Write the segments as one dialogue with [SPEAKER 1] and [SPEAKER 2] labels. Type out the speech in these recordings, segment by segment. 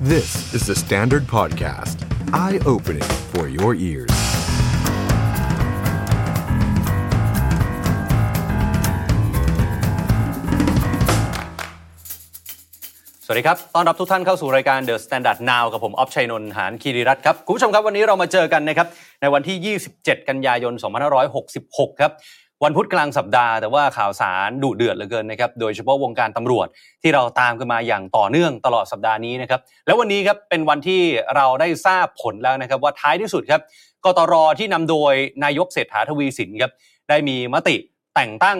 [SPEAKER 1] This is the Standard Podcast. Eye opening for your ears.
[SPEAKER 2] Standard สวัสดีครับ ต้อนรับทุกท่านเข้าสู่รายการ The Standard Now กับผม ออฟชัยนนท์ หานคีรีรัตน์ครับ คุณผู้ชมครับ วันนี้เรามาเจอกันนะครับ ในวันที่ 27 กันยายน 2566 ครับ วันพุธกลางสัปดาห์ แต่ว่าข่าวสารดุเดือดเหลือเกินนะครับ โดยเฉพาะวงการตำรวจที่เราตามกันมาอย่างต่อเนื่องตลอดสัปดาห์นี้นะครับ แล้ววันนี้ครับ เป็นวันที่เราได้ทราบผลแล้วนะครับว่าท้ายที่สุดครับ กตรที่นำโดยนายกเศรษฐาทวีสินครับ ได้มีมติแต่งตั้ง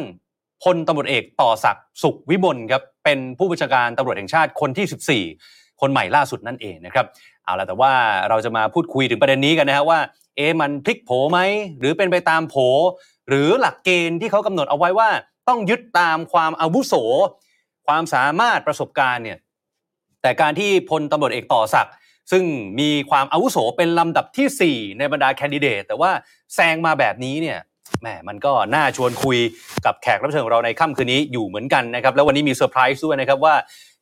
[SPEAKER 2] พลตำรวจเอกต่อศักดิ์สุขวิมลครับเป็นผู้บัญชาการตำรวจแห่งชาติคนที่ 14 คนใหม่ล่าสุดนั่นเองนะครับเอาละแต่ว่าเราจะมาพูดคุยถึงประเด็นนี้กันนะฮะว่าเอ๊ะมันพลิกโผไหมหรือเป็นไปตามโผ หรือหลักเกณฑ์ที่เขากำหนดเอาไว้ว่า ต้องยึดตามความอาวุโส ความสามารถประสบการณ์เนี่ยแต่การที่พลตำรวจเอกต่อศักดิ์ซึ่งมีความอาวุโสเป็นลำดับทีสี่4 ในบรรดาแคนดิเดตแต่ว่าแซงมาแบบนี้เนี่ย แหมมันก็น่าชวนคุยกับแขกรับเชิญของเราในค่ำคืนนี้อยู่เหมือนกันนะครับ แล้ววันนี้มีเซอร์ไพรส์ด้วยนะครับว่า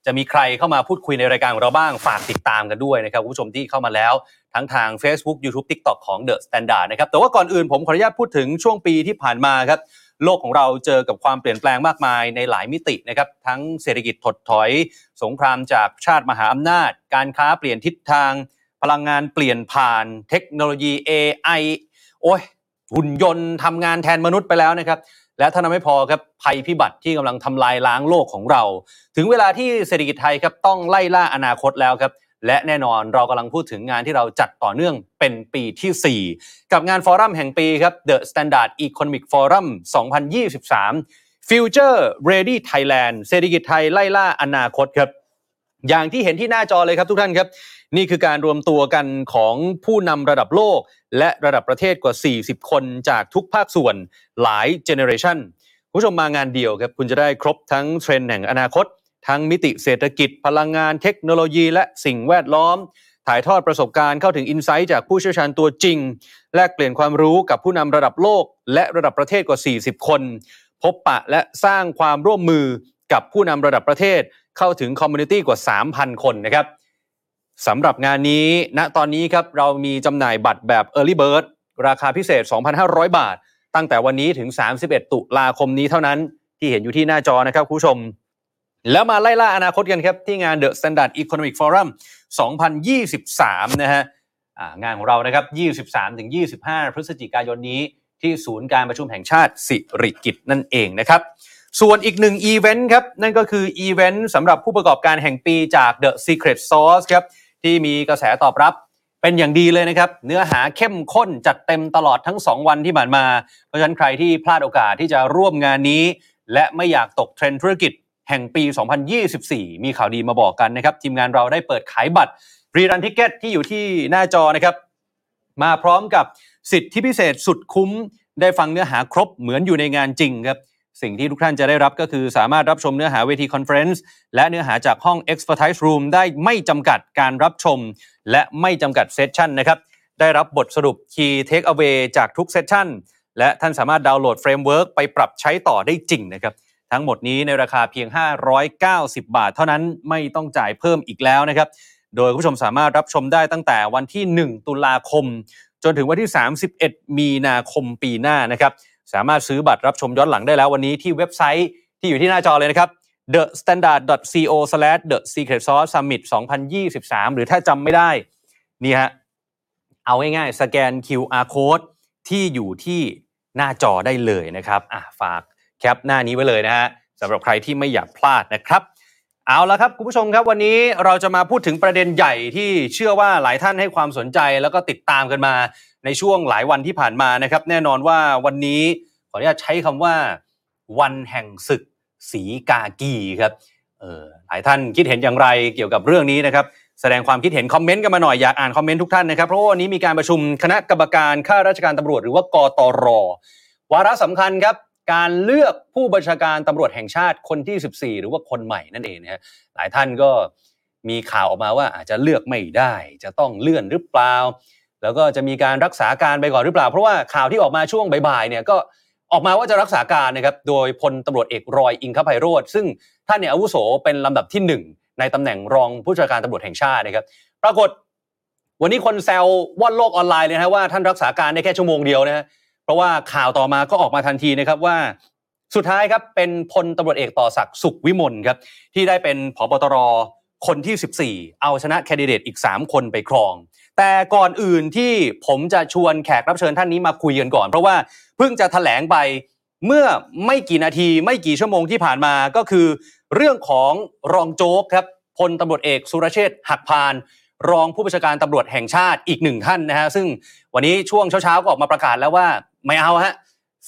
[SPEAKER 2] จะมีใครเข้ามาพูดคุยในรายการของเราบ้างฝากติดตามกันด้วยนะครับคุณผู้ชมที่เข้ามาแล้ว ทั้งทาง Facebook YouTube TikTok ของ The Standard นะครับ แต่ว่าก่อนอื่นผมขออนุญาตพูดถึงช่วงปีที่ผ่านมาครับ โลกของเราเจอกับความเปลี่ยนแปลงมากมายในหลายมิตินะครับ ทั้งเศรษฐกิจถดถอย สงครามจากชาติมหาอำนาจ การค้าเปลี่ยนทิศทาง พลังงานเปลี่ยนผ่าน เทคโนโลยี AI โอ้ย หุ่นยนต์ทำงานแทนมนุษย์ไปแล้วนะครับ และถ้านั้นไม่พอครับภัยพิบัติที่กำลังทำลายล้างโลกของเรา ถึงเวลาที่เศรษฐกิจไทยครับต้องไล่ล่าอนาคตแล้วครับ และแน่นอนเรากำลังพูดถึงงานที่เราจัดต่อเนื่องเป็นปีที่ 4 กับงานฟอรัมแห่งปีครับ The Standard Economic Forum 2023 Future Ready Thailand เศรษฐกิจไทยไล่ล่าอนาคตครับ อย่างที่เห็นที่หน้าจอเลยครับทุกท่านครับ นี่คือการรวมตัวกันของผู้นำระดับโลก และระดับประเทศกว่า 40 คนจากทุกภาคส่วนหลายเจเนอเรชันคุณผู้ชมมางานเดียวครับ คุณจะได้ครบทั้งเทรนด์แห่งอนาคต ทั้งมิติเศรษฐกิจ พลังงานเทคโนโลยีและสิ่งแวดล้อม ถ่ายทอดประสบการณ์เข้าถึงอินไซต์จากผู้เชี่ยวชาญตัวจริง แลกเปลี่ยนความรู้กับผู้นำระดับโลก และระดับประเทศกว่า 40 คน พบปะและสร้างความร่วมมือกับผู้นำระดับประเทศเข้าถึงคอมมูนิตี้กว่า 3,000 คนนะครับสำหรับงานนี้ณตอนนี้ครับเรามีจำหน่ายบัตรแบบ Early Bird ราคาพิเศษ 2,500 บาท ตั้งแต่วันนี้ถึง 31 ตุลาคมนี้เท่านั้นที่เห็นอยู่ที่หน้าจอนะครับคุณผู้ชม แล้วมาไล่ล่าอนาคตกันครับ ที่งาน The Standard Economic Forum 2023 นะฮะอ่างานของเรานะครับ 23-25 พฤศจิกายนนี้ที่ศูนย์การประชุมแห่งชาติสิริกิตนั่นเองนะครับ ส่วนอีกหนึ่งอีเวนต์ครับ นั่นก็คืออีเวนต์สำหรับผู้ประกอบการแห่งปีจาก The Secret Sauce ครับ ที่มีกระแสตอบรับเป็นอย่างดีเลยนะครับ เนื้อหาเข้มข้นจัดเต็มตลอดทั้ง 2 วันที่ผ่านมา เพราะฉะนั้นใครที่พลาดโอกาสที่จะร่วมงานนี้ และไม่อยากตกเทรนด์ธุรกิจแห่งปี 2024 มีข่าวดีมาบอกกันนะครับ ทีมงานเราได้เปิดขายบัตรรีรันทิเก็ตที่อยู่ที่หน้าจอนะครับ มาพร้อมกับสิทธิพิเศษสุดคุ้ม ได้ฟังเนื้อหาครบเหมือนอยู่ในงานจริงครับ สิ่งที่ทุกท่านจะได้รับก็คือสามารถรับชมเนื้อหาเวทีคอนเฟรนซ์และเนื้อหาจากห้อง Expertise Room ได้ไม่จำกัดการรับชม และไม่จำกัดเซสชันนะครับ ได้รับบทสรุป Key Takeaway จากทุกเซสชันและท่านสามารถดาวน์โหลดเฟรมเวิร์กไปปรับใช้ต่อได้จริงนะครับ ทั้งหมดนี้ในราคาเพียง 590 บาท เท่านั้นไม่ต้องจ่ายเพิ่มอีกแล้วนะครับ โดยคุณผู้ชมสามารถรับชมได้ตั้งแต่วันที่ 1 ตุลาคม จนถึงวันที่ 31 มีนาคมปีหน้านะครับ สามารถซื้อบัตรรับชมย้อนหลังได้แล้ววันนี้ที่เว็บไซต์ที่อยู่ที่หน้าจอเลยนะครับ the standard co the secret sauce summit 2023 หรือถ้าจำไม่ได้ นี่ฮะ เอาง่ายๆ สแกน QR code ที่อยู่ที่หน้าจอได้เลยนะครับอ่ะฝากแคปหน้านี้ไว้เลยนะฮะสำหรับใครที่ไม่อยากพลาดนะครับ เอาละครับ คุณผู้ชมครับวันนี้เราจะมาพูดถึงประเด็นใหญ่ที่เชื่อว่าหลายท่านให้ความสนใจแล้วก็ติดตามกันมา ในช่วงหลายวันที่ผ่านมานะครับ แน่นอนว่าวันนี้ขออนุญาตใช้คำว่า วันแห่งศึกสีกากีครับเออหลายท่านคิดเห็นอย่างไรเกี่ยวกับเรื่องนี้นะครับ แสดงความคิดเห็นคอมเมนต์กันมาหน่อยอยากอ่านคอมเมนต์ทุกท่านนะครับ เพราะว่าวันนี้มีการประชุมคณะกรรมการข้าราชการตำรวจหรือว่ากตร วาระสำคัญครับ การเลือกผู้บัญชาการตำรวจแห่งชาติคนที่ 14 หรือว่าคนใหม่นั่นเองนะฮะหลายท่านก็มีข่าวออกมาว่าอาจจะเลือกไม่ได้ จะต้องเลื่อนหรือเปล่า แล้วก็จะมีการรักษาการไปก่อนหรือเปล่า เพราะว่าข่าวที่ออกมาช่วงบ่ายๆเนี่ยก็ออกมาว่าจะรักษาการนะครับโดยพลตำรวจเอกรอยอิงคภัยโรธซึ่งท่านเนี่ยอาวุโสเป็นลำดับที่หนึ่งใน ในตำแหน่งรองผู้จัดการตำรวจแห่งชาตินะครับ ปรากฏ วันนี้คนแซวว่อนโลกออนไลน์เลยนะฮะว่าท่านรักษาการได้แค่ชั่วโมงเดียวนะฮะเพราะว่าข่าวต่อมาก็ออกมาทันทีนะครับว่า สุดท้ายครับเป็นพลตำรวจเอกต่อศักดิ์สุขวิมลครับ ที่ได้เป็นผบตรคนที่ 14 เอาชนะแคนดิเดตอีก 3 คนไปครอง แต่ก่อนอื่นที่ผมจะชวนแขกรับเชิญท่านนี้มาคุยกันก่อน เพราะว่าเพิ่งจะแถลงไปเมื่อไม่กี่นาทีไม่กี่ชั่วโมงที่ผ่านมาก็คือ เรื่องของรองโจ๊กครับพลตำรวจเอกสุรเชษฐ์หักพาน รองผู้บัญชาการตำรวจแห่งชาติอีกหนึ่งท่านนะฮะซึ่งวันนี้ช่วงเช้าๆก็ออกมาประกาศแล้วว่าไม่เอาฮะ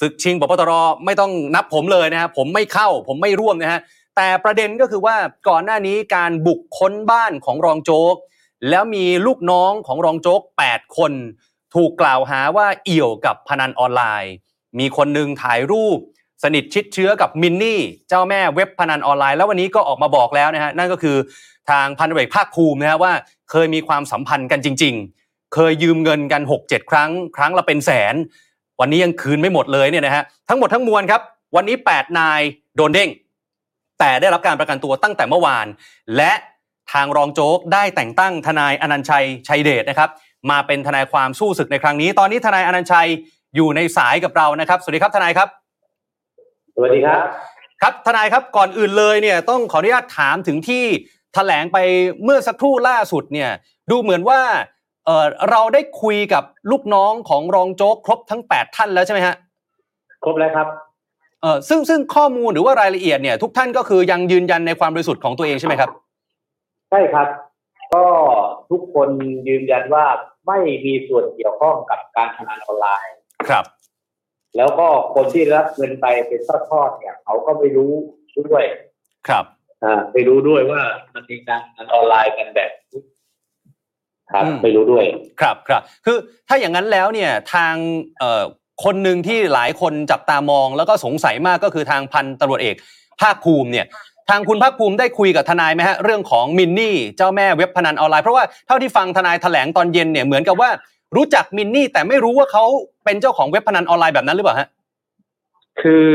[SPEAKER 2] ศึกชิงพบตรไม่ต้องนับผมเลยนะฮะผมไม่เข้าผมไม่ร่วมนะฮะ แต่ประเด็นก็คือว่าก่อนหน้านี้การบุกค้นบ้านของรองโจ๊ก แล้วมีลูกน้องของรองโจ๊ก 8 คน ถูกกล่าวหาว่าเอี่ยวกับพนันออนไลน์ มีคนหนึ่งถ่ายรูป สนิทชิดเชื้อกับมินนี่ เจ้าแม่เว็บพนันออนไลน์ แล้ววันนี้ก็ออกมาบอกแล้วนะฮะนั่นก็คือทางพันเอกภาคภูมินะฮะว่าเคยมีความสัมพันธ์กันจริง ๆ เคยยืมเงินกัน 6-7 ครั้ง ครั้งละเป็นแสน วันนี้ยังคืนไม่หมดเลยเนี่ยนะฮะทั้งหมดทั้งมวลครับ วันนี้ 8 นายโดนเด้ง แต่ได้รับการประกันตัวตั้งแต่เมื่อวาน และทางรองโจ๊กได้แต่งตั้งทนายอนันต์ชัยชัยเดชนะครับ มาเป็นทนายความสู้ศึกในครั้งนี้ ตอนนี้ทนายอนันต์ชัยอยู่ในสายกับเรานะครับ สวัสดีครับทนายครับ
[SPEAKER 3] สวัสดีครับ
[SPEAKER 2] ครับทนายครับก่อนอื่นเลยเนี่ยต้องขออนุญาตถามถึงที่แถลงไปเมื่อสักครู่ล่าสุดเนี่ยดูเหมือนว่าเอ่อเราได้คุยกับลูกน้องของรองโจ๊กครบทั้ง 8 ท่านแล้วใช่ไหมฮะ
[SPEAKER 3] ครบแล้วครับ
[SPEAKER 2] เอ่อซึ่งซึ่งข้อมูลหรือว่ารายละเอียดเนี่ยทุกท่านก็คือยังยืนยันในความบริสุทธิ์ของตัวเองใช่ไหมครับ
[SPEAKER 3] ใช่ครับ ก็ทุกคนยืนยันว่าไม่มีส่วนเกี่ยวข้องกับการพนันออนไลน์
[SPEAKER 2] ครับ
[SPEAKER 3] แล้วก็คนที่รับเงินไปเป็นทอดๆเนี่ยเขาก็ไม่รู้ด้วย
[SPEAKER 2] ครับ
[SPEAKER 3] อ่าไม่รู้ด้วยว่ามันมีการพนันออนไลน์กันแบบนี้ครับ
[SPEAKER 2] อืม
[SPEAKER 3] ไม่รู้ด้วย
[SPEAKER 2] ครับครับคือถ้าอย่างนั้นแล้วเนี่ยทางเอ่อคนหนึ่งที่หลายคนจับตามองแล้วก็สงสัยมากก็คือทางพันตำรวจเอกภาคภูมิเนี่ยทางคุณภาคภูมิได้คุยกับทนายไหมฮะเรื่องของมินนี่เจ้าแม่เว็บพนันออนไลน์ เพราะว่าเท่าที่ฟังทนายแถลงตอนเย็นเนี่ยเหมือนกับว่ารู้จักมินนี่แต่ไม่รู้ว่าเขาเป็นเจ้าของเว็บพนันออนไลน์แบบนั้นหรือเปล่าฮะ
[SPEAKER 3] คือ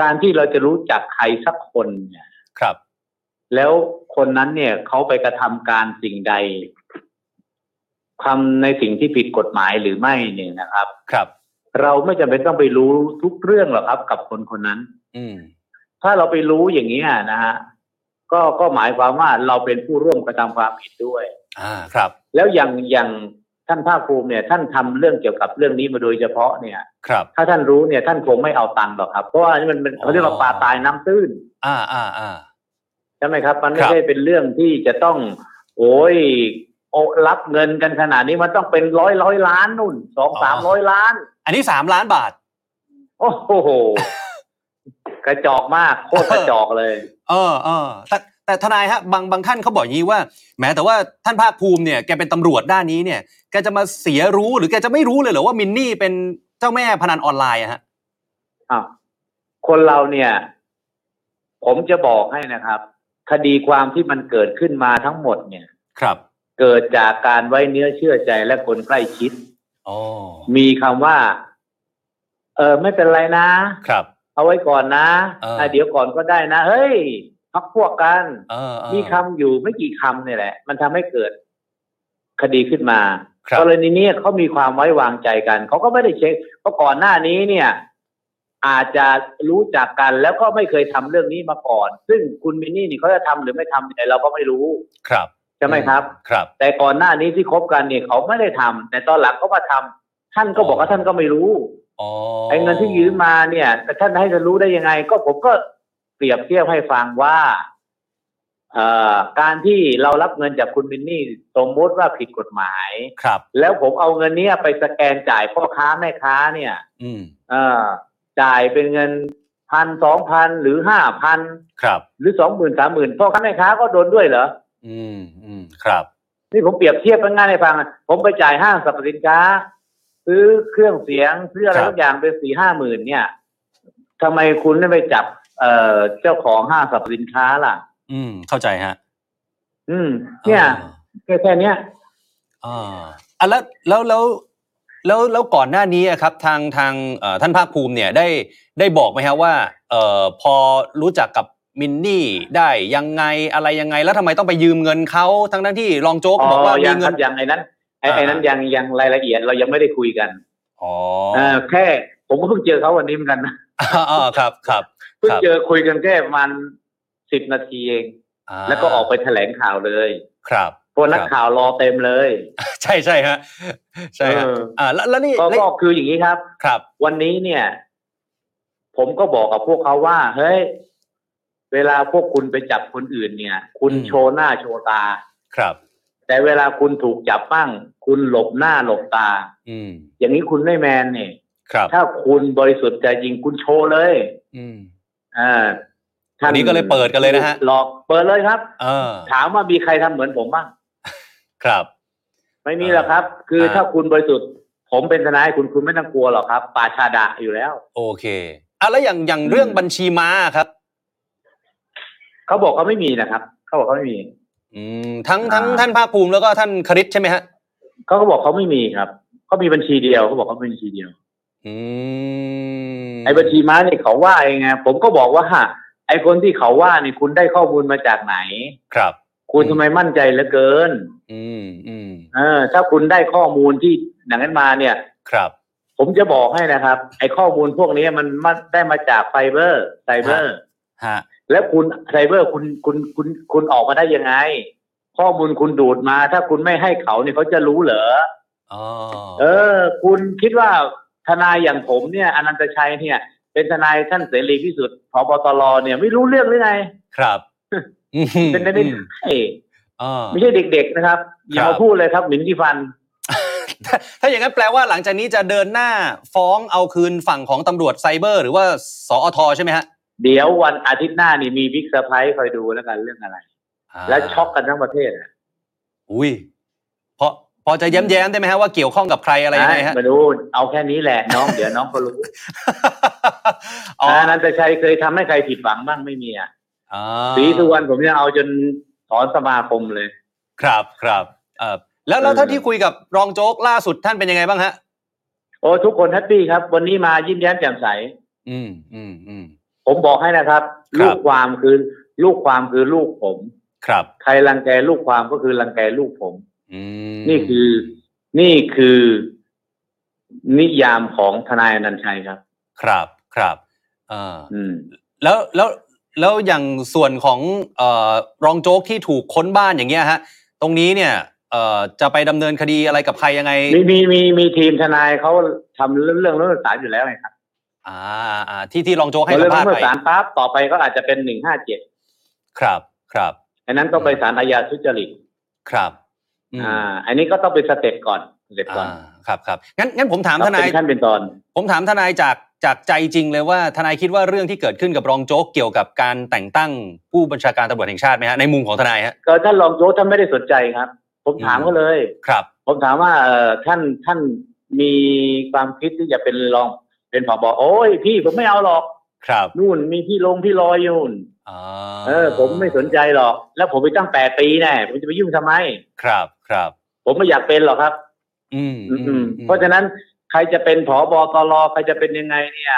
[SPEAKER 3] การที่เราจะรู้จักใครสักคนเนี่ย
[SPEAKER 2] ครับ
[SPEAKER 3] แล้วคนนั้นเนี่ยเขาไปกระทำการสิ่งใดทำในสิ่งที่ผิดกฎหมายหรือไม่เนี่ยนะครับ
[SPEAKER 2] ครับ
[SPEAKER 3] เราไม่จำเป็นต้องไปรู้ทุกเรื่องหรอกครับ กับคนคนนั้น
[SPEAKER 2] อืม
[SPEAKER 3] ถ้าเราไปรู้อย่างนี้ยนะฮะก็ก็หมายความว่าเราเป็นผู้ร่วมกระทำความผิดด้วย
[SPEAKER 2] อ่าครับ
[SPEAKER 3] แล้วอย่างอย่างท่านภาคภูมิเนี่ย ท่านทำเรื่องเกี่ยวกับเรื่องนี้มาโดยเฉพาะเนี่ย
[SPEAKER 2] ครับ
[SPEAKER 3] ถ้าท่านรู้เนี่ยท่านคงไม่เอาตังค์หรอกครับเพราะว่าอันนี่มันเป็น
[SPEAKER 2] อ๋อ
[SPEAKER 3] เขาเรียกว่าปลาตายน้ำตื้น
[SPEAKER 2] อ่าอ่าอ่า
[SPEAKER 3] ใช่ไหมครับ มันไม่
[SPEAKER 2] ครับ
[SPEAKER 3] ใช่เป็นเรื่องที่จะต้อง โอ้ยโอรับเงินกันขนาดนี้มันต้องเป็นร้อยร้อยล้านนู่นสองสามร้อยล้าน
[SPEAKER 2] อันนี้สามล้านบาท
[SPEAKER 3] โอ้โห กระจอกมากโคตรกระจอกเลย
[SPEAKER 2] เออเออแต่แต่ทนายฮะบางบางท่านเขาบอกอย่างนี้ว่าแหม้แต่ว่าท่านภาคภูมิเนี่ยแกเป็นตำรวจด้านนี้เนี่ยแกจะมาเสียรู้หรือแกจะไม่รู้เลยเหรอว่ามินนี่เป็นเจ้าแม่พนันออนไลน์อะฮะ
[SPEAKER 3] อ้าวคนเราเนี่ย ผมจะบอกให้นะครับ คดีความที่มันเกิดขึ้นมาทั้งหมดเนี่ย
[SPEAKER 2] ครับ
[SPEAKER 3] เกิดจากการไว้เนื้อเชื่อใจและคนใกล้ชิด
[SPEAKER 2] อ๋อ
[SPEAKER 3] มีคำว่า เออไม่เป็นไรนะ
[SPEAKER 2] ครับ
[SPEAKER 3] เอาไว้ก่อนนะ
[SPEAKER 2] เออ
[SPEAKER 3] ะเดี๋ยวก่อนก็ได้นะ เฮ้ยพักพวกกัน
[SPEAKER 2] เออเออ
[SPEAKER 3] มีคำอยู่ไม่กี่คำเนี่ยแหละ มันทำให้เกิดคดีขึ้นมา
[SPEAKER 2] ครับ
[SPEAKER 3] กรณีนี้เขามีความไว้วางใจกัน เขาก็ไม่ได้เช็ค เพราะก่อนหน้านี้เนี่ย อาจจะรู้จักกันแล้วก็ไม่เคยทำเรื่องนี้มาก่อน ซึ่งคุณมินนี่นี่เขาจะทำหรือไม่ทำเนี่ยเราก็ไม่รู้
[SPEAKER 2] ครับ
[SPEAKER 3] ใช่ไหมครับ
[SPEAKER 2] ครับ
[SPEAKER 3] แต่ก่อนหน้านี้ที่คบกันเนี่ยเขาไม่ได้ทำแต่ตอนหลังเขามาทำท่านก็บอกว่าท่านก็ไม่รู้
[SPEAKER 2] อ๋อ
[SPEAKER 3] ไอ้เงินที่ยืมมาเนี่ยแต่ท่านให้จะรู้ได้ยังไง ก็ผมก็เปรียบเทียบให้ฟังว่าเอ่อการที่เรารับเงินจากคุณมินนี่สมมติว่าผิดกฎหมาย
[SPEAKER 2] ครับ
[SPEAKER 3] แล้วผมเอาเงินเนี้ยไปสแกนจ่ายพ่อค้าแม่ค้าเนี่ย
[SPEAKER 2] อืม
[SPEAKER 3] เอ่อจ่ายเป็นเงินพันสองพันหรือห้าพัน
[SPEAKER 2] ครับ
[SPEAKER 3] หรือสองหมื่นสามหมื่นพ่อค้าแม่ค้าก็โดนด้วยเหรอ
[SPEAKER 2] อืมอืมครับ
[SPEAKER 3] นี่ผมเปรียบเทียบง่ายๆให้ฟังผมไปจ่ายห้างสรรพสินค้า ซื้อเครื่องเสียงซื้ออะไรทุกอย่างไปสี่ห้าหมื่นเนี่ยทำไมคุณไม่ไปจับ เอ่อเจ้าของห้างสรรพสินค้าล่ะ
[SPEAKER 2] อืมเข้าใจฮะ
[SPEAKER 3] อืม เนี่ย
[SPEAKER 2] ออ
[SPEAKER 3] แค่แค่เนี้ย
[SPEAKER 2] อ่าอ่ะแล้วแล้วแล้วแล้วแล้วก่อนหน้านี้อะครับทางทางเอ่อท่านภาคภูมิเนี่ยได้ได้บอกไหมฮะว่าเอ่อพอรู้จักกับ มินนี่ได้ยังไงอะไรยังไง แล้วทำไมต้องไปยืมเงินเขาทั้งทั้งๆที่รองโจ๊ก
[SPEAKER 3] อ๋
[SPEAKER 2] บอกว่า
[SPEAKER 3] อ
[SPEAKER 2] มี
[SPEAKER 3] ยังค
[SPEAKER 2] เงิ
[SPEAKER 3] รั
[SPEAKER 2] น
[SPEAKER 3] บยังไอ้นั้นไอ้
[SPEAKER 2] อ่า
[SPEAKER 3] ไอ้นั้นยังยังรายละเอียดเรายังไม่ได้คุยกัน
[SPEAKER 2] อ๋อ
[SPEAKER 3] เออแค่ ผมก็เพิ่งเจอเขาวันนี้เหมือนกันนะ
[SPEAKER 2] อ่า ครับครับ
[SPEAKER 3] เพิ่งเจอคุยกันแค่ประมันสิบนาทีเอง
[SPEAKER 2] า
[SPEAKER 3] แล้วก็ออกไปแถลงข่าวเลย
[SPEAKER 2] ครับ
[SPEAKER 3] พวกนักข่าวรอเต็มเลย
[SPEAKER 2] ใช่ใช่ฮะใช่ฮะ
[SPEAKER 3] เออ
[SPEAKER 2] อ่าแล้วแล้วนี่
[SPEAKER 3] ก็
[SPEAKER 2] แล้ว
[SPEAKER 3] ก็คืออย่างนี้ครับ
[SPEAKER 2] ครับ
[SPEAKER 3] วันนี้เนี่ย ผมก็บอกกับพวกเขาว่า เฮ้ย เวลาพวกคุณไปจับคนอื่นเนี่ย คุณ
[SPEAKER 2] อืม
[SPEAKER 3] โชว์หน้าโชว์ตา
[SPEAKER 2] ครับ
[SPEAKER 3] แต่เวลาคุณถูกจับบ้าง คุณหลบหน้าหลบตา
[SPEAKER 2] อืม
[SPEAKER 3] อย่างนี้คุณไม่แมนเนี่ย
[SPEAKER 2] ครับ
[SPEAKER 3] ถ้าคุณบริสุทธิ์ใจจริงคุณโชว์เลย
[SPEAKER 2] อืม
[SPEAKER 3] อ่าท่า
[SPEAKER 2] วันนี้ก็เลยเปิดกันเลยนะฮะ
[SPEAKER 3] หลอกเปิดเลยครับ
[SPEAKER 2] เออ
[SPEAKER 3] ถามว่ามีใครทำเหมือนผมบ้าง
[SPEAKER 2] ครับ
[SPEAKER 3] ไม่มีหรอกครับ คืออา ถ้าคุณบริสุทธิ์ ผมเป็นทนายคุณคุณไม่ต้องกลัวหรอกครับป่าชาดะอยู่แล้ว
[SPEAKER 2] โอเคอ่ะแล้วอย่างอย่างเรื่องบัญชีม้าครับ
[SPEAKER 3] เขาบอกเขาไม่มีนะครับ เขาบอกเขาไม่มี
[SPEAKER 2] อืมทั้งทั้ง
[SPEAKER 3] อ่า
[SPEAKER 2] ท่านภาคภูมิแล้วก็ท่านคริสใช่ไหมฮะ
[SPEAKER 3] เขาก็บอกเขาไม่มีครับเขามีบัญชีเดียวเขาบอกเขามีบัญชีเดียว
[SPEAKER 2] อืม
[SPEAKER 3] ไอ้บัญชีม้าเนี่ยเขาว่าเองไงผมก็บอกว่าฮะไอ้คนที่เขาว่าเนี่ยคุณได้ข้อมูลมาจากไหน
[SPEAKER 2] ครับ
[SPEAKER 3] คุณ
[SPEAKER 2] อืม
[SPEAKER 3] ทำไมมั่นใจเหลือเกิน
[SPEAKER 2] อืมอืม
[SPEAKER 3] เออ ถ้าคุณได้ข้อมูลที่อย่างนั้นมาเนี่ย
[SPEAKER 2] ครับ
[SPEAKER 3] ผมจะบอกให้นะครับ ไอ้ข้อมูลพวกนี้มันมาได้มาจากไฟเบอร์ไซเบอร์
[SPEAKER 2] ฮะ
[SPEAKER 3] แล้วคุณไซเบอร์คุณคุณคุณคุณออกมาได้ยังไง ข้อมูลคุณดูดมา ถ้าคุณไม่ให้เขาเนี่ยเขาจะรู้เหรอ
[SPEAKER 2] อ๋อ
[SPEAKER 3] เออ คุณคิดว่าทนายอย่างผมเนี่ยอนันตชัยเนี่ย เป็นทนายท่านเสรีพิสุทธิ์พบตรเนี่ยไม่รู้เรื่องหรือไง
[SPEAKER 2] ครับอืม
[SPEAKER 3] เป็นไปไม่
[SPEAKER 2] อืม
[SPEAKER 3] ได้
[SPEAKER 2] อ๋อ
[SPEAKER 3] ไม่ใช่เด็ก ๆนะครับ อย่า
[SPEAKER 2] ครั
[SPEAKER 3] มา
[SPEAKER 2] บ
[SPEAKER 3] พูดเลยครับหมิ่นที่ฟัน
[SPEAKER 2] ถ้าถ้าอย่างนั้นแปลว่าหลังจากนี้จะเดินหน้าฟ้องเอาคืนฝั่งของตำรวจไซเบอร์ หรือว่าสอทใช่ไหมฮะ
[SPEAKER 3] เดี๋ยววันอาทิตย์หน้านี่มีบิ๊กเซอร์ไพรส์คอยดูแล้วกันเรื่องอะไร
[SPEAKER 2] า
[SPEAKER 3] และช็อกกันทั้งประเทศอะ
[SPEAKER 2] อุ้ยพอพอจะแย้มแย้มๆได้ไหมฮะว่าเกี่ยวข้องกับใครอะไรยังไงฮะ
[SPEAKER 3] มาดูเอาแค่นี้แหละน้อง เดี๋ยวน้องก็รู้
[SPEAKER 2] อ๋อ
[SPEAKER 3] อนันตชัยเคยทำให้ใครผิดหวังบ้างไม่มีอ่ะ
[SPEAKER 2] อ๋อ
[SPEAKER 3] สีสุวรรณผมจะเอาจนถอนสมาคมเลย
[SPEAKER 2] ครับครับเออแล้วแล้วเท่าที่คุยกับรองโจ๊กล่าสุดท่านเป็นยังไงบ้างฮะ
[SPEAKER 3] โอ้ทุกคนแฮปปี้ครับ วันนี้มายิ้มแย้มแจ่มใส
[SPEAKER 2] อืมอืมอืม
[SPEAKER 3] ผมบอกให้นะครับ
[SPEAKER 2] ครับ
[SPEAKER 3] ลูกความคือลูกความคือลูกผม
[SPEAKER 2] ครับ
[SPEAKER 3] ใครรังแกลูกความก็คือรังแกลูกผม
[SPEAKER 2] อืม
[SPEAKER 3] นี่คือ นี่คือ นิยามของทนายอนันต์ชัยครับ
[SPEAKER 2] ครับครับเอ่อ
[SPEAKER 3] อืม
[SPEAKER 2] แล้วแล้วแล้วอย่างส่วนของเอ่อรองโจ๊กที่ถูกค้นบ้านอย่างเงี้ยฮะ ตรงนี้เนี่ยเอ่อจะไปดำเนินคดีอะไรกับใครยังไง
[SPEAKER 3] มีมีมีมีทีมทนายเขาทำเรื่องเรื่องรัฐศาลอยู่แล้วไงครับ
[SPEAKER 2] อ่าอ่าที่ที่รองโจ๊ก
[SPEAKER 3] พ
[SPEAKER 2] ให้
[SPEAKER 3] อ
[SPEAKER 2] สั
[SPEAKER 3] เรื่อ
[SPEAKER 2] ม
[SPEAKER 3] ง
[SPEAKER 2] ภาษณ์
[SPEAKER 3] รั
[SPEAKER 2] ไป
[SPEAKER 3] ฐศาลปั๊บต่อไปก็อาจจะเป็นหนึ่งห้าเจ็ด
[SPEAKER 2] ครับครับ
[SPEAKER 3] อันนั้นต้องไปศาลอาญาทุจริต
[SPEAKER 2] ครับอืม
[SPEAKER 3] อ่า อันนี้ก็ต้องเป็นสเต็ปก่อนสเต็ปก่อน
[SPEAKER 2] อ่าครับครับงั้นงั้นผมถาม
[SPEAKER 3] ค
[SPEAKER 2] ท
[SPEAKER 3] รับ
[SPEAKER 2] นาย
[SPEAKER 3] เป็นขั้นเป็นตอน
[SPEAKER 2] ผมถามทนายจากจากใจจริงเลยว่าทนายคิดว่าเรื่องที่เกิดขึ้นกับรองโจ๊กเกี่ยวกับการแต่งตั้งผู้บัญชาการตำรวจแห่งชาติไหมฮะในมุมของทนายฮะ
[SPEAKER 3] ก็ท่านรองโจ๊กท่านไม่ได้สนใจครับ ผมถาม
[SPEAKER 2] อืม
[SPEAKER 3] เขาเลย
[SPEAKER 2] ครับ
[SPEAKER 3] ผมถามว่าเอ่อท่านท่านมีความคิดที่จะเป็นรอง เป็นผบโอ้ยพี่ผมไม่เอาหรอก
[SPEAKER 2] ครับ
[SPEAKER 3] นู่นมีพี่ลงพี่ลอยอยู่นู่น
[SPEAKER 2] อ่า
[SPEAKER 3] เออ ผมไม่สนใจหรอก แล้วผมไปตั้งแปดปีแน่ผมจะไปยุ่งทำไม
[SPEAKER 2] ครับครับ
[SPEAKER 3] ผมไม่อยากเป็นหรอกครับ
[SPEAKER 2] อืม
[SPEAKER 3] อืม
[SPEAKER 2] อืม
[SPEAKER 3] เพราะฉะนั้นใครจะเป็นผอบตรใครจะเป็นยังไงเนี่ย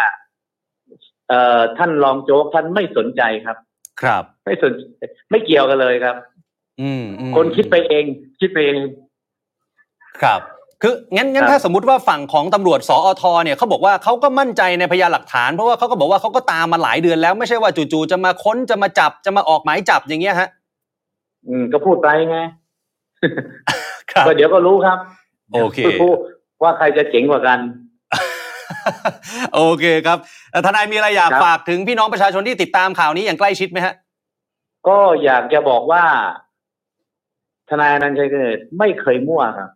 [SPEAKER 3] เอ่อท่านรองโจ๊กท่านไม่สนใจครับ
[SPEAKER 2] ครับ
[SPEAKER 3] ไม่สนไม่เกี่ยวกันเลยครับ
[SPEAKER 2] อืมอืม
[SPEAKER 3] คนคิดไปเอง คิดไปเอง
[SPEAKER 2] ครับ คืองั้นงั้น
[SPEAKER 3] ครับ
[SPEAKER 2] ถ้าสมมติว่าฝั่งของตำรวจสอทเนี่ยเขาบอกว่าเขาก็มั่นใจในพยานหลักฐานเพราะว่าเขาก็บอกว่าเขาก็ตามมาหลายเดือนแล้วไม่ใช่ว่าจู่ๆจะมาค้นจะมาจับจะมาออกหมายจับอย่างเงี้ยฮะ
[SPEAKER 3] อืมก็พูดไปไง
[SPEAKER 2] ครับ
[SPEAKER 3] ก็เดี๋ยวก็รู้ครับ
[SPEAKER 2] โอเค
[SPEAKER 3] พูดว่าใครจะเจ๋งกว่ากัน
[SPEAKER 2] โอเคครับเอ่อทนายมีอะไรอยาก
[SPEAKER 3] ครับ
[SPEAKER 2] ฝากถึงพี่น้องประชาชนที่ติดตามข่าวนี้อย่างใกล้ชิดไหมฮะ
[SPEAKER 3] ก็อยากจะบอกว่า ทนายอนันต์ชัยเกิดไม่เคยมั่วครับ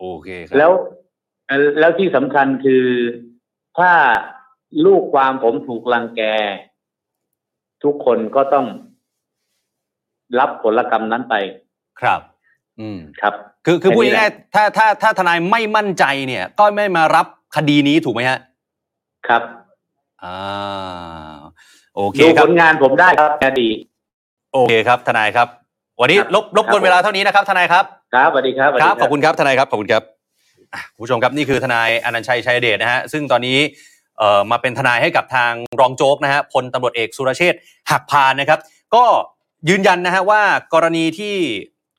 [SPEAKER 2] โอเคครั
[SPEAKER 3] แล้วเอ่อแล้วที่สำคัญคือถ้าลูกความผมถูกรังแก ทุกคนก็ต้องรับผลกรรมนั้นไป
[SPEAKER 2] ครับ อืม
[SPEAKER 3] ครับ
[SPEAKER 2] คือคือ
[SPEAKER 3] แค่
[SPEAKER 2] พูด
[SPEAKER 3] นี้แหละ
[SPEAKER 2] ง่ายๆถ้าถ้าถ้าทนายไม่มั่นใจเนี่ย ก็ไม่มารับคดีนี้ถูกไหมฮะ
[SPEAKER 3] ครับ
[SPEAKER 2] อ่าโอเค
[SPEAKER 3] ดู
[SPEAKER 2] ครั
[SPEAKER 3] ผ
[SPEAKER 2] บ
[SPEAKER 3] ลงานผมได้ครับอดี
[SPEAKER 2] โอเคครับ ทนายครับ วันนี้
[SPEAKER 3] ครับ
[SPEAKER 2] ลบลบกว
[SPEAKER 3] ครั
[SPEAKER 2] น
[SPEAKER 3] บ
[SPEAKER 2] เวลาเท่านี้นะครับ ทนายครับ
[SPEAKER 3] ครับสวัสดีครับสวัส
[SPEAKER 2] ค
[SPEAKER 3] ดี
[SPEAKER 2] รับ ขอบคุณครับ ทนายครับ ขอบคุณครับอ่ะคุณผู้ชมครับ นี่คือทนายอนันต์ชัยชัยเดชนะฮะ ซึ่งตอนนี้ เอ่อมาเป็นทนายให้กับทางรองโจ๊กนะฮะพลตำรวจเอกสุรเชษฐ์หักพานนะครับ ก็ยืนยันนะฮะว่ากรณีที่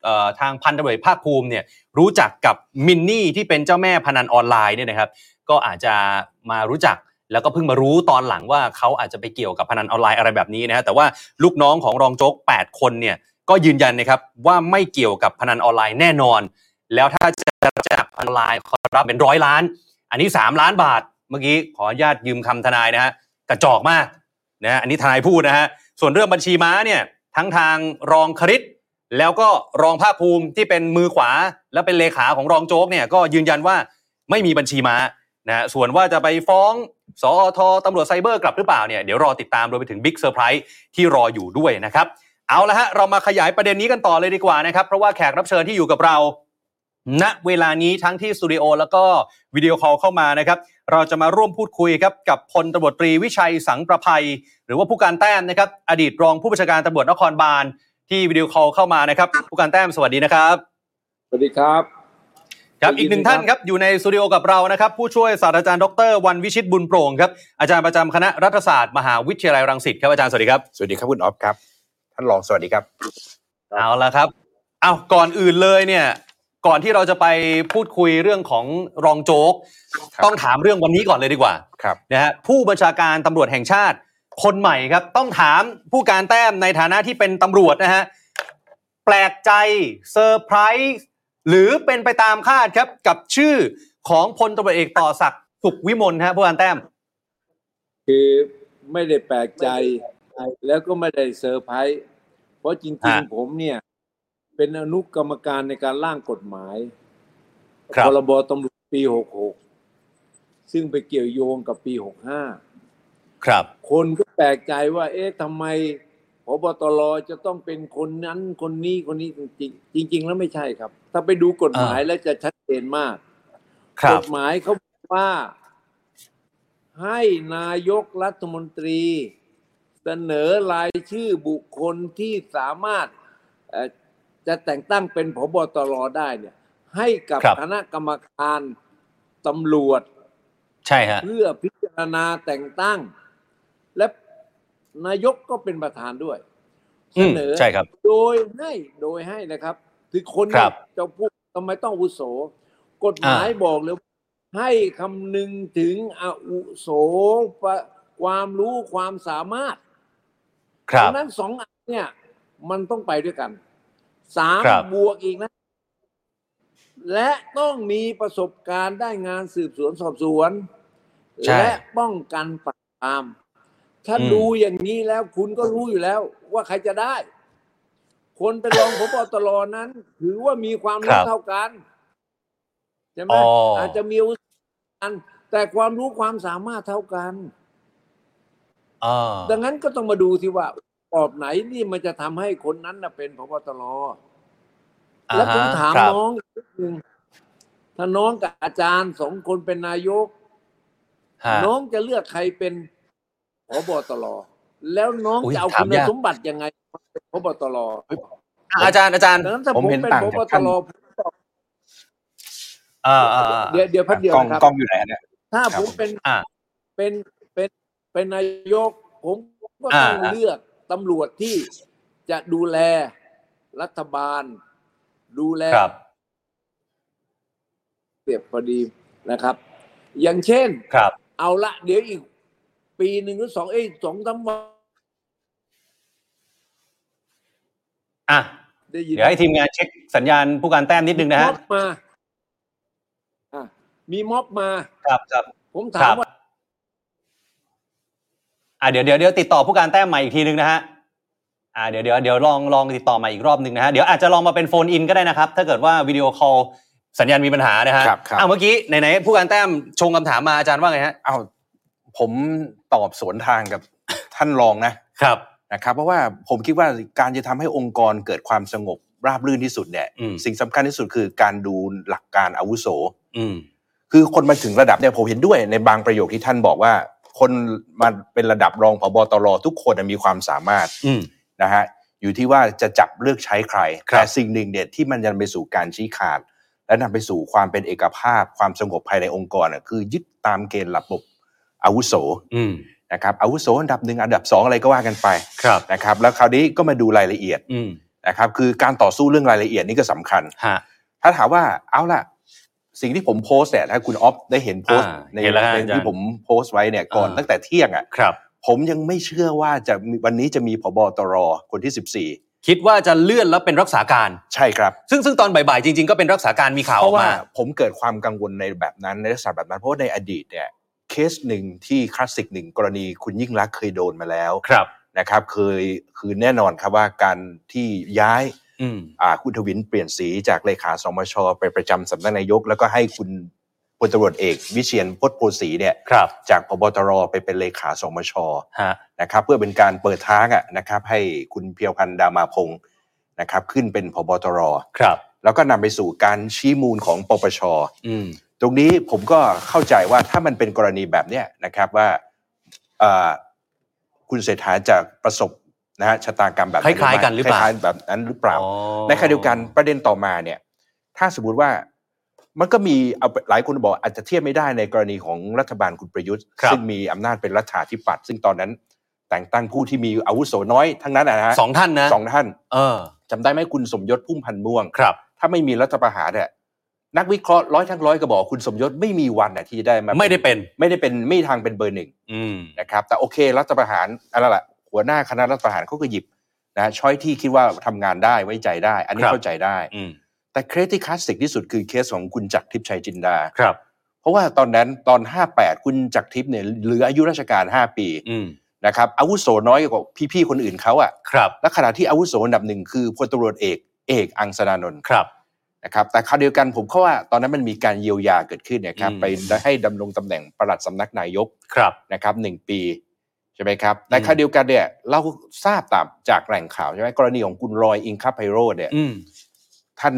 [SPEAKER 2] เอ่อทางพันตำรวจเอกภาคภูมิเนี่ยรู้จักกับมินนี่ที่เป็นเจ้าแม่พนันออนไลน์เนี่ยนะครับ ก็อาจจะมารู้จักแล้วก็เพิ่งมารู้ตอนหลังว่าเขาอาจจะไปเกี่ยวกับพนันออนไลน์อะไรแบบนี้นะฮะแต่ว่าลูกน้องของรองโจ๊ก 8 คนเนี่ยก็ยืนยันนะครับว่าไม่เกี่ยวกับพนันออนไลน์แน่นอน แล้วถ้าจะจับพนันออนไลน์ขอรับเป็นร้อยล้าน อันนี้ 3 ล้านบาท เมื่อกี้ขออนุญาตยืมคำทนายนะฮะกระจอกมากนะฮะอันนี้ทนายพูดนะฮะส่วนเรื่องบัญชีม้าเนี่ยทั้งทางรองคริตแล้วก็รองภาคภูมิที่เป็นมือขวาและเป็นเลขาของรองโจ๊กเนี่ยก็ยืนยันว่าไม่มีบัญชีม้า นะฮะส่วนว่าจะไปฟ้องสอทตำรวจไซเบอร์กลับหรือเปล่าเนี่ยเดี๋ยวรอติดตามรวมไปถึงบิ๊กเซอร์ไพรส์ที่รออยู่ด้วยนะครับ เอาละฮะ เรามาขยายประเด็นนี้กันต่อเลยดีกว่านะครับ เพราะว่าแขกรับเชิญที่อยู่กับเรา ณเวลานี้ทั้งที่สตูดิโอแล้วก็วิดีโอคอลเข้ามานะครับ เราจะมาร่วมพูดคุยครับกับพลตำรวจตรีวิชัยสังประภัย หรือว่าผู้การแต้มนะครับ อดีตรองผู้บัญชาการตำรวจนครบาลที่วิดีโอคอลเข้ามานะครับผู้การแต้มสวัสดีนะครับ
[SPEAKER 4] สวัสดีครับ
[SPEAKER 2] ครับ
[SPEAKER 4] ได้ยิน
[SPEAKER 2] อีกหนึ่ง
[SPEAKER 4] ไหมครับ
[SPEAKER 2] ท่านครับอยู่ในสตูดิโอกับเรานะครับ ผู้ช่วยศาสตราจารย์ดรวันวิชิตบุญโปร่งครับอาจารย์ประจำคณะรัฐศาสตร์มหาวิทยาลัยรังสิตครับอาจารย์สวัสดีครับ
[SPEAKER 5] สวัสดีครับคุณออฟครับ ท่านรองสวัสดีครับ
[SPEAKER 3] ครับ
[SPEAKER 2] เอาละครับเอาก่อนอื่นเลยเนี่ยก่อนที่เราจะไปพูดคุยเรื่องของรองโจ๊ก
[SPEAKER 5] ครับ
[SPEAKER 2] ต้องถามเรื่องวันนี้ก่อนเลยดีกว่า
[SPEAKER 5] ครับ
[SPEAKER 2] นะฮะผู้บัญชาการตำรวจแห่งชาติ คนใหม่ครับ ต้องถามผู้การแต้มในฐานะที่เป็นตำรวจนะฮะแปลกใจเซอร์ไพรส์หรือเป็นไปตามคาดครับกับชื่อของพลตำรวจเอกต่อศักดิ์สุขวิมลฮะผู้การแต้ม
[SPEAKER 4] คือไม่ได้แปลกใจแล้วก็ไม่ได้เซอร์ไพรส์เพราะจริง
[SPEAKER 2] ฮะ
[SPEAKER 4] ๆผมเนี่ย เป็นอนุกรรมการในการร่างกฎหมาย
[SPEAKER 2] ครับ
[SPEAKER 4] พรบตำรวจปี 66 ซึ่งไปเกี่ยวโยงกับปี 65
[SPEAKER 2] ครับ
[SPEAKER 4] คนก็แปลกใจว่า เอ๊ะทำไมพบตรจะต้องเป็นคนนั้นคนนี้คนนี้จริงๆจริง ๆ แล้วไม่ใช่ครับ ถ้าไปดูกฎหมายแล้วจะชัดเจนมาก
[SPEAKER 2] ครั
[SPEAKER 4] ก
[SPEAKER 2] บ
[SPEAKER 4] ฎหมายเขาบอกว่าให้นายกรัฐมนตรี เสนอรายชื่อบุคคลที่สามารถเอ่อจะแต่งตั้งเป็นผบตรได้เนี่ย ให้กับ
[SPEAKER 2] ครับ
[SPEAKER 4] คณะกรรมการตำรวจ
[SPEAKER 2] ใช่ฮะ
[SPEAKER 4] เพื่อพิจารณาแต่งตั้ง และนายกก็เป็นประธานด้วย
[SPEAKER 2] อื
[SPEAKER 4] เส
[SPEAKER 2] ม
[SPEAKER 4] นอ
[SPEAKER 2] ใช่ครับ
[SPEAKER 4] โดยให้โดยให้นะครับ คือคน
[SPEAKER 2] ครับ
[SPEAKER 4] จะพูดทำไมต้องอาวุโส กฎหมาย
[SPEAKER 2] อ่า
[SPEAKER 4] บอกเลยว่าให้คำนึงถึงอาวุโสปะความรู้ความสามารถ
[SPEAKER 2] ครั
[SPEAKER 4] ดั
[SPEAKER 2] บ
[SPEAKER 4] นั้นสองอันเนี่ย มันต้องไปด้วยกันสาม
[SPEAKER 2] ครับ
[SPEAKER 4] บวกอีกนะ และต้องมีประสบการณ์ได้งานสืบสวนสอบสวน
[SPEAKER 2] ใช่
[SPEAKER 4] และป้องกันปราบปราม ถ้า
[SPEAKER 2] อืม
[SPEAKER 4] ดูอย่างนี้แล้วคุณก็รู้อยู่แล้วว่าใครจะได้ คนเป็นรอง พบตรนั้น ถือว่ามีความ
[SPEAKER 2] ครั
[SPEAKER 4] รู้
[SPEAKER 2] บ
[SPEAKER 4] เท่ากันใช่ไหม
[SPEAKER 2] อ๋ออ
[SPEAKER 4] อาจจะมีอาวุธกัน แต่ความรู้ความสามารถเท่ากัน
[SPEAKER 2] อ่า
[SPEAKER 4] ดังนั้นก็ต้องมาดูที่ว่าปอบไหนนี่มันจะทำให้คนนั้นน่ะเป็นพบตร แล้วผมถาม
[SPEAKER 2] ครับ
[SPEAKER 4] น้องอีกนิดนึงถ้าน้องกับอาจารย์สองคนเป็นนายก
[SPEAKER 2] ฮะ
[SPEAKER 4] น้องจะเลือกใครเป็นพบตรแล้วน้อง
[SPEAKER 2] อุ๊ย
[SPEAKER 4] จะเอา
[SPEAKER 2] ถาม
[SPEAKER 4] คุณ
[SPEAKER 2] ยาก
[SPEAKER 4] สมบัติยังไงมาเป็นพบตร
[SPEAKER 2] อ่ะอาจารย์อาจารย์
[SPEAKER 4] ดังนั้นถ้า
[SPEAKER 5] ผม
[SPEAKER 4] ผม
[SPEAKER 5] เห็น
[SPEAKER 4] เป็น
[SPEAKER 5] ต่าง
[SPEAKER 4] พ
[SPEAKER 5] จาก
[SPEAKER 4] บต
[SPEAKER 5] ท่าน
[SPEAKER 4] ร
[SPEAKER 2] อ่าอ่าอ่า
[SPEAKER 4] เดี๋ยวเดี๋ยวพักเดียว
[SPEAKER 5] กล้อง
[SPEAKER 4] นะครับ
[SPEAKER 5] กล้องอยู่ไหนอันเนี่ย
[SPEAKER 4] ถ้า
[SPEAKER 5] ครั
[SPEAKER 4] ผ
[SPEAKER 5] บ
[SPEAKER 4] มเป็น
[SPEAKER 2] อ่า
[SPEAKER 4] เป็นเป็นเป็นนายก ผมก็ต้อง
[SPEAKER 2] อ่า
[SPEAKER 4] เลือกตำรวจที่จะดูแลรัฐบาล ดูแล
[SPEAKER 2] ครับ
[SPEAKER 4] เปรียบพอดีนะครับ อย่างเช่น
[SPEAKER 2] ครับ
[SPEAKER 4] เอาละเดี๋ยวอีกปีหนึ่งหรือสองเอ้ยสองสามวัน
[SPEAKER 2] อ่ะ
[SPEAKER 4] ได้ยิน
[SPEAKER 2] เดี๋ยวให้ทีมงานเช็คสัญญาณผู้การแต้มนิดนึงนะ
[SPEAKER 4] ม็
[SPEAKER 2] ฮะ
[SPEAKER 4] อบมาอ่ะมีม็อบมา
[SPEAKER 2] ครับครับ
[SPEAKER 4] ผม
[SPEAKER 2] ค
[SPEAKER 4] ถา
[SPEAKER 2] รั
[SPEAKER 4] ม
[SPEAKER 2] บ
[SPEAKER 4] ว่า
[SPEAKER 2] อ่าเดี๋ยวเดี๋ยวเดี๋ยวติดต่อผู้การแต้มใหม่อีกทีนึงนะฮะ อ่าเดี๋ยวเดี๋ยวเดี๋ยวลองลองติดต่อใหมาอีกรอบหนึ่งนะฮะ เดี๋ยวอาจจะลองมาเป็นโฟนอินก็ได้นะครับ ถ้าเกิดว่าวิดีโอคอลสัญญาณมีปัญหานะฮะ
[SPEAKER 5] ครับครับ
[SPEAKER 2] อ้าวเมื่อกี้ไหนไหนผู้การแต้มชงคำถามมาอาจารย์ว่าไงฮะ
[SPEAKER 5] อ้าวผมตอบสวนทางกับ ท่านรองนะครับ นะครับ เพราะว่าผมคิดว่าการจะทำให้องค์กรเกิดความสงบราบรื่นที่สุดเนี่ย
[SPEAKER 2] อืม
[SPEAKER 5] สิ่งสำคัญที่สุดคือการดูหลักการอาวุโส
[SPEAKER 2] อืม
[SPEAKER 5] คือคนมาถึงระดับเนี่ยผมเห็นด้วยในบางประโยคที่ท่านบอกว่า คนมาเป็นระดับรองผบตรทุกคนน่ะมีความสามารถ
[SPEAKER 2] อืม
[SPEAKER 5] นะฮะอยู่ที่ว่าจะจับเลือกใช้ใคร
[SPEAKER 2] ครับ
[SPEAKER 5] แต่สิ่งหนึ่งเนี่ยที่มันยันไปสู่การชี้ขาด และนำไปสู่ความเป็นเอกภาพ ความสงบภายในองค์กรน่ะคือยึดตามเกณฑ์ระบบ อาวุโส
[SPEAKER 2] อืม
[SPEAKER 5] นะครับอาวุโสอันดับหนึ่งอันดับสองอะไรก็ว่ากันไป
[SPEAKER 2] ครับ
[SPEAKER 5] นะครับแล้วคราวนี้ก็มาดูรายละเอียด
[SPEAKER 2] อืม
[SPEAKER 5] นะครับคือการต่อสู้เรื่องรายละเอียดนี่ก็สำคัญ
[SPEAKER 2] ฮะ
[SPEAKER 5] ถ้าถามว่าเอาล่ะ สิ่งที่ผมโพสต์เนี่ยถ้าคุณออฟได้เห็นโพสต์
[SPEAKER 2] อ่า
[SPEAKER 5] ใน
[SPEAKER 2] เห็นแล้วฮะ
[SPEAKER 5] ใน
[SPEAKER 2] อาจารย์
[SPEAKER 5] ที่ผมโพสต์ไว้เนี่ยก่อน
[SPEAKER 2] อ่า
[SPEAKER 5] ตั้งแต่เที่ยงอ่ะ
[SPEAKER 2] ครับ
[SPEAKER 5] ผมยังไม่เชื่อว่าจะมีวันนี้จะมีผบตรคนที่
[SPEAKER 2] คิดว่าจะเลื่อนแล้วเป็นรักษาการ
[SPEAKER 5] 14 ใช่ครับ
[SPEAKER 2] ซึ่งซึ่งตอนบ่ายๆจริง ๆ ก็เป็นรักษาการมีข่าว
[SPEAKER 5] เพ
[SPEAKER 2] ออ
[SPEAKER 5] ราะ
[SPEAKER 2] ก
[SPEAKER 5] ว่า
[SPEAKER 2] มา
[SPEAKER 5] ผมเกิดความกังวลในแบบนั้นในลักษณะแบบนั้น เพราะว่าในอดีตเนี่ยเคสหนึ่งที่คลาสสิกหนึ่งกรณีคุณยิ่งรักษณ์เคยโดนมาแล้ว
[SPEAKER 2] ครับ
[SPEAKER 5] นะครับเคยคือแน่นอนครับว่าการที่ย้าย
[SPEAKER 2] อืม
[SPEAKER 5] อ่าคุณทวินเปลี่ยนสีจากเลขาสมชไปประจำสำนักนายก แล้วก็ให้คุณพลตำรวจเอก วิเชียนพจน์โพสีเนี่ย
[SPEAKER 2] ครับ
[SPEAKER 5] จากพบตรไปเป็นเลขาสมช
[SPEAKER 2] ฮะ
[SPEAKER 5] นะครับเพื่อเป็นการเปิดทางอะนะครับให้คุณเพียวพันธ์ดามาพงศ์นะครับขึ้นเป็นพบตร
[SPEAKER 2] ครับ
[SPEAKER 5] แล้วก็นำไปสู่การชี้มูลของปปช
[SPEAKER 2] อืม
[SPEAKER 5] ตรงนี้ผมก็เข้าใจว่าถ้ามันเป็นกรณีแบบเนี้ยนะครับว่าเอ่อคุณเศรษฐาจะประสบนะฮะชะตากรรมแบบ
[SPEAKER 2] คล้ายๆกันหรือเปล่า
[SPEAKER 5] คล้ายๆแบบนั้นหรือเปล่า
[SPEAKER 2] อ๋อ
[SPEAKER 5] ในขณะเดียวกันประเด็นต่อมาเนี่ย ถ้าสมมติว่ามันก็มีเอาหลายคนบอกอาจจะเทียบไม่ได้ในกรณีของรัฐบาลคุณประยุทธ์
[SPEAKER 2] ครับ
[SPEAKER 5] ซึ่งมีอำนาจเป็นรัฐาธิปัตย์ซึ่งตอนนั้น แต่งตั้งผู้ที่มีอาวุโสน้อยทั้งนั้นนะฮะ
[SPEAKER 2] สองท่านนะ
[SPEAKER 5] สองท่าน
[SPEAKER 2] เออ
[SPEAKER 5] จำได้ไหมคุณสมยศพุ่มพันธ์ม่วง
[SPEAKER 2] ครับ
[SPEAKER 5] ถ้าไม่มีรัฐประหารเนี่ยนักวิเคราะห์ร้อยทั้งร้อยก็บอกคุณสมยศไม่มีวันน่ะที่จะได้มา
[SPEAKER 2] ไม่ได้เป็น
[SPEAKER 5] ไม่ได้เป็นไม่ทางเป็นเบอร์หนึ่ง
[SPEAKER 2] อืม
[SPEAKER 5] นะครับ แต่โอเค รัฐประหารอะไรล่ะหัวหน้าคณะรัฐประหารเขาก็หยิบนะช้อยที่คิดว่าทำงานได้ไว้ใจได้ อันนี้
[SPEAKER 2] ครับ
[SPEAKER 5] เข้าใจได้
[SPEAKER 2] อืม
[SPEAKER 5] แต่เคสที่คลาสสิกที่สุดคือเคสของคุณจักรทิพย์ชัยจินดา
[SPEAKER 2] ครับ
[SPEAKER 5] เพราะว่าตอนนั้นตอน 58 คุณจักรทิพย์เนี่ยเหลืออายุราชการ 5 ปี
[SPEAKER 2] อืม
[SPEAKER 5] นะครับอาวุโสน้อยกว่าพี่ๆคนอื่นเขาอะ
[SPEAKER 2] ครับ
[SPEAKER 5] และขณะที่อาวุโสอันดับหนึ่งคือพลตำรวจเอกเอกอังสนานนท์
[SPEAKER 2] ครับ
[SPEAKER 5] นะครับแต่คราวเดียวกันผมเข้าว่าตอนนั้นมันมีการเยียวยาเกิดขึ้นเนะครับ
[SPEAKER 2] อืม
[SPEAKER 5] ไปให้ดำรงตำแหน่งปลัดสำนักนายก
[SPEAKER 2] ครับ
[SPEAKER 5] นะครับหนึ่งปีใช่ไหมครับในคราวเดียวกันเนี่ยเราทราบตามจากแหล่งข่าวใช่ไหมกรณีของคุณรอยอิงคาไพโรจน์เนี่ย
[SPEAKER 2] อืม
[SPEAKER 5] ท่าน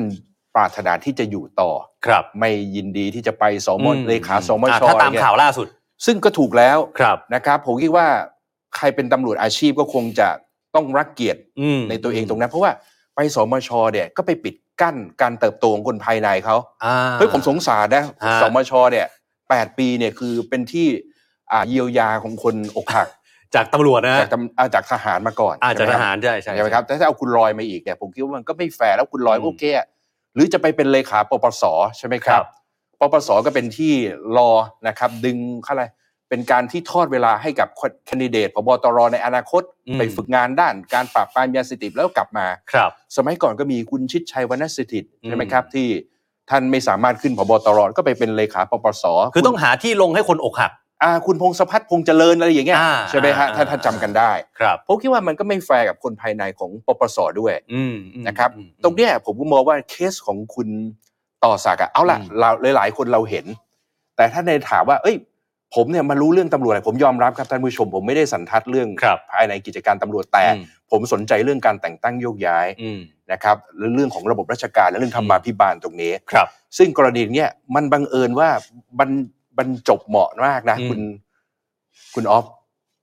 [SPEAKER 5] ปรารถนาที่จะอยู่ต่อ
[SPEAKER 2] ครับ
[SPEAKER 5] ไม่ยินดีที่จะไปสม
[SPEAKER 2] อื
[SPEAKER 5] เลขาสม
[SPEAKER 2] อ่ะ
[SPEAKER 5] ช
[SPEAKER 2] ถ้าตามข่าวล่าสุด
[SPEAKER 5] ซึ่งก็ถูกแล้ว
[SPEAKER 2] ครับ
[SPEAKER 5] นะครับผมคิดว่าใครเป็นตำรวจอาชีพก็คงจะต้องรักเกียรติ
[SPEAKER 2] อืม
[SPEAKER 5] ในตัวเองตรงนั้น เพราะว่าไปสมชเนี่ยก็ไปปิดกั้นการเติบโตของคนภายในเขา
[SPEAKER 2] อ่า
[SPEAKER 5] เฮ้ยผมสงสารนะ
[SPEAKER 2] ฮะ
[SPEAKER 5] สมชเนี่ยแปดปีเนี่ยคือเป็นที่อ่าเยียวยาของคนอกหัก
[SPEAKER 2] จากตำรวจนะ
[SPEAKER 5] จากตำอ่าจากทหารมาก่อน
[SPEAKER 2] อาจจะ
[SPEAKER 5] ใช่
[SPEAKER 2] ท
[SPEAKER 5] ไหมคบ
[SPEAKER 2] หารใช่ใช่
[SPEAKER 5] ใช่ไหมครับแต่ถ้าเอาคุณลอยมาอีกเนี่ยผมคิดว่ามันก็ไม่แฟร์แล้วคุณลอย
[SPEAKER 2] อืม
[SPEAKER 5] โอเคอะหรือจะไปเป็นเลขาปปสใช่ไหมครั
[SPEAKER 2] ครับ บ
[SPEAKER 5] ปปสก็เป็นที่รอนะครับ ดึงเขาอะไรเป็นการที่ทอดเวลาให้กับแคนดิเดตพบตรในอนาคต ไปฝึกงานด้านการปราบปรามยาเสพติดแล้วกลับมา
[SPEAKER 2] ครับ
[SPEAKER 5] สมัยก่อนก็มีคุณชิดชัยวรรณสิทธิ์
[SPEAKER 2] อืม
[SPEAKER 5] ใช่ไหมครับ ที่ท่านไม่สามารถขึ้นผบตรก็ไปเป็นเลขาปปส
[SPEAKER 2] คือต้องหาที่ลงให้คนอกหัก
[SPEAKER 5] อ่าคุณพงศพัฒน์พงษ์เจริญอะไรอย่างเงี้ย
[SPEAKER 2] อ่า
[SPEAKER 5] ใช่ไหมฮะ
[SPEAKER 2] อ่า
[SPEAKER 5] ถ้าท่านจำกันได้
[SPEAKER 2] ครับ
[SPEAKER 5] ผมคิดว่ามันก็ไม่แฟร์กับคนภายในของปปสด้วย
[SPEAKER 2] อืมอืม
[SPEAKER 5] นะครับ
[SPEAKER 2] อืม
[SPEAKER 5] ตรงเนี้ยผมก็มองว่าเคสของคุณต่อสักดิ์อะเอาล่ะ
[SPEAKER 2] อืม
[SPEAKER 5] เราหลายๆ คนเราเห็น แต่ถ้าในถามว่า เอ้ย ผมเนี่ยมารู้เรื่องตำรวจอะไรผมยอมรับครับท่านผู้ชม ผมไม่ได้สันทัดเรื่อง
[SPEAKER 2] ครับ
[SPEAKER 5] ภายในกิจการตำรวจแต่
[SPEAKER 2] อืม
[SPEAKER 5] ผมสนใจเรื่องการแต่งตั้งโยกย้าย
[SPEAKER 2] อืม
[SPEAKER 5] นะครับและเรื่องของระบบราชการและเรื่องธรรมาภิบาลตรงนี้
[SPEAKER 2] ครับ
[SPEAKER 5] ซึ่งกรณีเนี้ยมันบังเอิญว่าบรรบรรจบเหมาะมากนะ
[SPEAKER 2] อืม
[SPEAKER 5] คุณคุณออฟ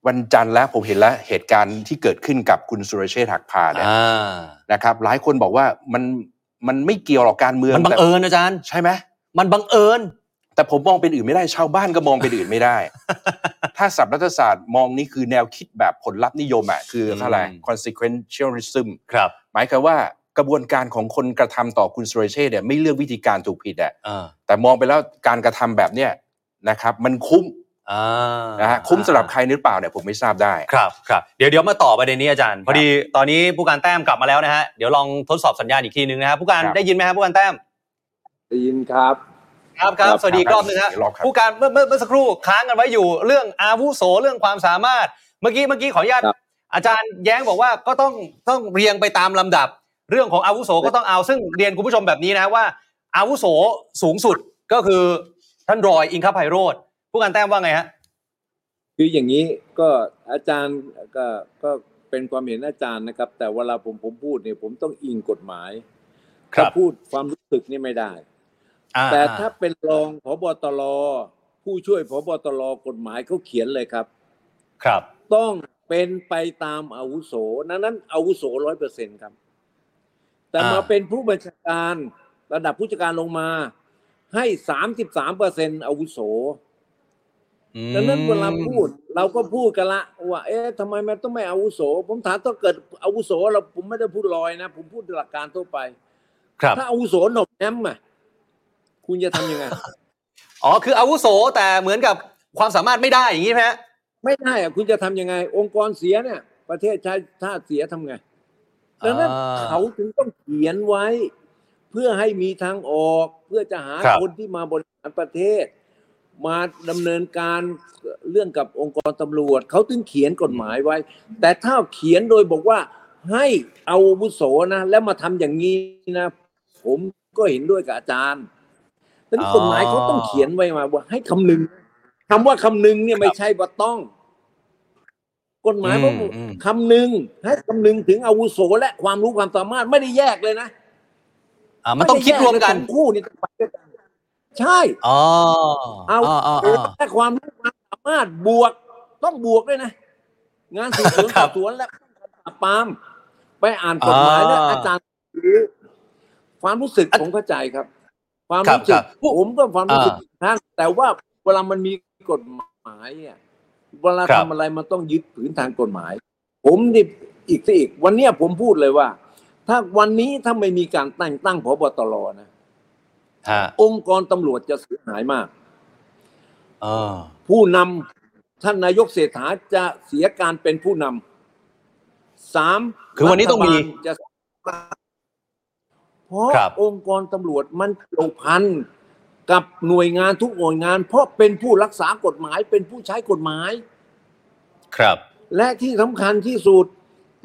[SPEAKER 5] วันจันทร์แล้วผมเห็นแล้วเหตุการณ์ที่เกิดขึ้นกับคุณสุรเชษฐ์หักพานเนี่ย
[SPEAKER 2] อ่า
[SPEAKER 5] นะครับ หลายคนบอกว่ามันมันไม่เกี่ยวหรอกการเมือง
[SPEAKER 2] มันบัง
[SPEAKER 5] แต่
[SPEAKER 2] เอิญอาจารย์
[SPEAKER 5] ใช่ไหม
[SPEAKER 2] มันบังเอิญ
[SPEAKER 5] แต่ผมมองเป็นอื่นไม่ได้ชาวบ้านก็มองเป็นอื่นไม่ ได้ ถ้าศัพท์รัฐศาสตร์มองนี่คือแนวคิดแบบผลลัพธ์นิยมอะคืออะไร
[SPEAKER 2] อืม
[SPEAKER 5] consequentialism
[SPEAKER 2] ครับ
[SPEAKER 5] หมายความว่ากระบวนการของคนกระทำต่อคุณสุรเชษฐ์เนี่ยไม่เลือกวิธีการถูกผิดอะ
[SPEAKER 2] เออ
[SPEAKER 5] แต่มองไปแล้วการกระทำแบบเนี้ยนะครับมันคุ้ม
[SPEAKER 2] อ่า
[SPEAKER 5] นะ
[SPEAKER 2] นะ
[SPEAKER 5] ฮะคุ้มสำหรับใครหรือเปล่าเนี่ยผมไม่ทราบได้
[SPEAKER 2] ครับครับเดี๋ยวเดี๋ยวมาต่อประเด็นนี้อาจารย์ พอดีตอนนี้ผู้การแต้มกลับมาแล้วนะฮะเดี๋ยวลองทดสอบสัญญาณอีกทีหนึ่งนะฮะผู้การ
[SPEAKER 5] ครับ
[SPEAKER 2] ได้ยินไหมฮะผู้การแต้ม
[SPEAKER 4] ได้ยินครับ
[SPEAKER 2] ครับครับ
[SPEAKER 4] ครับ
[SPEAKER 2] สวัสดีอีกรอบหนึงฮะ
[SPEAKER 5] เดี๋ยวรอบครับ
[SPEAKER 2] ผู้การเมื่อเมื่อเมื่อสักครู่ค้างกันไว้อยู่เรื่องอาวุโสเรื่องความสามารถ เมื่อกี้เมื่อกี้ขออนุญาต
[SPEAKER 4] ครับ
[SPEAKER 2] อาจารย์แย้งบอกว่าก็ต้องต้องเรียงไปตามลำดับ เรื่องของอาวุโสก็ต้องเอาซึ่งเรียนคุณผู้ชมแบบนี้นะว่า อาวุโสสูงสุดก็คือท่านรอยอิงคาไพโรธผู้การแต้มว่าไงฮะ
[SPEAKER 4] คืออย่างนี้ก็อาจารย์ก็ก็เป็นความเห็นอาจารย์นะครับ แต่เวลาผมผมพูดเนี่ยผมต้องอิงกฎหมาย
[SPEAKER 2] ครับ
[SPEAKER 4] ถ้าพูดความรู้สึกนี่ไม่ได้
[SPEAKER 2] อ่
[SPEAKER 4] แต่ถ้าเป็นรองพบตรผู้ช่วยพบตรกฎหมายเขาเขียนเลยครับ
[SPEAKER 2] ครับ
[SPEAKER 4] ต้องเป็นไปตามอาวุโสนั้นนั้นอาวุโสร้อยเปอร์เซ็นครับ แต่มา
[SPEAKER 2] อ่า
[SPEAKER 4] เป็นผู้บัญชาการระดับผู้จัดการลงมา ให้สามสิบสามเปอร์เซ็นอาวุโส
[SPEAKER 2] อืม
[SPEAKER 4] ดังนั้นเวลาพูด เราก็พูดกันละว่า เอ๊ะทำไมมันต้องไม่อาวุโส ผมถามต้องเกิดอาวุโสเราผมไม่ได้พูดลอยนะ ผมพูดหลักการทั่วไป
[SPEAKER 2] ครับ
[SPEAKER 4] ถ้าอาวุโสหนบแนมอ่ะคุณจะทำยังไง
[SPEAKER 2] อ๋อคืออาวุโสแต่เหมือนกับความสามารถไม่ได้อย่างนี้ไหมฮะ
[SPEAKER 4] ไม่ได้อะคุณจะทำยังไง องค์กรเสียเนี่ย ประเทศชาติชาติเสียทำไงดังนั้น
[SPEAKER 2] อ่
[SPEAKER 4] เขาถึงต้องเขียนไว้ เพื่อให้มีทางออกเพื่อจะหา
[SPEAKER 2] ครับ
[SPEAKER 4] คนที่มาบริหารประเทศ มาดำเนินการเรื่องกับองค์กรตำรวจ เขาถึงเขียนกฎหมายไว้ แต่ถ้าเขียนโดยบอกว่าให้เอาอาวุโสนะ แล้วมาทำอย่างนี้นะ ผมก็เห็นด้วยกับอาจารย์ดังนั้นกฎหมายเขาต้องเขียนไว้มาว่าให้คำนึงคำว่าคำนึงเนี่ยไม่ใช่ว่าต้อง กฎหมาย
[SPEAKER 2] อืม
[SPEAKER 4] ว่า
[SPEAKER 2] อืม
[SPEAKER 4] คำนึงให้คำนึงถึงอาวุโสและความรู้ความสามารถไม่ได้แยกเลยนะ
[SPEAKER 2] อ่ามันต้องคิดรวมกัน
[SPEAKER 4] ไไแยเลยทั้งคู่นี่ต้องไปด้วยกันใช่
[SPEAKER 2] อ๋อ
[SPEAKER 4] เอา
[SPEAKER 2] อ๋ออ๋อ
[SPEAKER 4] โด
[SPEAKER 2] อ๋
[SPEAKER 4] ย
[SPEAKER 2] อ
[SPEAKER 4] แต่ความรู้ความสามารถบวกต้องบวกด้วยนะ งานสืบสวน
[SPEAKER 2] ครั
[SPEAKER 4] ส
[SPEAKER 2] บ
[SPEAKER 4] อบสวนและปราบปรามไปอ่านกฎหมาย
[SPEAKER 2] อ่า
[SPEAKER 4] แล้วอาจารย์รู้ความรู้สึกผมเข้าใจครับ ความ
[SPEAKER 2] ครับ
[SPEAKER 4] รู้สึ
[SPEAKER 2] ครั
[SPEAKER 4] ก
[SPEAKER 2] บ
[SPEAKER 4] ผมก็ความรู้สึก
[SPEAKER 2] อ่า
[SPEAKER 4] ท่านแต่ว่าเวลามันมีกฎหมายอะเวลา
[SPEAKER 2] ครับ
[SPEAKER 4] ทำอะไรมันต้องยึดผืนทางกฎหมาย ผมนี่อีกสิอีก วันเนี้ยผมพูดเลยว่า ถ้าวันนี้ถ้าไม่มีการแต่งตั้งพบตรนะ
[SPEAKER 2] ฮะ
[SPEAKER 4] องค์กรตำรวจจะเสียหายมาก
[SPEAKER 2] เออ
[SPEAKER 4] ผู้นำท่านนายกเศรษฐาจะเสียการเป็นผู้นำสาม
[SPEAKER 2] คือวันนี้ต้องมี
[SPEAKER 4] รัฐบาลจะเพราะ
[SPEAKER 2] ครับ
[SPEAKER 4] องค์กรตำรวจมันเกี่ยวพันกับหน่วยงานทุกหน่วยงาน เพราะเป็นผู้รักษากฎหมาย เป็นผู้ใช้กฎหมาย
[SPEAKER 2] ครับ
[SPEAKER 4] และที่สำคัญที่สุด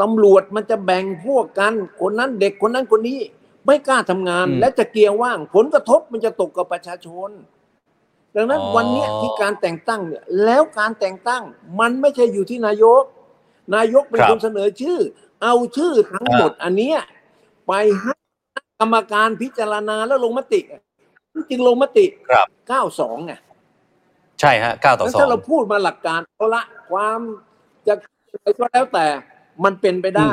[SPEAKER 4] ตำรวจมันจะแบ่งพวกกันคนนั้นเด็กคนนั้นคนนี้ ไม่กล้าทำงาน
[SPEAKER 2] อืม
[SPEAKER 4] และจะเกียร์ว่าง ผลกระทบมันจะตกกับประชาชน ดังนั้น
[SPEAKER 2] อ๋อ
[SPEAKER 4] วันเนี้ยที่การแต่งตั้งเนี่ยแล้วการแต่งตั้ง มันไม่ใช่อยู่ที่นายก นายกเป็นคนเสนอชื่อ เอาชื่อทั้งหมดอันเนี้ยไปให้กรรมการพิจารณาแล้วลงมติจึงลงมติ
[SPEAKER 2] ครับ
[SPEAKER 4] 92ไง
[SPEAKER 2] ใช่ฮะ9ต่อ
[SPEAKER 4] งั้น
[SPEAKER 2] สอ
[SPEAKER 4] ถ้าง เราพูดมาหลักการเอาละความจะอะไรก็แล้วแต่มันเป็นไปได้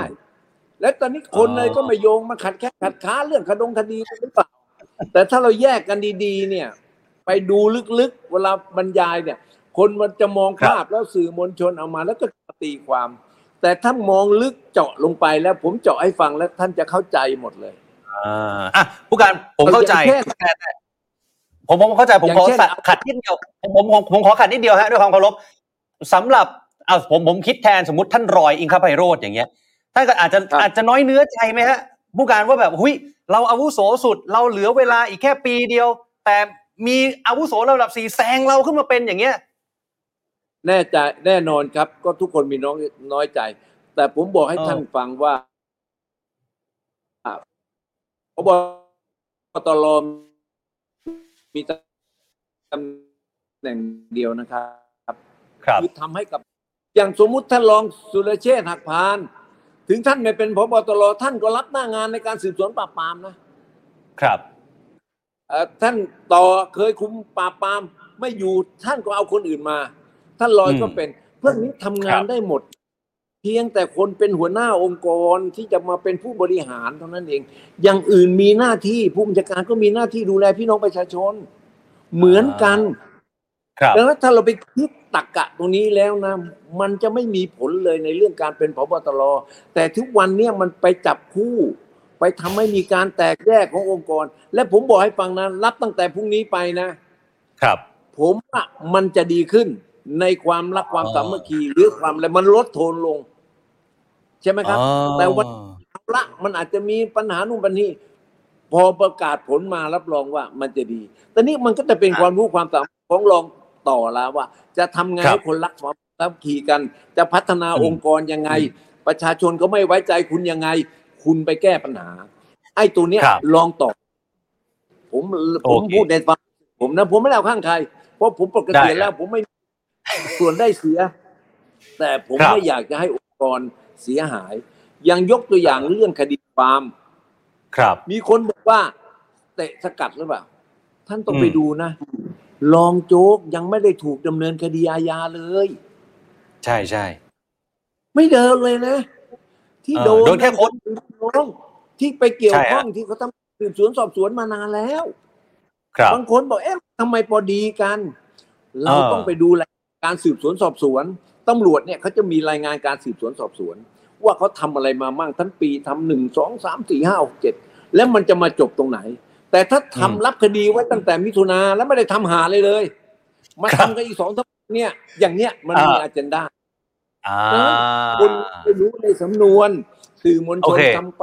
[SPEAKER 4] และตอนนี้คนเลยก็ไม่โยงมาขัดแค่ขัดค้าเรื่องขดงคดีหรือเปล่า แต่ถ้าเราแยกกันดีๆ เนี่ย ไปดูลึกๆ เวลาบรรยายเนี่ย คนมันจะมอง
[SPEAKER 2] ครับ
[SPEAKER 4] ภาพแล้วสื่อมวลชนเอามาแล้วก็ตีความ แต่ถ้ามองลึกเจาะลงไปแล้ว ผมเจาะให้ฟังแล้วท่านจะเข้าใจหมดเลย
[SPEAKER 2] อ่าอ่ะผู้การผมเข้าใจ
[SPEAKER 4] อย่างเช่น
[SPEAKER 2] แต่แต่ผมผมเข้าใจผม
[SPEAKER 4] อย่า
[SPEAKER 2] ข
[SPEAKER 4] ง
[SPEAKER 2] อ
[SPEAKER 4] เช่น
[SPEAKER 2] ขัดขัดนิดเดียวผมผมผมผมขอขัดนิดเดียวฮะด้วยความเคารพสำหรับอ่ะผมผมคิดแทนสมมติท่านรอยอิงคาไพโรดอย่างเงี้ยท่านก็อาจจะ
[SPEAKER 4] ครับ
[SPEAKER 2] อาจจะน้อยเนื้อใจไหมฮะ ผู้การว่าแบบหุยเราอาวุโสสุด เราเหลือเวลาอีกแค่ปีเดียว แต่มีอาวุโสระดับสี่แซงเราขึ้นมาเป็นอย่างเงี้ย
[SPEAKER 4] แน่ใจแน่นอนครับ ก็ทุกคนมีน้อยน้อยใจ แต่ผมบอกให้
[SPEAKER 2] เออ
[SPEAKER 4] ท่านฟังว่าพบตรมีตำแหน่งเดียวนะครับ
[SPEAKER 2] ครับ
[SPEAKER 4] คือทำให้กับ อย่างสมมุติท่านรองสุรเชษฐ์หักพาน ถึงท่านไม่เป็นพบตรท่านก็รับหน้างานในการสืบสวนปราบปรามนะ
[SPEAKER 2] ครับ
[SPEAKER 4] เอ่อท่านต่อเคยคุมปราบปรามไม่อยู่ท่านก็เอาคนอื่นมา ท่านลอย
[SPEAKER 2] อืม
[SPEAKER 4] ก็เป็นเพื่อนนี้ทำงา
[SPEAKER 2] คน รับ
[SPEAKER 4] ได้หมด เพียงแต่คนเป็นหัวหน้าองค์กรที่จะมาเป็นผู้บริหารเท่านั้นเอง อย่างอื่นมีหน้าที่ผู้บัญชาการก็มีหน้าที่ดูแลพี่น้องประชาชน เหมือนกัน
[SPEAKER 2] ครับ
[SPEAKER 4] ดังนั้นถ้าเราไปคิดตักกะตรงนี้แล้วนะ มันจะไม่มีผลเลยในเรื่องการเป็นผบตรแต่ทุกวันเนี่ยมันไปจับคู่ ไปทำให้มีการแตกแยกขององค์กร และผมบอกให้ฟังนะรับตั้งแต่พรุ่งนี้ไปนะ
[SPEAKER 2] ครับ
[SPEAKER 4] ผมว่ามันจะดีขึ้นในความรักความ
[SPEAKER 2] อ๋อ
[SPEAKER 4] สามัคคีหรือความอะไรมันลดโทนลง ใช่ไหมครับ
[SPEAKER 2] อ๋อ
[SPEAKER 4] แต่วันเอาละมันอาจจะมีปัญหานู่นปัญหานี่พอประกาศผลมารับรองว่ามันจะดีแต่นี่มันก็จะเป็นความรู้ความสามารถของรองต่อละว่า จะทำไงให้คนรักความสามัคคีกัน จะพัฒนาองค์กรยังไง ประชาชนเขาไม่ไว้ใจคุณยังไง คุณไปแก้ปัญหา ไอ้ตัวเนี้ย
[SPEAKER 2] ครับ
[SPEAKER 4] ลองต่อ ผมผ
[SPEAKER 2] โอ
[SPEAKER 4] ม
[SPEAKER 2] เค
[SPEAKER 4] พูดในความผมนะ ผมไม่ได้เอาข้างใคร เพราะผมปกติ
[SPEAKER 2] ได้ครับ
[SPEAKER 4] แล้ว ผมไม่มีส่วนได้เสีย แต่ผม
[SPEAKER 2] ครับ
[SPEAKER 4] ไม่อยากจะให้องค์กรเสียหาย ยังยกตัวอย่างเรื่องคดีความ
[SPEAKER 2] ครับ
[SPEAKER 4] มีคนบอกว่า เตะสกัดหรือเปล่า ท่านต้อง
[SPEAKER 2] อืม
[SPEAKER 4] ไปดูนะรองโจ๊กยังไม่ได้ถูกดำเนินคดีอาญาเลย
[SPEAKER 2] ใช่ใช่
[SPEAKER 4] ไม่เดินเลยนะ ที่
[SPEAKER 2] เออ
[SPEAKER 4] โดน
[SPEAKER 2] โดนแค่คน
[SPEAKER 4] น้องที่ไปเกี่ยว
[SPEAKER 2] ใช่ฮะ
[SPEAKER 4] ข้องที่เขาทำสืบสวนสอบสวนมานานแล้ว
[SPEAKER 2] ครับ
[SPEAKER 4] บางคนบอกเอ๊ะทำไมพอดีกัน เรา
[SPEAKER 2] เออ
[SPEAKER 4] ต้องไปดูแล การสืบสวนสอบสวนตำรวจเนี่ยเขาจะมีรายงานการสืบสวนสอบสวน ว่าเขาทำอะไรมามั่งทั้งปีทำหนึ่งสองสามสี่ห้าหกเจ็ดแล้วมันจะมาจบตรงไหน แต่ถ้าทำ
[SPEAKER 2] อืม
[SPEAKER 4] รับคดีไว้ตั้งแต่มิถุนาแล้วไม่ได้ทำหาเลยเลย มา
[SPEAKER 2] ครับ
[SPEAKER 4] ทำกันอีกสองสามวันเนี่ย อย่างเนี้ยมันมี
[SPEAKER 2] อ่า
[SPEAKER 4] อ g เจนดา
[SPEAKER 2] อ่า
[SPEAKER 4] คุณไม่รู้ในสำนวนสื่อมวลช
[SPEAKER 2] โอนเค
[SPEAKER 4] ทำไป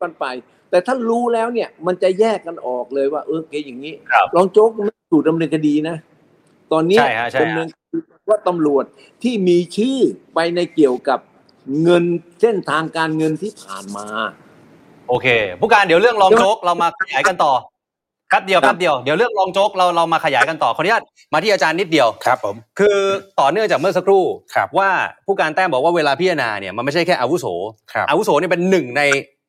[SPEAKER 4] กันไป แต่ถ้ารู้แล้วเนี่ย มันจะแยกกันออกเลยว่า เออเกอย่างนี้
[SPEAKER 2] ครับ
[SPEAKER 4] รองโจ๊กไม่ถูกดำเนินคดีนะ ตอนนี้
[SPEAKER 2] ใช่ฮะใช่ฮะ
[SPEAKER 4] ดำเนินคดีว่าตำรวจที่มีชื่อไปในเกี่ยวกับเงินเส้นทางการเงินที่ผ่านมา
[SPEAKER 2] โอเค ผู้การเดี๋ยวเรื่องรองโจ๊กเรามาขยายกันต่อครับเดียว
[SPEAKER 4] ค
[SPEAKER 2] ค
[SPEAKER 4] รั
[SPEAKER 2] รับ บเดียวเดี๋ยวเรื่องรองโจ๊กเราเรามาขยายกันต่อขออนุญาตมาที่อาจารย์นิดเดียว
[SPEAKER 5] ครับผม
[SPEAKER 2] คือต่อเนื่องจากเมื่อสักครู่
[SPEAKER 5] ครับ
[SPEAKER 2] ว่าผู้การแต้มบอกว่าเวลาพิจารณาเนี่ยมันไม่ใช่แค่อาวุโส
[SPEAKER 5] ครับ
[SPEAKER 2] อาวุโสเนี่ยเป็นหนึ่งใน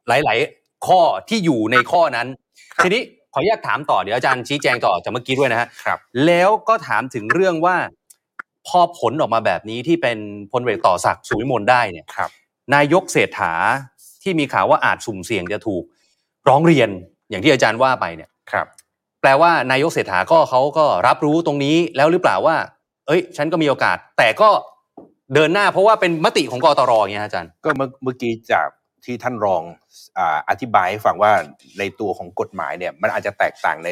[SPEAKER 2] หลาย ๆ ข้อที่อยู่ในข้อนั้น
[SPEAKER 5] ครับ
[SPEAKER 2] ทีนี้ขออนุญาตถามต่อเดี๋ยวอาจารย์ชี้แจงต่อจากเมื่อกี้ด้วยนะฮะ
[SPEAKER 5] ครับ
[SPEAKER 2] แล้วก็ถามถึงเรื่องว่า พอผลออกมาแบบนี้ที่เป็นพลเอกต่อศักดิ์สุวิมลได้เนี่ย
[SPEAKER 5] ครับ
[SPEAKER 2] นายกเศรษฐาที่มีข่าวว่าอาจสุ่มเสี่ยงจะถูกร้องเรียนอย่างที่อาจารย์ว่าไปเนี่ย
[SPEAKER 5] ครับ
[SPEAKER 2] แปลว่านายกเศรษฐาก็เขาก็รับรู้ตรงนี้แล้วหรือเปล่าว่า เอ้ย ฉันก็มีโอกาส แต่ก็เดินหน้าเพราะว่าเป็นมติของกตรอย่างเงี้ยฮะอาจารย์
[SPEAKER 5] ก็เมื่อเมื่อกี้จากที่ท่านรองอ่าอธิบายให้ฟังว่าในตัวของกฎหมายเนี่ยมันอาจจะแตกต่างใน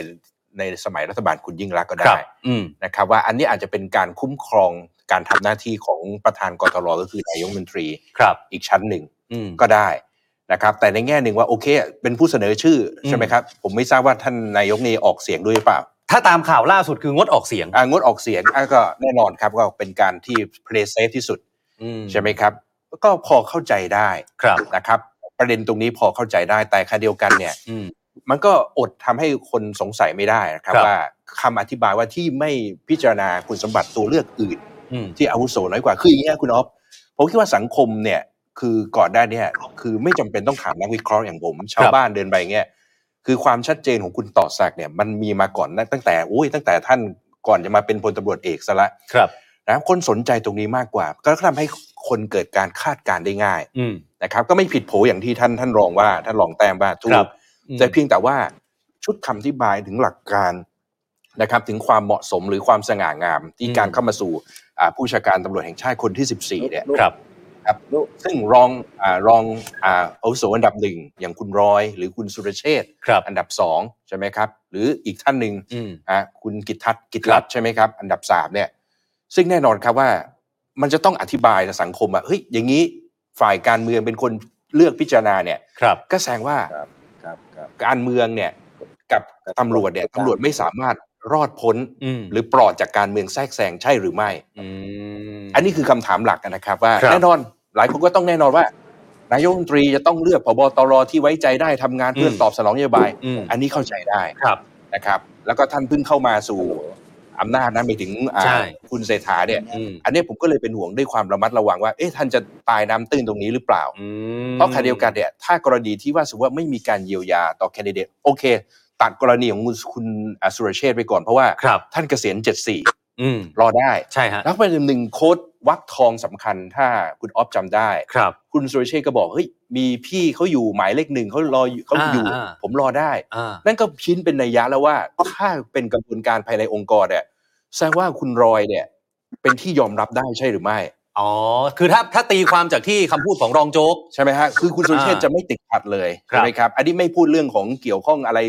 [SPEAKER 5] ในสมัยรัฐบาลคุณยิ่งรักษณ์ก็ได้
[SPEAKER 2] อืม
[SPEAKER 5] นะครับว่าอันนี้อาจจะเป็นการคุ้มครองการทำหน้าที่ของประธานกตรก็คือนายกรัฐมนตรี
[SPEAKER 2] ครับ
[SPEAKER 5] อีกชั้นหนึ่ง
[SPEAKER 2] อืม
[SPEAKER 5] ก็ได้นะครับ แต่ในแง่หนึ่งว่าโอเค เป็นผู้เสนอชื่อใช่ไหมครับ ผมไม่ทราบว่าท่านนายกนี่ออกเสียงด้วยหรือเปล่า
[SPEAKER 2] ถ้าตามข่าวล่าสุดคืองดออกเสียง
[SPEAKER 5] อ่างดออกเสียงอ่ะก็แน่นอนครับก็เป็นการที่ play safe ที่สุด
[SPEAKER 2] อื
[SPEAKER 5] ใช่ไหมครับ ก็พอเข้าใจได้
[SPEAKER 2] ครับ
[SPEAKER 5] นะครับ ประเด็นตรงนี้พอเข้าใจได้แต่ค่เดียวกันเนี่ย
[SPEAKER 2] อืม
[SPEAKER 5] มันก็อดทำให้คนสงสัยไม่ได้นะครับ
[SPEAKER 2] ครับ
[SPEAKER 5] ว่าคำอธิบายว่าที่ไม่พิจารณาคุณสมบัติตัวเลือกอื่น
[SPEAKER 2] อืม
[SPEAKER 5] ที่อาวุโสน้อยกว่าคืออย่างนี้ยคุณอ๊อฟผมคิดว่าสังคมเนี่ยคือก่อนหน้าเนี่ยคือไม่จำเป็นต้องถามนักวิเคราะห์อย่างผม ชาวบ้านเดินไปเงี้ยคือความชัดเจนของคุณต่อศักดิ์เนี่ยมันมีมาก่อนนะตั้งแต่โอ้ยตั้งแต่ท่านก่อนจะมาเป็นพลตำรวจเอกซะละ
[SPEAKER 2] ครับ
[SPEAKER 5] นะคนสนใจตรงนี้มากกว่า ก็ทำให้คนเกิดการคาดการณ์ได้ง่าย
[SPEAKER 2] อืม
[SPEAKER 5] นะครับ ก็ไม่ผิดโผอย่างที่ท่านท่านรองว่าท่านรองแต้มว่าถู
[SPEAKER 2] ครั
[SPEAKER 5] ก
[SPEAKER 2] บ อืม
[SPEAKER 5] แต่เพียงแต่ว่าชุดคำอธิบายถึงหลักการนะครับถึงความเหมาะสมหรือความสง่างามที่การเข้ามาสู่อ่าผู้ชาการตำรวจแห่งชาติคนที่ 14เนี่ย
[SPEAKER 2] ครับ
[SPEAKER 5] ซึ่งรองอารองอาอาวุโสอันดับหนึ่งอย่างคุณร้อย หรือคุณสุรเชษฐ์
[SPEAKER 2] ครับ
[SPEAKER 5] อันดับสองใช่ไหมครับ หรืออีกท่านหนึ่ง
[SPEAKER 2] อืม
[SPEAKER 5] อ่าคุณกิตทัศน์กิต
[SPEAKER 2] ครั
[SPEAKER 5] ลั
[SPEAKER 2] บ
[SPEAKER 5] ตน์ใช่ไหมครับ อันดับสามเนี่ยซึ่งแน่นอนครับว่ามันจะต้องอธิบายกับสังคมว่าเฮ้ยอย่างนี้ฝ่ายการเมืองเป็นคนเลือกพิจารณาเนี่ย
[SPEAKER 2] ครับ
[SPEAKER 5] ก็แสดงว่า
[SPEAKER 4] ครับครับ
[SPEAKER 5] การเมืองเนี่ยกับตำรวจเนี่ยตำรวจไม่สามารถรอดพ้น
[SPEAKER 2] อืม
[SPEAKER 5] หรือปลอดจากการเมืองแทรกแซงใช่หรือไม่
[SPEAKER 2] อืม
[SPEAKER 5] อันนี้คือคำถามหลักนะครับว่า
[SPEAKER 2] ครับ
[SPEAKER 5] แน่นอนหลายคนก็ต้องแน่นอนว่า นายกรัฐมนตรีจะต้องเลือกผบตรที่ไว้ใจได้ทำงานเพื่ออ
[SPEAKER 2] ม
[SPEAKER 5] ตอบสนองนโยบาย
[SPEAKER 2] อืม
[SPEAKER 5] อันนี้เข้าใจได้
[SPEAKER 2] ครับ
[SPEAKER 5] นะครับ แล้วก็ท่านเพิ่งเข้ามาสู่อำนาจนะไปถึงอ่า
[SPEAKER 2] ใช่
[SPEAKER 5] คุณเศรษฐาเนี่ย
[SPEAKER 2] อืม
[SPEAKER 5] อันนี้ผมก็เลยเป็นห่วงด้วยความระมัดระวังว่าเอ๊ะท่านจะตายน้ำตื้นตรงนี้หรือเปล่า
[SPEAKER 2] อืม
[SPEAKER 5] เพราะขณะเดียวกันเนี่ยถ้ากรณีที่ว่าสมมติว่าไม่มีการเยียวยาต่อแคนดิเดตโอเค ตัดกรณีของคุณคุณอ่ะสุรเชษฐ์ไปก่อนเพราะว่า
[SPEAKER 2] ครับ
[SPEAKER 5] ท่านเกษียณ 74
[SPEAKER 2] อืม
[SPEAKER 5] รอได้
[SPEAKER 2] ใช่ฮะ
[SPEAKER 5] แล้วประเด็นหนึ่งโค้ดวักทองสำคัญถ้าคุณออฟจำได้
[SPEAKER 2] ครับ
[SPEAKER 5] คุณสุรเชษฐ์ก็บอกเฮ้ยมีพี่เขาอยู่หมายเลขหนึ่งเขารออยู่เขาอยู่
[SPEAKER 2] อ่าอ่า
[SPEAKER 5] ผมรอได้
[SPEAKER 2] อ่า
[SPEAKER 5] นั่นก็ชิ้นเป็นนัยยะแล้วว่าถ้าเป็นกระบวนการภายในองค์กรเนี่ยแสดงว่าคุณรอยเนี่ยเป็นที่ยอมรับได้ใช่หรือไม่
[SPEAKER 2] อ๋อ คือถ้าถ้าตีความจากที่คำพูดของรองโจ๊ก
[SPEAKER 5] ใช่ไหมฮะ คือคุณสุรเชษฐ์
[SPEAKER 2] อ่า
[SPEAKER 5] จะไม่ติดขัดเลย
[SPEAKER 2] ครับ
[SPEAKER 5] ใช่ไหมครับ อันนี้ไม่พูดเรื่องของเกี่ยวข้องอะไร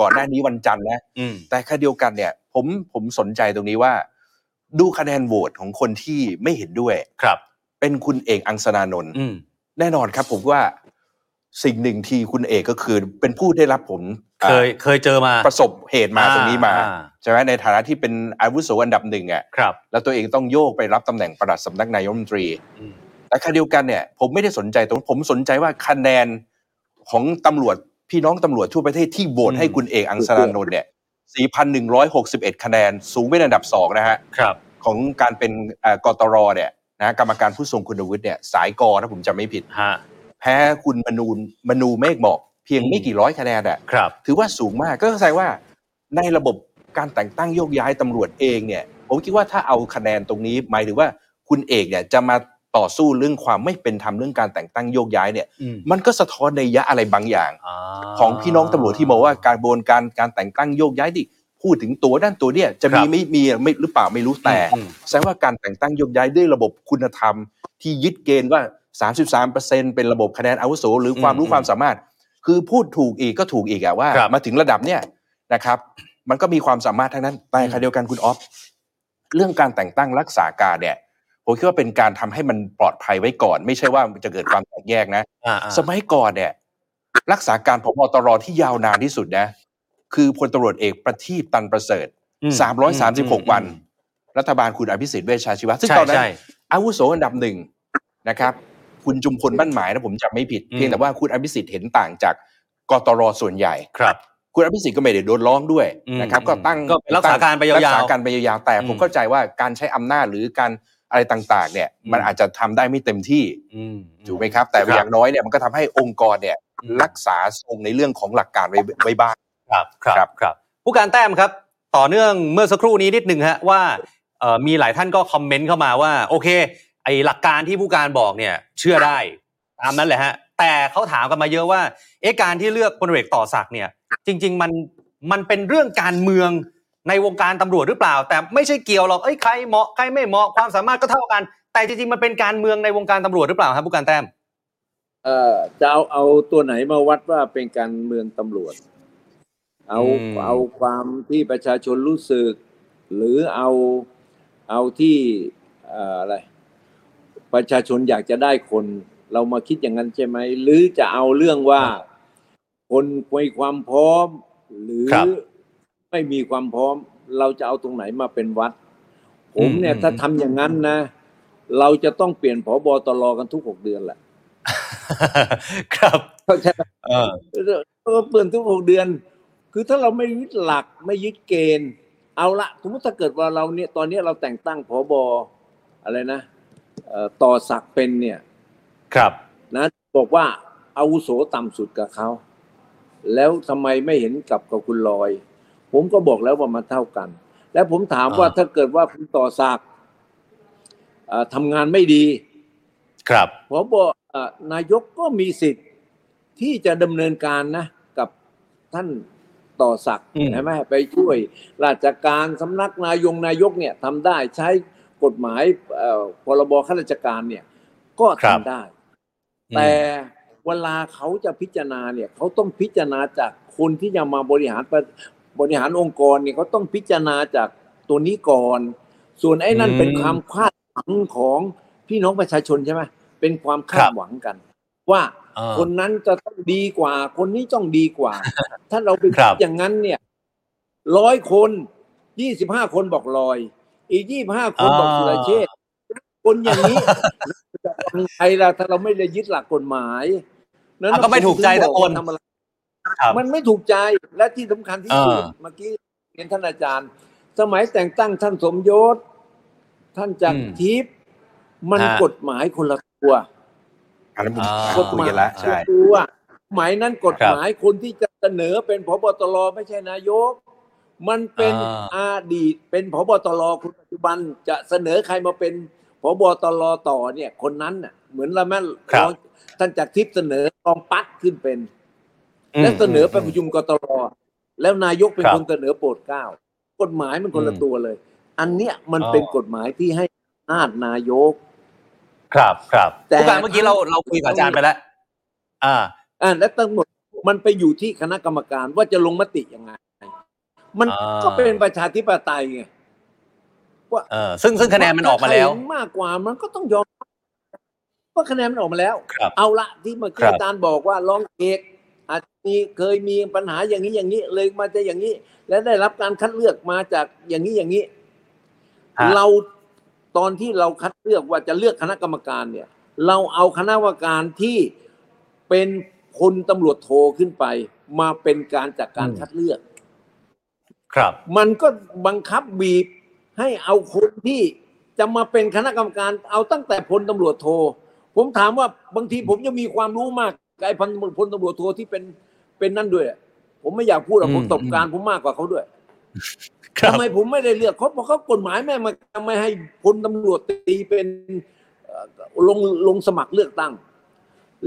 [SPEAKER 5] ก่อนหน้านี้วันจันทร์นะ
[SPEAKER 2] อืม
[SPEAKER 5] แต่ค่เดียวกันเนี่ย ผมผมสนใจตรงนี้ว่า ดูคะแนนโหวตของคนที่ไม่เห็นด้วย
[SPEAKER 2] ครับ
[SPEAKER 5] เป็นคุณเอกอังสนานนท์
[SPEAKER 2] อืม
[SPEAKER 5] แน่นอนครับผมว่าสิ่งหนึ่งที่คุณเอกก็คือเป็นผู้ได้รับผล
[SPEAKER 2] เคย เคยเจอมา
[SPEAKER 5] อ่าประสบเหตุมาตรงนี้มา
[SPEAKER 2] อ่
[SPEAKER 5] ใช่ไหมในฐานะที่เป็นอาวุโสอันดับหนึ่งอ่ะ
[SPEAKER 2] ครับ
[SPEAKER 5] แล้วตัวเองต้องโยกไปรับตำแหน่งประหลัดสำนักนายกรัฐมนตรี
[SPEAKER 2] อืม
[SPEAKER 5] แต่ขณะเดียวกันเนี่ยผมไม่ได้สนใจตรงผมสนใจว่าคะแนนของตำรวจพี่น้องตำรวจทั่วประเทศที่โหวตให้คุณเอกอังสรานนท์เนี่ย 4,161 คะแนนสูงเป็นอันดับสองนะฮะ
[SPEAKER 2] ครับ
[SPEAKER 5] ของการเป็นเอ่อกตรเนี่ยนะกรรมการผู้ทรงคุณวุฒิเนี่ยสายกอถ้าผมจำไม่ผิด
[SPEAKER 2] ฮะ
[SPEAKER 5] แพ้คุณมนูนมนูเมฆหมอกเพียงไม่กี่ร้อยคะแนนอะ
[SPEAKER 2] ครับ
[SPEAKER 5] ถือว่าสูงมากก็แสดงว่าในระบบการแต่งตั้งโยกย้ายตำรวจเองเนี่ย ผมคิดว่าถ้าเอาคะแนนตรงนี้หมายถึงว่าคุณเอกเนี่ยจะมาต่อสู้เรื่องความไม่เป็นธรรมเรื่องการแต่งตั้งโยกย้ายเนี่ย
[SPEAKER 2] อืม
[SPEAKER 5] มันก็สะท้อนในยยะอะไรบางอย่าง
[SPEAKER 2] า
[SPEAKER 5] ของพี่น้องตำรวจที่มองว่าการบวนการการแต่งตั้งโยกย้ายดิผ พูดถึงตัวด้านตัวเนี่ยจะ
[SPEAKER 2] ครั
[SPEAKER 5] มี
[SPEAKER 2] บ
[SPEAKER 5] ไม่มีไม่หรือเปล่าไม่รู้แต่
[SPEAKER 2] อืม
[SPEAKER 5] แสดงว่าการแต่งตั้งโยกย้ายด้วยระบบคุณธรรม ที่ยึดเกณฑ์ว่า 33%เป็นระบบคะแนนอาวุโสหรือความรู้
[SPEAKER 2] อืม
[SPEAKER 5] ความสามารถ คือพูดถูกอีกก็ถูกอีกอะว่า
[SPEAKER 2] ครับ
[SPEAKER 5] มาถึงระดับเนี่ยนะครับ มันก็มีความสามารถทั้งนั้นแต่ขณะเดียวกันคุณออฟเรื่องการแต่งตั้งรักษาการเนี่ยผมคิดว่าเป็นการทำให้มันปลอดภัยไว้ก่อน ไม่ใช่ว่าจะเกิดความแตกแยกนะ
[SPEAKER 2] อ่าๆ
[SPEAKER 5] สมัยก่อนเนี่ยรักษาการพบตรที่ยาวนานที่สุดนะคือพลตำรวจเอกประทีปตันประเสริฐ
[SPEAKER 2] อืม
[SPEAKER 5] 336 วัน รัฐบาลคุณอภิสิทธิ์เวชชาชีวะซึ่งตอนนั้น
[SPEAKER 2] ใช่
[SPEAKER 5] อาวุโสอันดับหนึ่งนะครับ คุณจุมพลบ้านหมายนะผมจำไม่ผิด
[SPEAKER 2] อืม
[SPEAKER 5] เพียงแต่ว่าคุณอภิสิทธิ์เห็นต่างจากกตรส่วนใหญ่
[SPEAKER 2] ๆครับ
[SPEAKER 5] คุณอภิสิทธิ์ก็ไม่ได้โดนร้องด้วย
[SPEAKER 2] อืม
[SPEAKER 5] นะครับ
[SPEAKER 2] อืม
[SPEAKER 5] ก็ตั้ง
[SPEAKER 2] ก็รักษาการไปยาวๆ
[SPEAKER 5] รักษาการไปยาวๆแต่
[SPEAKER 2] อืม
[SPEAKER 5] ผมเข้าใจว่าการใช้อำนาจหรือการอะไรต่างๆ เนี่ย
[SPEAKER 2] อืม
[SPEAKER 5] มันอาจจะทำได้ไม่เต็มที่
[SPEAKER 2] อืม
[SPEAKER 5] ถูกไหมครับ แต่
[SPEAKER 2] ครับ
[SPEAKER 5] อย่างน้อยเนี่ยมันก็ทำให้องค์กรเนี่ย รักษาทรงในเรื่องของหลักการไว้ไว้บ้าง
[SPEAKER 2] ครับครั
[SPEAKER 5] ครับ บ
[SPEAKER 2] ครับผู้การแต้มครับ ต่อเนื่องเมื่อสักครู่นี้นิดหนึ่งฮะว่าเอ่อมีหลายท่านก็คอมเมนต์เข้ามาว่า โอเค ไอหลักการที่ผู้การบอกเนี่ย เชื่อได้ตามนั้นแหละฮะ แต่เขาถามกันมาเยอะว่า เอ๊ะการที่เลือกพลเอกต่อศักดิ์เนี่ย จริง ๆ มันมันเป็นเรื่องการเมืองในวงการตำรวจหรือเปล่า แต่ไม่ใช่เกี่ยวหรอกเอ้ยใครเหมาะใครไม่เหมาะความสามารถก็เท่ากัน แต่จริงๆมันเป็นการเมืองในวงการตำรวจหรือเปล่าครับผู้การแต้ม
[SPEAKER 4] เอ่อจะเอาเอาตัวไหนมาวัดว่าเป็นการเมืองตำรวจ เอา
[SPEAKER 2] อืม
[SPEAKER 4] เอาความที่ประชาชนรู้สึก หรือเอาเอาที่เอ่ออะไร ประชาชนอยากจะได้คน เรามาคิดอย่างนั้นใช่ไหม หรือจะเอาเรื่องว่า คนมีความพร้อม หรือ
[SPEAKER 2] ครับ
[SPEAKER 4] ไม่มีความพร้อม เราจะเอาตรงไหนมาเป็นวัด ผมเนี่
[SPEAKER 2] อื
[SPEAKER 4] ย
[SPEAKER 2] ม
[SPEAKER 4] ถ้าทำอย่างนั้นนะ เราจะต้องเปลี่ยนผบตรกันทุกหกเดือนแหละ
[SPEAKER 2] ครับ
[SPEAKER 4] เข้าใจไหม
[SPEAKER 2] เออ
[SPEAKER 4] ก็เปลี่ยนทุกหกเดือน คือถ้าเราไม่ยึดหลักไม่ยึดเกณฑ์ เอาละสมมติถ้าเกิดว่าเราเนี่ยตอนเนี้ยเราแต่งตั้งพอบอะไรนะเอ่อต่อศักดิ์เป็นเนี่ย
[SPEAKER 2] ครับ
[SPEAKER 4] นะบอกว่าอาวุโสต่ำสุดกับเขา แล้วทำไมไม่เห็นกลับกับคุณลอย ผมก็บอกแล้วว่ามันเท่ากัน และผมถามว่า
[SPEAKER 2] อ่า
[SPEAKER 4] ถ้าเกิดว่าคุณต่อศักดิ์เอ่อทำงานไม่ดี
[SPEAKER 2] ครับ
[SPEAKER 4] พบเอ่อนายกก็มีสิทธิ์ที่จะดำเนินการนะ กับท่านต่อศักดิ์ใช่ไหมไปช่วยราชการสำนักนายงนายกเนี่ยทำได้ใช้กฎหมายเอ่อพรบข้าราชการเนี่ยก็ทำได้
[SPEAKER 2] อืม
[SPEAKER 4] แต่เวลาเขาจะพิจารณาเนี่ยเขาต้องพิจารณาจากคนที่จะมาบริหารประบริหารองค์กรเนี่ยเขาต้องพิจารณาจากตัวนี้ก่อน ส่วนไอ้นั่นเป็นความคาดหวังของพี่น้องประชาชนใช่ไหมเป็นความคาดหวังกัน ว่า
[SPEAKER 2] อ่า
[SPEAKER 4] คนนั้นจะต้องดีกว่า คนนี้ต้องดีกว่า ถ้าเราไป
[SPEAKER 2] ครั
[SPEAKER 4] คิ
[SPEAKER 2] บ
[SPEAKER 4] ดอย่างนั้นเนี่ยร้อยคนยี่สิบห้าคนบอกลอย อีกยี่บห้าคนบอกสุรเชษฐ์คนอย่างนี้ จะทำไงล่ะถ้าเราไม่ได้ยึดหลักกฎหมาย
[SPEAKER 2] อ่ะก็ไม่ถูกใจทุกคน
[SPEAKER 4] ทำอะไร
[SPEAKER 2] ครับ
[SPEAKER 4] มันไม่ถูกใจและที่สำคัญที่สุด
[SPEAKER 2] อ่า
[SPEAKER 4] เมื่อกี้เรียนท่านอาจารย์ สมัยแต่งตั้งท่านสมยศ ท่านจากทิพย์มัน
[SPEAKER 2] ฮะ
[SPEAKER 4] กฎหมายคนละตัว
[SPEAKER 5] อันนั้นผม
[SPEAKER 2] อ่า
[SPEAKER 5] พูดคุยกันแล้ว
[SPEAKER 4] ก
[SPEAKER 5] ใช่
[SPEAKER 4] ฎหมายหมายนั้นกฎหมายคนที่จะเสนอเป็นพบตรไม่ใช่นายก มันเป็น
[SPEAKER 2] อ่า
[SPEAKER 4] อดีตเป็นพบตรคนปัจจุบันจะเสนอใครมาเป็นพบตรต่อเนี่ย คนนั้นน่ะ เหมือนละแม่
[SPEAKER 2] ครับ
[SPEAKER 4] รองท่านจากทิพย์เสนอกองปัดขึ้นเป็น
[SPEAKER 2] ม
[SPEAKER 4] และเสนอไปประชุมกตรแล้วนายกเป็น
[SPEAKER 2] ครับ
[SPEAKER 4] คนเสนอโปรดเกล้ากฎหมายมันคนละ
[SPEAKER 2] อืม
[SPEAKER 4] ตัวเลย อันเนี้ยมัน
[SPEAKER 2] อ๋อ
[SPEAKER 4] เป็นกฎหมายที่ให้อำนาจนายก
[SPEAKER 2] ครับครับ
[SPEAKER 4] แต่
[SPEAKER 2] ผู้การเมื่อกี้เราเราคุยกับอาจารย์ไปแล้ว อ่า
[SPEAKER 4] อ่าและทั้งหมดมันไปอยู่ที่คณะกรรมการว่าจะลงมติยังไง มัน
[SPEAKER 2] อ่า
[SPEAKER 4] ก็เป็นประชาธิปไตยไง
[SPEAKER 2] เออซึ่งซึ่งคะแนนมันออกมาแล้ว
[SPEAKER 4] ถ้ใครเห็นมากกว่ามันก็ต้องยอมว่าคะแนนมันออกมาแล้ว
[SPEAKER 2] ครับ
[SPEAKER 4] เอาละที่เมื่
[SPEAKER 2] ค
[SPEAKER 4] อกี้
[SPEAKER 2] รับ
[SPEAKER 4] อาจารย์บอกว่าร้องเอกอาจจะมีเคยมีปัญหาอย่างนี้อย่างนี้เลยมาจะอย่างนี้ และได้รับการคัดเลือกมาจากอย่างนี้อย่างนี้
[SPEAKER 2] ฮะ
[SPEAKER 4] เราตอนที่เราคัดเลือกว่าจะเลือกคณะกรรมการเนี่ย เราเอาคณะกรรมการที่เป็นคนตำรวจโทขึ้นไป มาเป็นการจัดการ
[SPEAKER 2] อืม
[SPEAKER 4] คัดเลือก
[SPEAKER 2] ครับ
[SPEAKER 4] มันก็บังคับบีบให้เอาคนที่จะมาเป็นคณะกรรมการเอาตั้งแต่พลตำรวจโท ผมถามว่าบางทีผมยังมีความรู้มากกับไอ้พันพลตำรวจโทที่เป็นเป็นนั่นด้วยอะผมไม่อยากพูดหรอก
[SPEAKER 2] อืม
[SPEAKER 4] ผมตบการผมมากกว่าเขาด้วย
[SPEAKER 2] ครับ
[SPEAKER 4] ทำไมผมไม่ได้เลือกเขาเพราะเขากฎหมายแม่มาไม่ให้พลตำรวจตีเป็นเอ่อลงลงสมัครเลือกตั้ง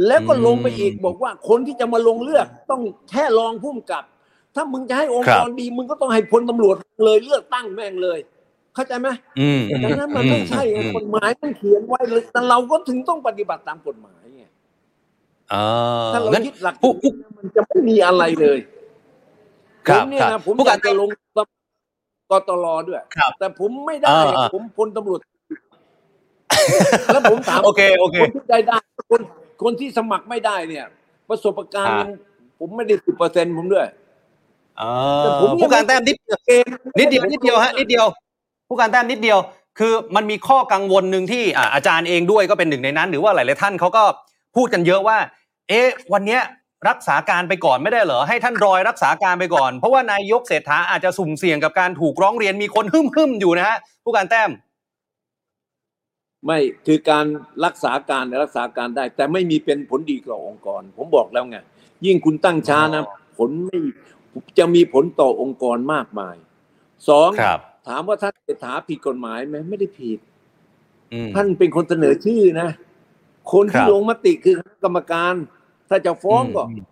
[SPEAKER 4] แล้วก็ลงไปอีก
[SPEAKER 2] อืม
[SPEAKER 4] บอกว่าคนที่จะมาลงเลือกต้องแค่รองผู้กำกับ ถ้ามึงจะให้องค์
[SPEAKER 2] ครั
[SPEAKER 4] ก
[SPEAKER 2] บ
[SPEAKER 4] รดีมึงก็ต้องให้พลตำรวจเลยเลือกตั้งแม่งเลย เข้าใจไหม
[SPEAKER 2] อืม
[SPEAKER 4] ดังนั้นมันไม่ใช่ไง
[SPEAKER 5] อืม
[SPEAKER 4] กฎหมายมันเขียนไว้เลยแต่เราก็ถึงต้องปฏิบัติตามกฎหมายไง
[SPEAKER 2] อ่า
[SPEAKER 4] ถ้าเรา
[SPEAKER 2] งั้น
[SPEAKER 4] ยึดหลัก
[SPEAKER 2] ผู้ผู้
[SPEAKER 4] มันจะไม่มีอะไรเลย
[SPEAKER 2] ค
[SPEAKER 4] ผ
[SPEAKER 2] รับ
[SPEAKER 4] มเนี่ย
[SPEAKER 2] ครั
[SPEAKER 4] นะ
[SPEAKER 2] บ
[SPEAKER 4] ผม
[SPEAKER 2] ผู้
[SPEAKER 4] อ
[SPEAKER 2] การ
[SPEAKER 4] ยากจะลงกตลอด้วย
[SPEAKER 2] ครับ
[SPEAKER 4] แต่ผมไม่ได้
[SPEAKER 2] อ่าอ่า
[SPEAKER 4] ผมพลตำรวจ แล้วผมถาม
[SPEAKER 2] โอเคโอเค
[SPEAKER 4] คนที่ได้ได้คนคนที่สมัครไม่ได้เนี่ย ประสบการ
[SPEAKER 2] อ่า
[SPEAKER 4] ณ์ยังผมไม่ได้สิบเปอร์เซ็นต์ผมด้วย
[SPEAKER 2] อ่า
[SPEAKER 4] แต่ผมยังไม่
[SPEAKER 2] ผู้การแต้มนิดเดียว
[SPEAKER 4] เกณฑ์
[SPEAKER 2] นิดเดียวนิดเดียวฮะนิดเดียว ผู้การแต้มนิดเดียว คือมันมีข้อกังวลหนึ่งที่อ่ะอาจารย์เองด้วยก็เป็นหนึ่งในนั้น หรือว่าหลายๆท่านเขาก็พูดกันเยอะว่า เอ๊ะวันเนี้ยรักษาการไปก่อนไม่ได้เหรอให้ท่านรอยรักษาการไปก่อน เพราะว่านายกเศรษฐาอาจจะสุ่มเสี่ยงกับการถูกร้องเรียนมีคนฮึ่มๆอยู่นะฮะผู้การแต้ม
[SPEAKER 4] ไม่คือการรักษาการเนี่ยรักษาการได้ แต่ไม่มีเป็นผลดีต่อองค์กร ผมบอกแล้วไงยิ่งคุณตั้งช้านะ ผลไม่จะมีผลต่อองค์กรมากมายสอง
[SPEAKER 2] ครับ
[SPEAKER 4] ถามว่าท่านเศรษฐาผิดกฎหมายไหมไม่ได้ผิด
[SPEAKER 2] อืม
[SPEAKER 4] ท่านเป็นคนเสนอชื่อนะ คน
[SPEAKER 2] ค
[SPEAKER 4] ที่
[SPEAKER 2] รับ
[SPEAKER 4] ลงมติคือคณะกรรมการ ถ้าจะฟ้องก็
[SPEAKER 2] อืม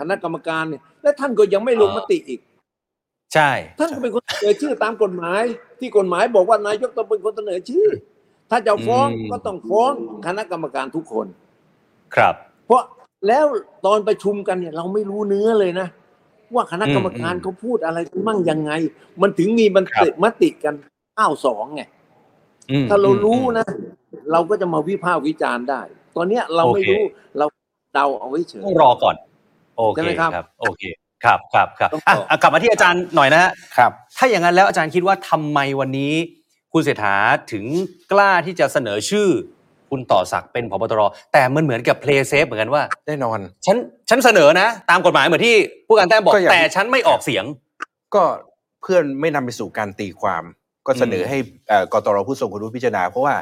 [SPEAKER 4] คณะกรรมการเนี่ยและท่านก็ยังไม่ลงมติอีก
[SPEAKER 2] ใช่
[SPEAKER 4] ท่านก็เป็นคนเสนอชื่อตามกฎหมาย ที่กฎหมายบอกว่านายกต้องเป็นคนเสนอชื่อ ถ้าจะฟ้องก็ต้องฟ้องคณะกรรมการทุกคน
[SPEAKER 2] ครับ
[SPEAKER 4] เพราะแล้วตอนประชุมกันเนี่ยเราไม่รู้เนื้อเลยนะ ว่าคณะกรรมการ
[SPEAKER 2] อืม
[SPEAKER 4] เขาพูดอะไรกันมั่งยังไง มันถึงมีมัน
[SPEAKER 2] ครับ
[SPEAKER 4] มติกันอ้าวสองไง
[SPEAKER 2] อืม
[SPEAKER 4] ถ้าเรา
[SPEAKER 2] อืม
[SPEAKER 4] รู้
[SPEAKER 2] อืม
[SPEAKER 4] นะ เราก็จะมาวิพากษ์วิจารณ์ได้ ตอนเนี้ยเราไม่
[SPEAKER 2] โอเค
[SPEAKER 4] รู้เราเดาเอาไว้เฉย
[SPEAKER 2] ต้องรอก่อน โอ
[SPEAKER 4] ใช่
[SPEAKER 2] เค
[SPEAKER 4] ไหมครับ
[SPEAKER 2] โอเคครับครับครับ
[SPEAKER 4] ต้องรออ่
[SPEAKER 2] อ่ะอ่ะกลับมาที่อาจารย์หน่อยนะฮะ
[SPEAKER 5] ครับ
[SPEAKER 2] ถ้าอย่างนั้นแล้วอาจารย์คิดว่าทำไมวันนี้คุณเศรษฐาถึงกล้าที่จะเสนอชื่อ คุณต่อศักดิ์เป็นพบตร แต่มันเหมือนกับเพลย์เซฟเหมือนกันว่า
[SPEAKER 5] แน่นอน
[SPEAKER 2] ฉันฉันเสนอนะ ตามกฎหมายเหมือนที่ผู้การแต้มบอก
[SPEAKER 5] ก็อย่าง
[SPEAKER 2] แต่ฉันไม่ออกเสียง
[SPEAKER 5] ก็เพื่อนไม่นำไปสู่การตีความ ก็เสนอให้เอ่อกตรผู้ทรงคุณวุฒิพิจารณา เพราะว่า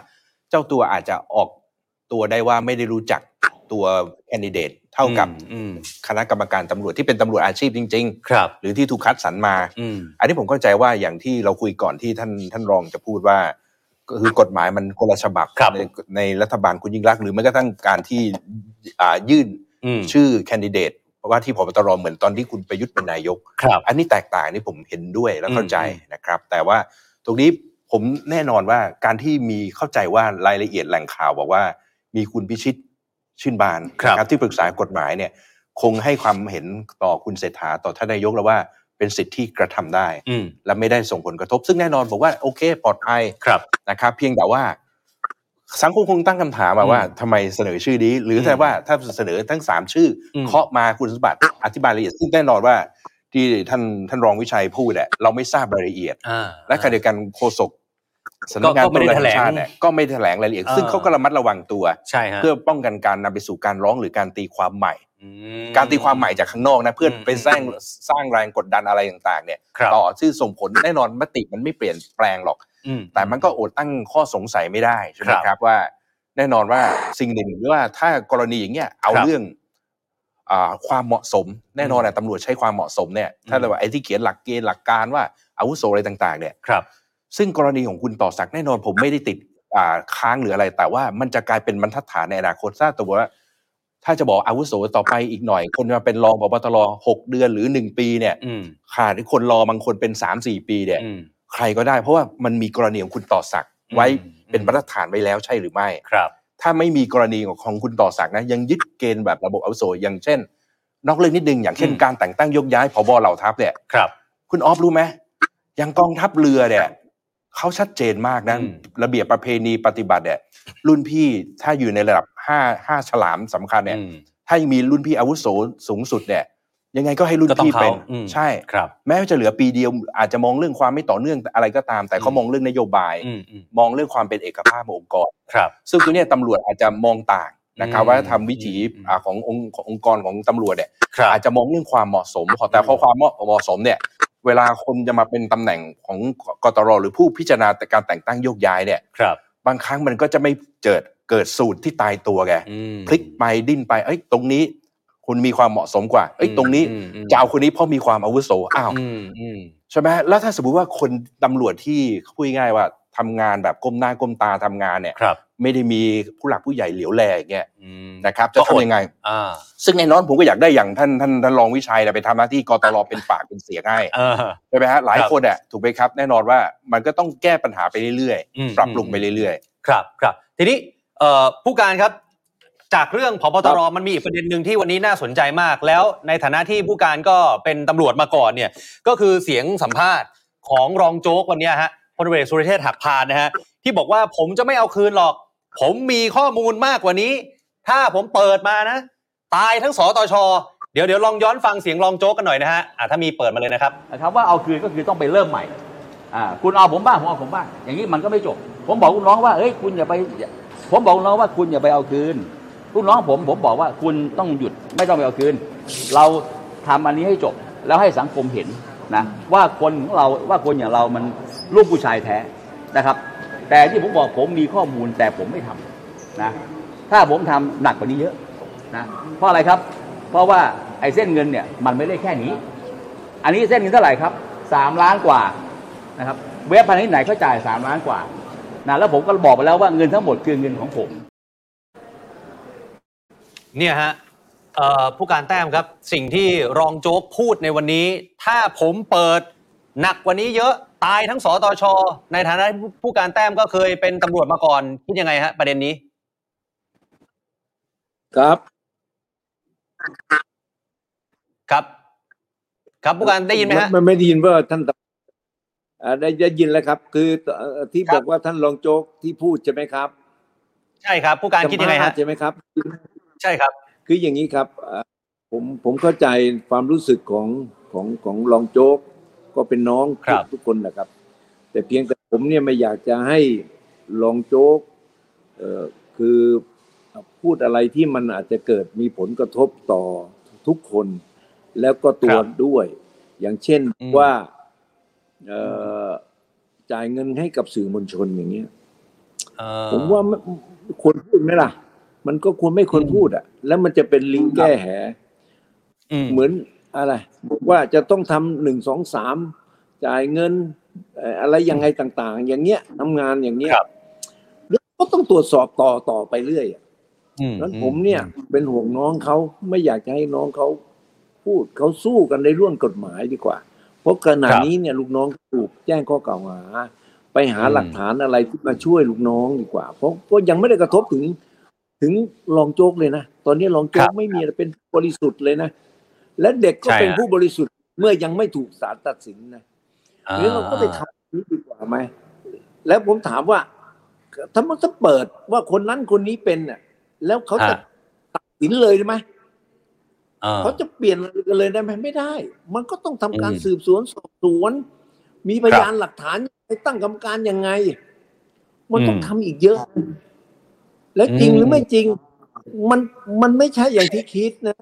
[SPEAKER 5] เจ้าตัวอาจจะออกตัวได้ว่าไม่ได้รู้จักตัวแคนดิเดตเท่ากับ
[SPEAKER 2] อืมอืม
[SPEAKER 5] คณะกรรมการตำรวจที่เป็นตำรวจอาชีพจริง
[SPEAKER 2] ครับ
[SPEAKER 5] ๆ หรือที่ถูกคัดสรรมา
[SPEAKER 2] อืม
[SPEAKER 5] อันนี้ผมเข้าใจว่าอย่างที่เราคุยก่อนที่ท่านท่านรองจะพูดว่า ก็คือกฎหมายมันคนละฉบับ
[SPEAKER 2] ครับ
[SPEAKER 5] ในในรัฐบาลคุณยิ่งรักษณ์หรือแม้กระทั่งการที่อ่ายื่น
[SPEAKER 2] อืม
[SPEAKER 5] ชื่อแคนดิเดตว่าที่พบตรเหมือนตอนที่คุณประยุทธ์เป็นนายก
[SPEAKER 2] ครับ
[SPEAKER 5] อันนี้แตกต่างนี่ผมเห็นด้วยและเข้าใจ
[SPEAKER 2] อืม
[SPEAKER 5] นะครับ แต่ว่าตรงนี้ผมแน่นอนว่าการที่มีเข้าใจว่ารายละเอียดแหล่งข่าวบอกว่า มีคุณพิชิตชื่นบาน
[SPEAKER 2] ครับ
[SPEAKER 5] นะที่ปรึกษากฎหมายเนี่ยคงให้ความเห็นต่อคุณเศรษฐาต่อท่านนายกแล้วว่าเป็นสิทธิที่กระทำได้
[SPEAKER 2] อืม
[SPEAKER 5] และไม่ได้ส่งผลกระทบ ซึ่งแน่นอนบอกว่าโอเคปลอดภัย
[SPEAKER 2] ครับ
[SPEAKER 5] นะครับเพียงแต่ว่าสังคมคงตั้งคำถาม
[SPEAKER 2] อื
[SPEAKER 5] มาม ว่าทำไมเสนอชื่อนี้ หรือแต่ว่าถ้าเสนอทั้งสามชื่ออ
[SPEAKER 2] ม
[SPEAKER 5] เคาะมาคุณสมบัติอธิบายรายละเอียดซึ่งแน่นอนว่า ที่ท่านท่านรองวิชัยพูดแหละเราไม่ทราบรายละเอียด
[SPEAKER 2] อ่า
[SPEAKER 5] และขณะเดียวกันโฆษกสำนักงาน
[SPEAKER 2] ก็ก็ไม่ได้
[SPEAKER 5] ตำรวจแห่งชาติเนี่ยก็ไม่ได้แถลงรายละเอียด
[SPEAKER 2] เออ
[SPEAKER 5] ซึ่งเขาก็ระมัดระวังตัว
[SPEAKER 2] ใช่ฮะ
[SPEAKER 5] เพื่อป้องกันการนำไปสู่การร้องหรือการตีความใหม่
[SPEAKER 2] ม
[SPEAKER 5] การตีความใหม่จากข้างนอกนะเพื่อน
[SPEAKER 2] อืม
[SPEAKER 5] ไปสร้าง
[SPEAKER 2] อืม
[SPEAKER 5] สร้างแรงกดดันอะไรต่างๆเนี่ย
[SPEAKER 2] ครับ
[SPEAKER 5] ต่อซึ่งส่งผลแน่นอนมติมันไม่เปลี่ยนแปลงหรอก
[SPEAKER 2] อืม
[SPEAKER 5] แต่มันก็อดตั้งข้อสงสัยไม่ได้ใช่ไหม
[SPEAKER 2] ครับ
[SPEAKER 5] ครับว่า แน่นอนว่าสิ่งหนึ่งว่าถ้ากรณีอย่างเงี้ยเอา
[SPEAKER 2] ครับ
[SPEAKER 5] เรื่องอาความเหมาะสม แน่นอนแหละตำรวจใช้ความเหมาะสมเนี่ยถ้า
[SPEAKER 2] อืม
[SPEAKER 5] เราว่าไอ้ที่เขียนหลักเกณฑ์หลักการว่าอาวุโสอะไรต่าง ๆ เนี่ย
[SPEAKER 2] ครับ
[SPEAKER 5] ซึ่งกรณีของคุณต่อสักดิ์แน่นอนผมไม่ได้ติดอ่าค้างหรืออะไร แต่ว่ามันจะกลายเป็นบรรทัดฐานในอนาคตถ้าตัวว่า ถ้าจะบอกอาวุโสต่อไปอีกหน่อย คนมาเป็นรองพบตรหกเดือนหรือหนึ่งปีเนี่ย
[SPEAKER 2] อืม
[SPEAKER 5] ขาดที่คนรอบางคนเป็นสามสี่ปีเนี่ย
[SPEAKER 2] อืม
[SPEAKER 5] ใครก็ได้ เพราะว่ามันมีกรณีของคุณต่อศักดิ์ไว้
[SPEAKER 2] อืม
[SPEAKER 5] เป็นมาตรฐานไว้แล้วใช่หรือไม่
[SPEAKER 2] ครับ
[SPEAKER 5] ถ้าไม่มีกรณีของของคุณต่อศักดิ์นะยังยึดเกณฑ์แบบระบบอาวุโสอย่างเช่น นอกเรื่องนิดนึงอย่างเช่น
[SPEAKER 2] อืม
[SPEAKER 5] การแต่งตั้งยกย้ายผบเหล่าทัพเนี่ย
[SPEAKER 2] ครับ
[SPEAKER 5] คุณออฟรู้ไหมอย่างกองทัพเรือเนี่ยเขาชัดเจนมากนะ
[SPEAKER 2] อืม
[SPEAKER 5] ระเบียบประเพณีปฏิบัติเนี่ยรุ่นพี่ถ้าอยู่ในระดับห้าห้าฉลามสำคัญเนี่ย
[SPEAKER 2] อืม
[SPEAKER 5] ถ้ายังมีรุ่นพี่อาวุโสสูงสุดเนี่ย ยังไงก็ให้รุ่น
[SPEAKER 2] ก็ต้อง
[SPEAKER 5] พี่
[SPEAKER 2] เขา
[SPEAKER 5] เป็น
[SPEAKER 2] อืม
[SPEAKER 5] ใช่
[SPEAKER 2] ครับ
[SPEAKER 5] แม้ว่าจะเหลือปีเดียวอาจจะมองเรื่องความไม่ต่อเนื่องอะไรก็ตาม แต่เขามองเรื่องนโยบาย
[SPEAKER 2] อืมอืม
[SPEAKER 5] มองเรื่องความเป็นเอกภาพขององค์กร
[SPEAKER 2] ครับ
[SPEAKER 5] ซึ่งตัวเนี้ยตำรวจอาจจะมองต่างนะครับ
[SPEAKER 2] อืม
[SPEAKER 5] ว่าทำวิถี
[SPEAKER 2] อืม
[SPEAKER 5] อ่าขององค์ขององค์กรของตำรวจเนี่ย
[SPEAKER 2] ครับ
[SPEAKER 5] อาจจะมองเรื่องความเหมาะสมพอแต่พอความเหมาะเหมาะสมเนี่ย เวลาคนจะมาเป็นตำแหน่งของกตรหรือผู้พิจารณาแต่การแต่งตั้งโยกย้ายเนี่ย
[SPEAKER 2] ครับ
[SPEAKER 5] บางครั้งมันก็จะไม่เกิดเกิดสูตรที่ตายตัวแก
[SPEAKER 2] อืม
[SPEAKER 5] พลิกไปดิ้นไปเอ้ยตรงนี้คุณมีความเหมาะสมกว่า เอ้ย
[SPEAKER 2] อืม
[SPEAKER 5] ตรงนี้
[SPEAKER 2] อืมอืม
[SPEAKER 5] จะเอาคนนี้เพราะมีความอาวุโสอ้าว
[SPEAKER 2] อืมอืม
[SPEAKER 5] ใช่ไหมแล้วถ้าสมมติว่าคนตำรวจที่พูดง่ายๆว่าทำงานแบบก้มหน้าก้มตาทำงานเนี่ย
[SPEAKER 2] ครับ
[SPEAKER 5] ไม่ได้มีผู้หลักผู้ใหญ่เหลียวแลอย่างเงี้ย
[SPEAKER 2] อืม
[SPEAKER 5] นะครับจะทำยังไง
[SPEAKER 2] อ่า
[SPEAKER 5] ซึ่งแน่นอนผมก็อยากได้อย่างท่านท่านท่านรองวิชัยเนี่ยไปทำหน้าที่กตรเป็นปากเป็นเสียงให้
[SPEAKER 2] เออ
[SPEAKER 5] ใช่ไหมฮะหลาย
[SPEAKER 2] ครับ
[SPEAKER 5] คนอ่ะถูกไหมครับ แน่นอนว่ามันก็ต้องแก้ปัญหาไปเรื่อย
[SPEAKER 2] อืม
[SPEAKER 5] ๆ ปรับปรุงไปเรื่อย
[SPEAKER 2] ครับครับทีนี้เอ่อผู้การครับ จากเรื่องพบตรมันมีอีกประเด็นหนึ่งที่วันนี้น่าสนใจมาก แล้วในฐานะที่ผู้การก็เป็นตำรวจมาก่อนเนี่ย ก็คือเสียงสัมภาษณ์ของรองโจ๊กวันเนี้ยฮะพลเอกสุรเชษฐ์หักพานนะฮะที่บอกว่าผมจะไม่เอาคืนหรอก ผมมีข้อมูลมากกว่านี้ ถ้าผมเปิดมานะ ตายทั้งสตชเดี๋ยวเดี๋ยวลองย้อนฟังเสียงรองโจ๊กกันหน่อยนะฮะอ่ะถ้ามีเปิดมาเลยนะครับ
[SPEAKER 6] นะครับว่าเอาคืนก็คือต้องไปเริ่มใหม่อ่าคุณเอาผมบ้างผมเอาผมบ้างอย่างนี้มันก็ไม่จบ ผมบอกลูกน้องว่าเอ้ยคุณอย่าไปอย่าผมบอกลูกน้องว่าคุณอย่าไปเอาคืนลูกน้องผมผมบอกว่าคุณต้องหยุดไม่ต้องไปเอาคืน เราทำอันนี้ให้จบแล้วให้สังคมเห็นนะว่าคนของเราว่าคนอย่างเรามันลูกผู้ชายแท้นะครับ แต่ที่ผมบอกผมมีข้อมูลแต่ผมไม่ทำนะถ้าผมทำหนักกว่านี้เยอะนะเพราะอะไรครับ เพราะว่าไอ้เส้นเงินเนี่ยมันไม่ได้แค่นี้ อันนี้เส้นเงินเท่าไหร่ครับสามล้านกว่านะครับ เว็บพนันไหนเขาจ่ายสามล้านกว่านะแล้วผมก็บอกไปแล้วว่าเงินทั้งหมดคือเงินของผม
[SPEAKER 2] เนี่ยฮะเอ่อผู้การแต้มครับสิ่งที่รองโจ๊กพูดในวันนี้ ถ้าผมเปิดหนักกว่านี้เยอะตายทั้งสตช ในฐานะที่ผู้การแต้มก็เคยเป็นตำรวจมาก่อนคิดยังไงฮะประเด็นนี้
[SPEAKER 4] ครับ
[SPEAKER 2] ครับ ครับผู้การได้ยินไหมฮะ
[SPEAKER 4] มันไม่ได้ยินว่าท่านอ่าได้ได้ยินแล้วครับ คือเอ่อที่
[SPEAKER 2] ครับ บ
[SPEAKER 4] อกว่าท่านรองโจ๊กที่พูดใช่ไหมครับ
[SPEAKER 2] ใช่ครับ ผู้การคิดยังไง
[SPEAKER 4] สัมภาษ
[SPEAKER 2] ฮะ
[SPEAKER 4] ณ์ใช่ไหมครับ
[SPEAKER 2] ใช่ครับ
[SPEAKER 4] คืออย่างนี้ครับเอ่อผมผมเข้าใจความรู้สึกของของของรองโจ๊ก ก็เป็นน้อง
[SPEAKER 2] ครับ
[SPEAKER 4] ทุกคนนะครับ แต่เพียงแต่ผมเนี่ยไม่อยากจะให้รองโจ๊กเอ่อคือพูดอะไรที่มันอาจจะเกิดมีผลกระทบต่อทุกคน แล้วก็ตัว
[SPEAKER 2] ครับ
[SPEAKER 4] ด้วย อย่างเช่น
[SPEAKER 2] อืม
[SPEAKER 4] ว่าเอ่อจ่ายเงินให้กับสื่อมวลชนอย่างเงี้ย
[SPEAKER 2] เอ่อ
[SPEAKER 4] ผมว่าไม่ควรพูดไหมล่ะ มันก็ควรไม่ควรพูดอ่ะ แล้วมันจะเป็นลิงแก้แห
[SPEAKER 2] อืม
[SPEAKER 4] เหมือนอะไรบอกว่าจะต้องทำหนึ่งสองสามจ่ายเงินเอ่ออะไรยังไงต่าง ๆ อย่างเงี้ยทำงานอย่างเงี้ย
[SPEAKER 2] ครับ
[SPEAKER 4] แล้วก็ต้องตรวจสอบต่อต่อไปเรื่อยอะ
[SPEAKER 2] อืม
[SPEAKER 4] นั้นผมเนี่ยเป็นห่วงน้องเขาไม่อยากจะให้น้องเขาพูดเขาสู้กันในเรื่องกฎหมายดีกว่า เพราะขณะนี้เนี่ยลูกน้องถูกแจ้งข้อกล่าวหา ไปหาหลักฐานอะไรที่มาช่วยลูกน้องดีกว่า เพราะก็ยังไม่ได้กระทบถึง ถึงรองโจ๊กเลยนะตอนนี้รองโจ๊กไม่มีอะไรเป็นบริสุทธิ์เลยนะ และเด็กก็
[SPEAKER 2] ใช่ฮะ
[SPEAKER 4] เป็นผู้บริสุทธิ์เมื่อยังไม่ถูกศาลตัดสินนะ
[SPEAKER 2] อ่
[SPEAKER 4] หรือเราก็ไปทำอย่างนี้ดีกว่าไหม แล้วผมถามว่า ถ้ามันจะเปิดว่าคนนั้นคนนี้เป็นน่ะ แล้วเขาจะ
[SPEAKER 2] อ่า
[SPEAKER 4] ตัดสินเลยได้ไหม
[SPEAKER 2] อ่า
[SPEAKER 4] เขาจะเปลี่ยนกันเลยได้ไหมไม่ได้ มันก็ต้องทำการ
[SPEAKER 2] อืม
[SPEAKER 4] สืบสวนสอบสวน มีพยานหลักฐานไปตั้งกรรมการยังไง มันต้อง
[SPEAKER 2] อืม
[SPEAKER 4] ทำอีกเยอะ แล้วจริง
[SPEAKER 2] อืม
[SPEAKER 4] หรือไม่จริง มันมันไม่ใช่อย่างที่คิดนะ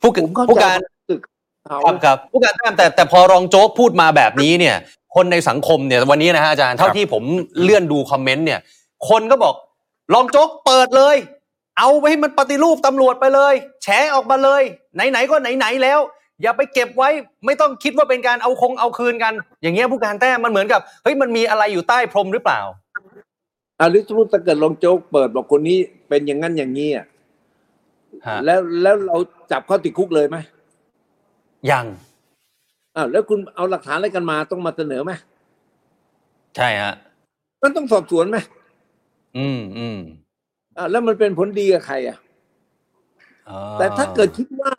[SPEAKER 2] ผู้ก
[SPEAKER 4] ผมเข้า
[SPEAKER 2] ผู้
[SPEAKER 4] ใจ
[SPEAKER 2] การ
[SPEAKER 4] ตึกเขา
[SPEAKER 2] ครับครับผู้การแต้มแต่แต่พอรองโจ๊กพูดมาแบบนี้เนี่ย คนในสังคมเนี่ยวันนี้นะฮะอาจารย์เท่า
[SPEAKER 5] ครับ
[SPEAKER 2] ที่ผมเลื่อนดูคอมเมนต์เนี่ย คนก็บอกรองโจ๊กเปิดเลย เอาไว้ให้มันปฏิรูปตำรวจไปเลย แฉออกมาเลย ไหนๆก็ไหนๆแล้ว อย่าไปเก็บไว้ไม่ต้องคิดว่าเป็นการเอาคงเอาคืนกัน อย่างเงี้ยผู้การแต้มมันเหมือนกับเฮ้ยมันมีอะไรอยู่ใต้พรมหรือเปล่า
[SPEAKER 4] อ่ะหรือสมมติถ้าเกิดลองโจ๊กเปิดบอกคนนี้เป็นอย่างนั้นอย่างนี้อ่ะ
[SPEAKER 2] ฮะ
[SPEAKER 4] แล้วแล้วเราจับเขาติดคุกเลยไหม
[SPEAKER 2] ยัง
[SPEAKER 4] อ้าวแล้วคุณเอาหลักฐานอะไรกันมาต้องมาเสนอไหม
[SPEAKER 2] ใช่ฮะ
[SPEAKER 4] มันต้องสอบสวนไหม
[SPEAKER 2] อืมอืม
[SPEAKER 4] อ้าวแล้วมันเป็นผลดีกับใครอ่ะ
[SPEAKER 2] อ่
[SPEAKER 4] แต่ถ้าเกิดคิดว่า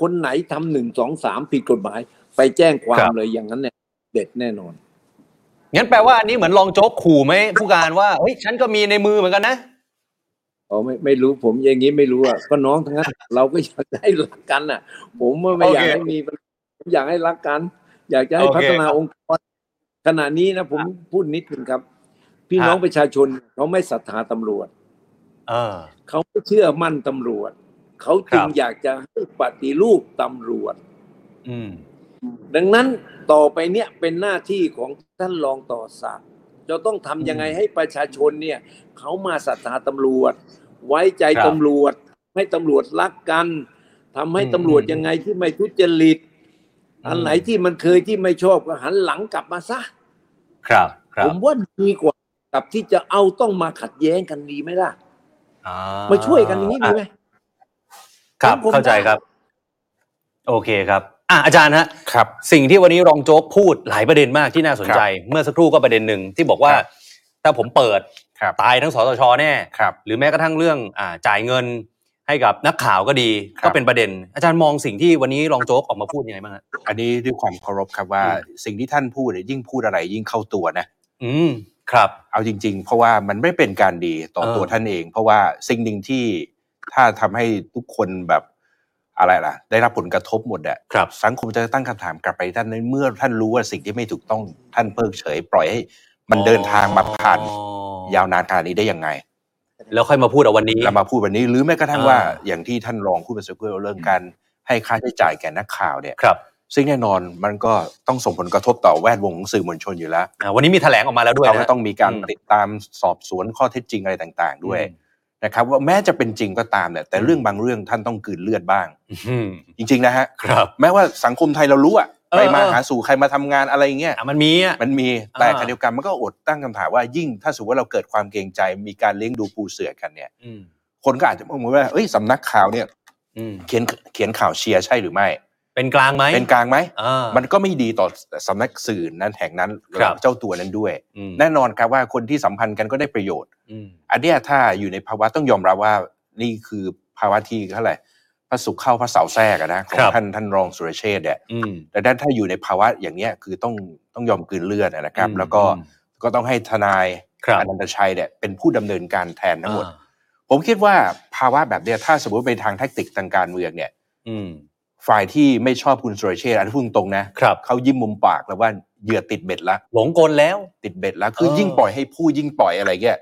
[SPEAKER 4] คนไหนทำหนึ่งสองสามผิดกฎหมาย ไปแจ้งควา
[SPEAKER 2] ครั
[SPEAKER 4] ม
[SPEAKER 2] บ
[SPEAKER 4] เลยอย่างนั้นเนี่ยเด็ดแน่นอน
[SPEAKER 2] งั้นแปลว่าอันนี้เหมือนรองโจ๊กขู่ไหมผู้การว่าเฮ้ยฉันก็มีในมือเหมือนกันนะ
[SPEAKER 4] อ๋อไม่ไม่รู้ผมอย่างนี้ไม่รู้อ่ะก็น้องทั้งนั้น เราก็อยากจะให้รักกันอ่ะ ผมว่าไม่
[SPEAKER 2] โอเค
[SPEAKER 4] อยากให้มีผมอยากให้รักกัน อยากจะให้
[SPEAKER 2] โอเค
[SPEAKER 4] พัฒนาองค์กรขณะนี้นะผมพูดนิดนึงครับ พี่
[SPEAKER 2] ฮะ
[SPEAKER 4] น้องประชาชนเขาไม่ศรัทธาตำรวจ
[SPEAKER 2] เออ
[SPEAKER 4] เขาไม่เชื่อมั่นตำรวจ เขาจึง
[SPEAKER 2] ครับ
[SPEAKER 4] อยากจะให้ปฏิรูปตำรวจ
[SPEAKER 2] อืม
[SPEAKER 4] ดังนั้นต่อไปเนี่ยเป็นหน้าที่ของท่านรองต่อสักดิ์จะต้องทำยังไงให้ประชาชนเนี่ยเขามาศรัทธาตำรวจ ไว้ใจ
[SPEAKER 2] ครับ
[SPEAKER 4] ตำรวจ ให้ตำรวจรักกันทำให้
[SPEAKER 2] อืม
[SPEAKER 4] ตำรวจยังไงที่ไม่ทุจริต
[SPEAKER 2] อืม
[SPEAKER 4] อันไหนที่มันเคยที่ไม่ชอบก็หันหลังกลับมาซะ
[SPEAKER 2] ครับ ครั
[SPEAKER 4] ผ
[SPEAKER 2] บ
[SPEAKER 4] มว่าดีกว่ากับที่จะเอาต้องมาขัดแย้งกันดีไหมล่ะ
[SPEAKER 2] อ อ่
[SPEAKER 4] มาช่วยกันอย่างนี้ดีไหม
[SPEAKER 2] ครับ
[SPEAKER 4] ผม
[SPEAKER 2] เข้าใจครับ โอเคครับ อ่ะอาจารย์ฮะ
[SPEAKER 5] ครับ
[SPEAKER 2] สิ่งที่วันนี้รองโจ๊กพูดหลายประเด็นมากที่น่าสนใจ เมื่อสักครู่ก็ประเด็นหนึ่งที่บอกว่า
[SPEAKER 5] ครับ
[SPEAKER 2] ถ้าผมเปิด
[SPEAKER 5] ครับ
[SPEAKER 2] ตายทั้งสตชแน่
[SPEAKER 5] ครับ
[SPEAKER 2] หรือแม้กระทั่งเรื่องอ่าจ่ายเงินให้กับนักข่าวก็ดี
[SPEAKER 5] ครับ
[SPEAKER 2] ก็เป็นประเด็น อาจารย์มองสิ่งที่วันนี้รองโจ๊กออกมาพูดยังไงบ้างฮะ
[SPEAKER 5] อันนี้ด้วยความเคารพครับว่า
[SPEAKER 2] อืม
[SPEAKER 5] สิ่งที่ท่านพูดเนี่ยยิ่งพูดอะไรยิ่งเข้าตัวนะ
[SPEAKER 2] อืมครับ
[SPEAKER 5] เอาจริง ๆ เพราะว่ามันไม่เป็นการดีต่อ
[SPEAKER 2] เออ
[SPEAKER 5] ตัวท่านเอง เพราะว่าสิ่งหนึ่งที่ถ้าทำให้ทุกคนแบบอะไรล่ะ ได้รับผลกระทบหมดอะ
[SPEAKER 2] ครับ
[SPEAKER 5] สังคมจะตั้งคำถามกลับไปท่านในเมื่อท่านรู้ว่าสิ่งที่ไม่ถูกต้องท่านเพิกเฉย ปล่อยให้มันเดินทางมาผ่าน
[SPEAKER 2] อ๋อย
[SPEAKER 5] าวนานขนาดนี้ได้ยังไง
[SPEAKER 2] แล้วค่อยมาพูดเอาวันนี้
[SPEAKER 5] เรามาพูดวันนี้หรือแม้กระทั่ง
[SPEAKER 2] เออ
[SPEAKER 5] ว่าอย่างที่ท่านรองพูดไปสักครู่เรื่องการให้ค่าใช้จ่ายแก่นักข่าวเนี่ย
[SPEAKER 2] ครับ
[SPEAKER 5] ซึ่งแน่นอนมันก็ต้องส่งผลกระทบต่อแวดวงของสื่อมวลชนอยู่แล้ว
[SPEAKER 2] อ่าวันนี้มีแถลงออกมาแล้วด้วย
[SPEAKER 5] เราก็
[SPEAKER 2] นะ
[SPEAKER 5] ต้องมีการ
[SPEAKER 2] อืม
[SPEAKER 5] ติดตามสอบสวนข้อเท็จจริงอะไรต่าง ๆ ด้วย
[SPEAKER 2] อืม
[SPEAKER 5] นะครับ ว่าแม้จะเป็นจริงก็ตามเนี่ยแต่
[SPEAKER 2] อืม
[SPEAKER 5] เรื่องบางเรื่องท่านต้องกลืนเลือดบ้าง
[SPEAKER 2] อืม
[SPEAKER 5] จริง ๆ นะฮะ
[SPEAKER 2] ครับ
[SPEAKER 5] แม้ว่าสังคมไทยเรารู้อะ
[SPEAKER 2] เออ
[SPEAKER 5] ไปมาหาสู่ใครมาทำงานอะไรเงี้ย
[SPEAKER 2] อ่ะมันมีอ่ะ
[SPEAKER 5] มันมีแต่
[SPEAKER 2] อ่า
[SPEAKER 5] ขณะเดียวกันมันก็อดตั้งคำถามว่ายิ่งถ้าสมมติว่าเราเกิดความเกรงใจมีการเลี้ยงดูปูเสือกันเนี่ย
[SPEAKER 2] อืม
[SPEAKER 5] คนก็อาจจะมองว่าเอ้ยสำนักข่าวเนี่ย
[SPEAKER 2] อืม
[SPEAKER 5] เขียนเขียนข่าวเชียร์ใช่หรือไม่
[SPEAKER 2] เป็นกลางไหม
[SPEAKER 5] เป็นกลางไหม
[SPEAKER 2] อ่า
[SPEAKER 5] มันก็ไม่ดีต่อสำนักสื่อนั้นแห่งนั้นหรือ
[SPEAKER 2] ครับ
[SPEAKER 5] เจ้าตัวนั้นด้วย
[SPEAKER 2] อืม
[SPEAKER 5] แน่นอนครับว่าคนที่สัมพันธ์กันก็ได้ประโยชน์
[SPEAKER 2] อืม
[SPEAKER 5] อันเนี้ยถ้าอยู่ในภาวะต้องยอมรับว่านี่คือภาวะที่เท่าไหร่พระสุขเข้าพระเสาแทรกอะนะของ
[SPEAKER 2] ครับ
[SPEAKER 5] ท่านท่านรองสุรเชษฐ์เนี่ย
[SPEAKER 2] อืม
[SPEAKER 5] ดังนั้นถ้าอยู่ในภาวะอย่างเนี้ยคือต้องต้องยอมกลืนเลือดนะครับ
[SPEAKER 2] อืม
[SPEAKER 5] แล้วก็
[SPEAKER 2] อืม
[SPEAKER 5] ก็ต้องให้ทนาย
[SPEAKER 2] ครับ
[SPEAKER 5] อนันตชัยเนี่ยเป็นผู้ดำเนินการแทนทั้งหมด
[SPEAKER 2] อ่า
[SPEAKER 5] ผมคิดว่าภาวะแบบเนี้ยถ้าสมมติไปทางแทคติกทางการเมืองเนี่ย
[SPEAKER 2] อืม
[SPEAKER 5] ฝ่ายที่ไม่ชอบคุณสุรเชษฐ์อันนพูดตรงๆนะครับ เขายิ้มมุมปากแล้วว่าเหยื่อติดเบ็ดละ
[SPEAKER 2] หลงกลแล้ว
[SPEAKER 5] ติดเบ็ดแล้วคือ
[SPEAKER 2] เออ
[SPEAKER 5] ยิ่งปล่อยให้ผู้ยิ่งปล่อยอะไรเงี้ย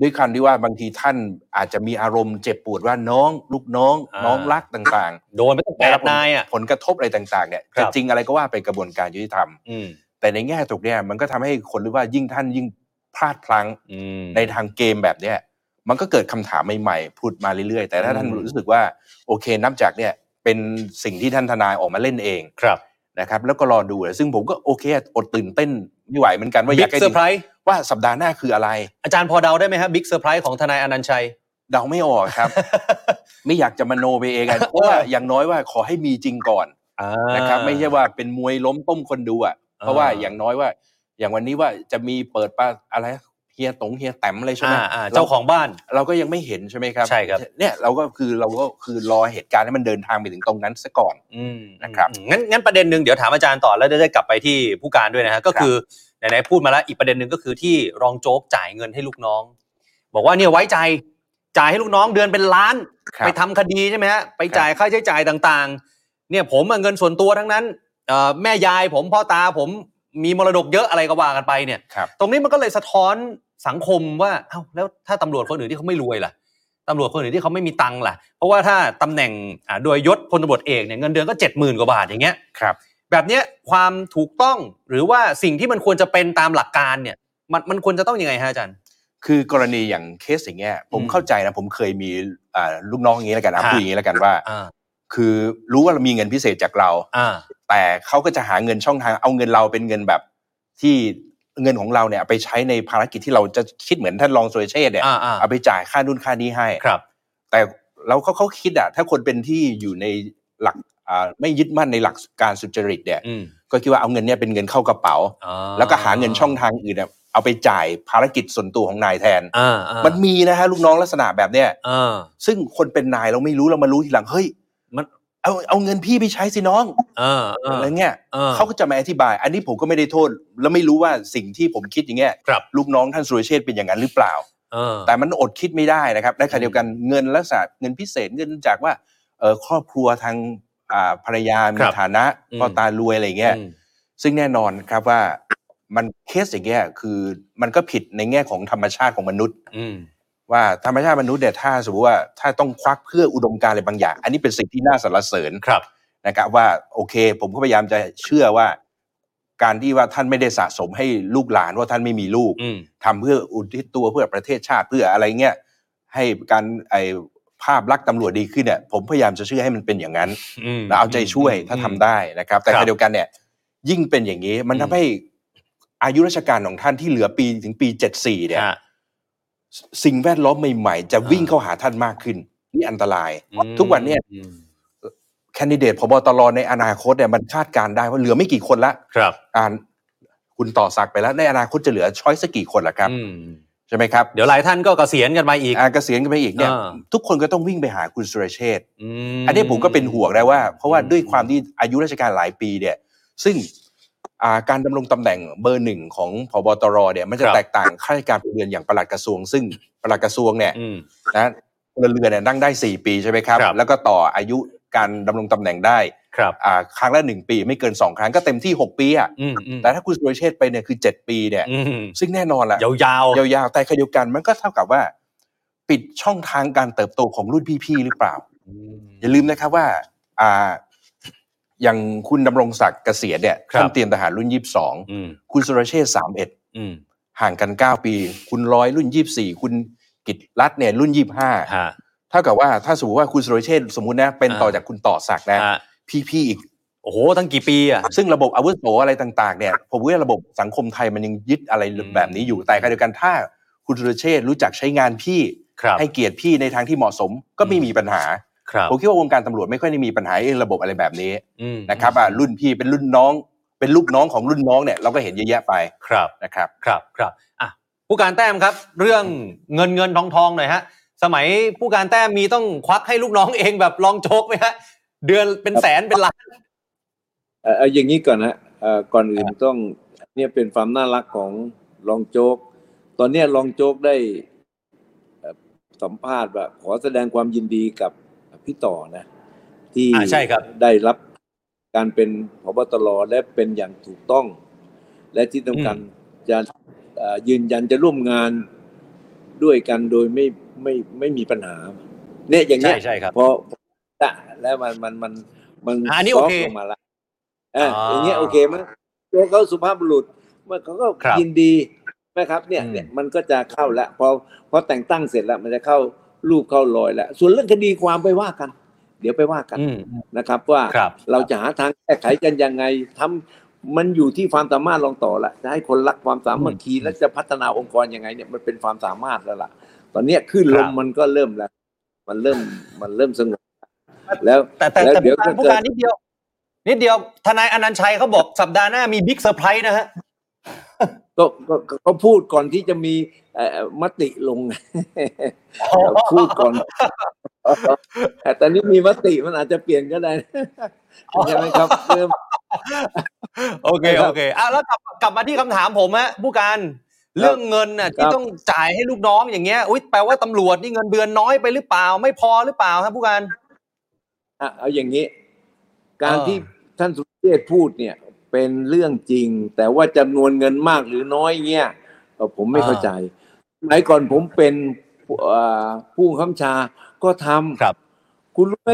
[SPEAKER 5] ด้วยคำที่ว่าบางทีท่านอาจจะมีอารมณ์เจ็บปวดว่าน้อง ลูกน้อง
[SPEAKER 2] อ่า
[SPEAKER 5] น้องรักต่าง
[SPEAKER 2] โดนไปตั้ง
[SPEAKER 5] ๆ
[SPEAKER 2] แป
[SPEAKER 5] ได้
[SPEAKER 2] ด
[SPEAKER 5] รับผล
[SPEAKER 2] นายอ่ะ
[SPEAKER 5] ผลกระทบอะไรต่างๆเนี่ย
[SPEAKER 2] ครั
[SPEAKER 5] จะ
[SPEAKER 2] บ
[SPEAKER 5] จริงอะไรก็ว่าไปกระบวนการยุติธรรม
[SPEAKER 2] อืม
[SPEAKER 5] แต่ในแง่ตรงเนี้ยมันก็ทำให้คนรู้ว่ายิ่งท่านยิ่งพลาดพลั้ง
[SPEAKER 2] อืม
[SPEAKER 5] ในทางเกมแบบเนี้ยมันก็เกิดคำถามใหม่ๆพูดมาเรื่อยๆ แต่ถ้าท่าน
[SPEAKER 2] อืม
[SPEAKER 5] รู้สึกว่าโอเคนับจากเนี่ยเป็นสิ่งที่ท่านทนายออกมาเล่นเอง
[SPEAKER 2] ครับ
[SPEAKER 5] นะครับแล้วก็รอดูเลยซึ่งผมก็โอเคอดตื่นเต้นไม่ไหวเหมือนกันว่าอยา
[SPEAKER 2] บิ๊ก
[SPEAKER 5] กให้
[SPEAKER 2] เซอร์ไพรส์
[SPEAKER 5] ว่าสัปดาห์หน้าคืออะไร
[SPEAKER 2] อาจารย์พอเดาได้ไหมฮะบิ๊กเซอร์ไพรส์ของทนายอนันต์ชัย
[SPEAKER 5] เดาไม่ออก ครับ ไม่อยากจะมโนไปเองอะเพราะว่าอย่างน้อยว่าขอให้มีจริงก่อนนะครับ ไม่ใช่ว่าเป็นมวยล้มต้มคนดูอ่ะเพราะว่าอย่างน้อยว่า อย่างวันนี้ว่าจะมีเปิดปาอะไรเฮียตงเฮียแต้มอะไรใช่ไหม
[SPEAKER 2] อ่าอ่าเจ้าของบ้าน
[SPEAKER 5] เราก็ยังไม่เห็นใช่ไหมครับ
[SPEAKER 2] ใช่ครับ
[SPEAKER 5] เนี่ยเราก็คือเราก็คือรอเหตุการณ์ให้มันเดินทางไปถึงตรงนั้นซะก่อน
[SPEAKER 2] อืม
[SPEAKER 5] นะครับ
[SPEAKER 2] อืมงั้นงั้นประเด็นหนึ่งเดี๋ยวถามอาจารย์ต่อแล้วจะได้กลับไปที่ผู้การด้วยนะฮะก็คือไหนๆพูดมาแล้วอีกประเด็นหนึ่งก็คือที่รองโจ๊กจ่ายเงินให้ลูกน้อง บอกว่าเนี่ยไว้ใจจ่ายให้ลูกน้องเดือนเป็นล้าน
[SPEAKER 5] ครับ
[SPEAKER 2] ไปทำคดีใช่ไหมฮะไปจ่ายค่าใช้จ่ายต่างๆ เนี่ยผมอะเงินส่วนตัวทั้งนั้นเอ่อแม่ยายผมพ่อตาผมมีมรดกเยอะอะไรก็ว่ากันไปเนี่ย
[SPEAKER 5] ครับ
[SPEAKER 2] ตรงนี้มันก็เลยสะท้อนสังคมว่าเอ้าแล้วถ้าตำรวจคนอื่นที่เขาไม่รวยล่ะ ตำรวจคนอื่นที่เขาไม่มีตังค์ล่ะ เพราะว่าถ้าตำแหน่งอ่าโดยยศพลตำรวจเอกเนี่ยเงินเดือนก็เจ็ดหมื่นกว่าบาทอย่างเงี้ย
[SPEAKER 5] ครับ
[SPEAKER 2] แบบเนี้ยความถูกต้องหรือว่าสิ่งที่มันควรจะเป็นตามหลักการเนี่ย มันมันควรจะต้องยังไงฮะอาจารย์
[SPEAKER 5] คือกรณีอย่างเคสอย่างเงี้ยผม
[SPEAKER 2] อืม
[SPEAKER 5] เข้าใจนะผมเคยมีอ่าลูกน้องอย่างนี้แล้วกันนะ
[SPEAKER 2] ฮะ
[SPEAKER 5] พูดอย่างนี้แล้วกันว่า
[SPEAKER 2] อ่า
[SPEAKER 5] คือรู้ว่าเรามีเงินพิเศษจากเรา
[SPEAKER 2] อ่า
[SPEAKER 5] แต่เขาก็จะหาเงินช่องทางเอาเงินเราเป็นเงินแบบที่เงินของเราเนี่ยเอาไปใช้ในภารกิจที่เราจะคิดเหมือนท่านรองสุรเชษฐ์เนี่ย
[SPEAKER 2] อ่าอ่า
[SPEAKER 5] เอาไปจ่ายค่านู่นค่านี้ให้
[SPEAKER 2] ครับ
[SPEAKER 5] แต่เราเขาเขาคิดอะถ้าคนเป็นที่อยู่ในหลักอ่าไม่ยึดมั่นในหลักการสุจริตเนี่ย
[SPEAKER 2] อืม
[SPEAKER 5] ก็คิดว่าเอาเงินเนี่ยเป็นเงินเข้ากระเป๋า
[SPEAKER 2] อ่า
[SPEAKER 5] แล้วก็หาเงินช่องทางอื่นเนี่ยเอาไปจ่ายภารกิจส่วนตัวของนายแทน
[SPEAKER 2] อ่าอ่า
[SPEAKER 5] มันมีนะฮะลูกน้องลักษณะแบบเนี้ย
[SPEAKER 2] อ่า
[SPEAKER 5] ซึ่งคนเป็นนายเราไม่รู้เรามารู้ทีหลังเฮ้ย
[SPEAKER 2] มัน
[SPEAKER 5] เอาเอาเงินพี่ไปใช้สิน้อง
[SPEAKER 2] อ่าอ่า
[SPEAKER 5] อะไรเงี้ย เขาก็จะมาอธิบาย อันนี้ผมก็ไม่ได้โทษ และไม่รู้ว่าสิ่งที่ผมคิดอย่างเงี้ย
[SPEAKER 2] ครับ
[SPEAKER 5] ลูกน้องท่านสุรเชษฐ์เป็นอย่างนั้นหรือเปล่า
[SPEAKER 2] อ่า
[SPEAKER 5] แต่มันอดคิดไม่ได้นะครับในขณะเดียวกันเงินลักษณะเงินพิเศษเงินจากว่าเอ่อครอบครัวทางอ่าภรรยามี
[SPEAKER 2] ครับ
[SPEAKER 5] ฐานะ
[SPEAKER 2] อืม
[SPEAKER 5] พ่อตารวยอะไรเงี้ย
[SPEAKER 2] อืม
[SPEAKER 5] ซึ่งแน่นอนครับว่ามันเคสอย่างเงี้ยคือมันก็ผิดในแง่ของธรรมชาติของมนุษย์
[SPEAKER 2] อืม
[SPEAKER 5] ว่าธรรมชาติมนุษย์เนี่ยถ้าสมมติว่าถ้าต้องควักเพื่ออุดมการณ์อะไรบางอย่าง อันนี้เป็นสิ่งที่น่าสรรเสริญ
[SPEAKER 2] ครับ
[SPEAKER 5] นะครับว่าโอเคผมก็พยายามจะเชื่อว่า การที่ว่าท่านไม่ได้สะสมให้ลูกหลานว่าท่านไม่มีลูก
[SPEAKER 2] อืม
[SPEAKER 5] ทำเพื่ออุทิศตัวเพื่อประเทศชาติเพื่ออะไรเงี้ยให้การไอภาพลักษณ์ตำรวจดีขึ้นเนี่ยผมพยายามจะเชื่อให้มันเป็นอย่างนั้น
[SPEAKER 2] อืม
[SPEAKER 5] แล้วเอาใจช่วยถ้าทำได้นะครับ แต่
[SPEAKER 2] ครับ
[SPEAKER 5] ขณะเดียวกันเนี่ยยิ่งเป็นอย่างนี้มัน
[SPEAKER 2] อืม
[SPEAKER 5] ทำให้อายุราชการของท่านที่เหลือปีถึงปี 74เนี่ย
[SPEAKER 2] อ่า
[SPEAKER 5] สิ่งแวดล้อมใหม่ๆ จะวิ่งเข้าหาท่านมากขึ้นนี่อันตราย ทุกวันเนี่ย
[SPEAKER 2] อืม
[SPEAKER 5] แคนดิเดตพบตรในอนาคตเนี่ยมันคาดการณ์ได้ว่าเหลือไม่กี่คนละ
[SPEAKER 2] ครับ
[SPEAKER 5] อ่านคุณต่อสักดิ์ไปแล้วในอนาคตจะเหลือช้อยสักกี่คนละครับ
[SPEAKER 2] อืม
[SPEAKER 5] ใช่ไหมครับ
[SPEAKER 2] เดี๋ยวหลายท่านก็เกษียณกันมาอีก
[SPEAKER 5] อาเกษียณกันไปอีกเนี่ย
[SPEAKER 2] อ่า
[SPEAKER 5] ทุกคนก็ต้องวิ่งไปหาคุณสุรเชษฐ์
[SPEAKER 2] ม
[SPEAKER 5] อันนี้ผมก็เป็นห่วงนะว่า เพราะว่าด้วยความที่อายุราชการหลายปีเนี่ย ซึ่งอ่าการดำรงตำแหน่งเบอร์หนึ่งของพบตรเนี่ย มันจะ
[SPEAKER 2] ครับ
[SPEAKER 5] แตกต่างข้าราชการพลเรือนอย่างปลัดกระทรวง ซึ่งปลัดกระทรวงเนี่ย
[SPEAKER 2] อืม
[SPEAKER 5] นะพลเรือนเนี่ยนั่งได้ 4 ปีใช่ไหมครับ
[SPEAKER 2] ครับ
[SPEAKER 5] แล้วก็ต่ออายุการดำรงตำแหน่งได้
[SPEAKER 2] ครับ
[SPEAKER 5] อ่าครั้งละ 1 ปีไม่เกิน 2 ครั้งก็เต็มที่ 6 ปีอ่ะ
[SPEAKER 2] อืมอืม
[SPEAKER 5] แต่ถ้าคุณสุรเชษฐ์ไปเนี่ยคือ 7 ปีเนี่ย
[SPEAKER 2] อืม
[SPEAKER 5] ซึ่งแน่นอนแหละ
[SPEAKER 2] ยาวๆ
[SPEAKER 5] ยาวๆแต่ขณะเดียวกันมันก็เท่ากับว่า ปิดช่องทางการเติบโตของรุ่นพี่ๆหรือเปล่า อย่าลืมนะครับว่าอ่าอย่างคุณดำรงศักดิ์เกษียณเนี่ย
[SPEAKER 2] ครับ
[SPEAKER 5] ท่านเตรียมทหารรุ่น
[SPEAKER 2] อืม
[SPEAKER 5] 22 คุณสุรเชษฐ์
[SPEAKER 2] อืม
[SPEAKER 5] 31 ห่างกัน 9 ปี คุณร้อยรุ่น 24 คุณกิตรัตน์เนี่ยรุ่น
[SPEAKER 2] ฮะ
[SPEAKER 5] 25เท่ากับว่าถ้าสมมติว่าคุณสุรเชษฐ์สมมุตินะเป็นต่อ
[SPEAKER 2] อ่า
[SPEAKER 5] จากคุณต่อศักดิ์นะ
[SPEAKER 2] ฮะ
[SPEAKER 5] พี่ๆอีก
[SPEAKER 2] โอ้โหตั้งกี่ปีอ่ะ
[SPEAKER 5] ซึ่งระบบอาวุโสอะไรต่างๆเนี่ยผมว่าระบบสังคมไทยมันยังยึดอะไร
[SPEAKER 2] อืม
[SPEAKER 5] แบบนี้อยู่แต่ขณะเดียวกันถ้า คุณสุรเชษฐ์รู้จักใช้งานพี่
[SPEAKER 2] ครับ
[SPEAKER 5] ให้เกียรติพี่ในทางที่เหมาะสมก็ไม่มีปัญหา
[SPEAKER 2] ครับ
[SPEAKER 5] ผมคิดว่าวงการตำรวจไม่ค่อยได้มีปัญหาเรื่องระบบอะไรแบบนี้
[SPEAKER 2] อืม
[SPEAKER 5] นะครับอ่ะรุ่นพี่เป็นรุ่นน้อง เป็นลูกน้องของรุ่นน้องเนี่ยเราก็เห็นเยอะแยะไป
[SPEAKER 2] ครับ
[SPEAKER 5] นะครับ
[SPEAKER 2] ครับครับอ่ะผู้การแต้มครับ เรื่องเงินเงินทองทองหน่อยฮะ สมัยผู้การแต้มมีต้องควักให้ลูกน้องเองแบบลองโชกไหมฮะ เดือนเป็นแสนเป็นล้าน
[SPEAKER 4] เอ่อเอาอย่างนี้ก่อนนะเอ่อก่อนอื่นต้องเนี่ยเป็นความน่ารักของรองโจ๊ก ตอนเนี้ยรองโจ๊กได้เอ่อสัมภาษณ์ว่าขอแสดงความยินดีกับพี่ต่อนะ ที่
[SPEAKER 2] อ่าใช่ครับ
[SPEAKER 4] ได้รับการเป็นพบตรและเป็นอย่างถูกต้อง และที่สำคัญจะเอ่อยืนยันจะร่วมงานด้วยกันโดยไม่ไม่ไม่มีปัญหา เนี่ยอย่างเงี้
[SPEAKER 2] ใช่
[SPEAKER 4] ย
[SPEAKER 2] ใช่ครับ
[SPEAKER 4] พอตะแล้วมันมันมันมัน
[SPEAKER 2] อ่าอันนี้
[SPEAKER 4] ซฟ
[SPEAKER 2] โอเค
[SPEAKER 4] ลงมาละเอออ
[SPEAKER 2] ออย่าง
[SPEAKER 4] เงี้ยโอเคมั้ยตัวเขาสุภาพบุรุษมันเขาก็
[SPEAKER 2] ครับ
[SPEAKER 4] ยินดีนะครับเนี่ย
[SPEAKER 5] อืม
[SPEAKER 4] เนี่ยมันก็จะเข้าละพอพอแต่งตั้งเสร็จแล้วมันจะเข้ารูปเข้ารอยแล้วส่วนเรื่องคดีความไปว่ากัน เดี๋ยวไปว่ากัน
[SPEAKER 2] อืม
[SPEAKER 4] นะครับ ว่า
[SPEAKER 2] ครับ
[SPEAKER 4] เราจะหาทางแก้ไขกันยังไงทำมันอยู่ที่ความสามารถลองต่อละจะให้คนรักความสามัคคีและจะพัฒนาองค์กรยังไงเนี่ยมันเป็นความสามารถแล้วล่ะ ตอนเนี้ยขึ้นลม
[SPEAKER 2] ครับ
[SPEAKER 4] มันก็เริ่มแล้ว มันเริ่มมันเริ่มสงบแล้ว
[SPEAKER 2] แต่แต่
[SPEAKER 4] แล้ว
[SPEAKER 2] แต่
[SPEAKER 4] เดี๋ยว
[SPEAKER 2] ผู้การผู้การนิดเดียว นิดเดียวทนายอนันต์ชัยเขาบอกสัปดาห์หน้ามีบิ๊กเซอร์ไพรส์นะฮะ
[SPEAKER 4] ก็ก็ก็ก็พูดก่อนที่จะมีเอ่อมติ ลง พูดก่อนแต่ตอนนี้มีมติมันอาจจะเปลี่ยนก็ได้ ใช่ไหมครับเริ่ม
[SPEAKER 2] โอเค
[SPEAKER 4] ครับ
[SPEAKER 2] โอเคอ่ะแล้วกลับกลับมาที่คำถามผมฮะผู้การเรื่องเงินน่ะที่
[SPEAKER 4] ครับ
[SPEAKER 2] ต้องจ่ายให้ลูกน้องอย่างเงี้ยอุ้ยแปลว่าตำรวจนี่เงินเดือนน้อยไปหรือเปล่า ไม่พอหรือเปล่าฮะผู้การ
[SPEAKER 4] อ่ะเอาอย่างนี้ การ
[SPEAKER 2] อ่า
[SPEAKER 4] ที่ท่านสุเทพพูดเนี่ยเป็นเรื่องจริง แต่ว่าจำนวนเงินมากหรือน้อยเนี่ยเอ่อผมไม่เข้าใจสมัยก่อนผมเป็นเอ่อผู้ค้ำชาก็ทำ
[SPEAKER 2] ครับ
[SPEAKER 4] คุณรู้ไหม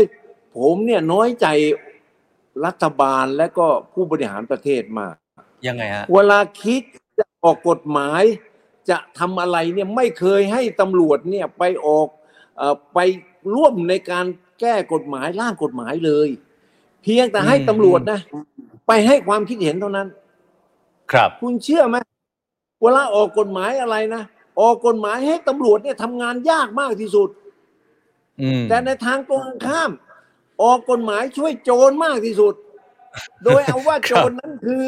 [SPEAKER 4] ผมเนี่ยน้อยใจรัฐบาลและก็ผู้บริหารประเทศมาก
[SPEAKER 2] ยังไงฮะ
[SPEAKER 4] เวลาคิดจะออกกฎหมาย จะทำอะไรเนี่ยไม่เคยให้ตำรวจเนี่ยไปออกเออไปร่วมในการแก้กฎหมายร่างกฎหมายเลย เพียงแต่ให้ตำรวจนะ ไปให้ความคิดเห็นเท่านั้น
[SPEAKER 2] ครับ
[SPEAKER 4] คุณเชื่อไหมเวลาออกกฎหมายอะไรนะ ออกกฎหมายให้ตำรวจเนี่ยทำงานยากมากที่สุด
[SPEAKER 2] อืม
[SPEAKER 4] แต่ในทางตรงกันข้าม ออกกฎหมายช่วยโจรมากที่ สุด โดยเอาว่าโจรนั้นคือ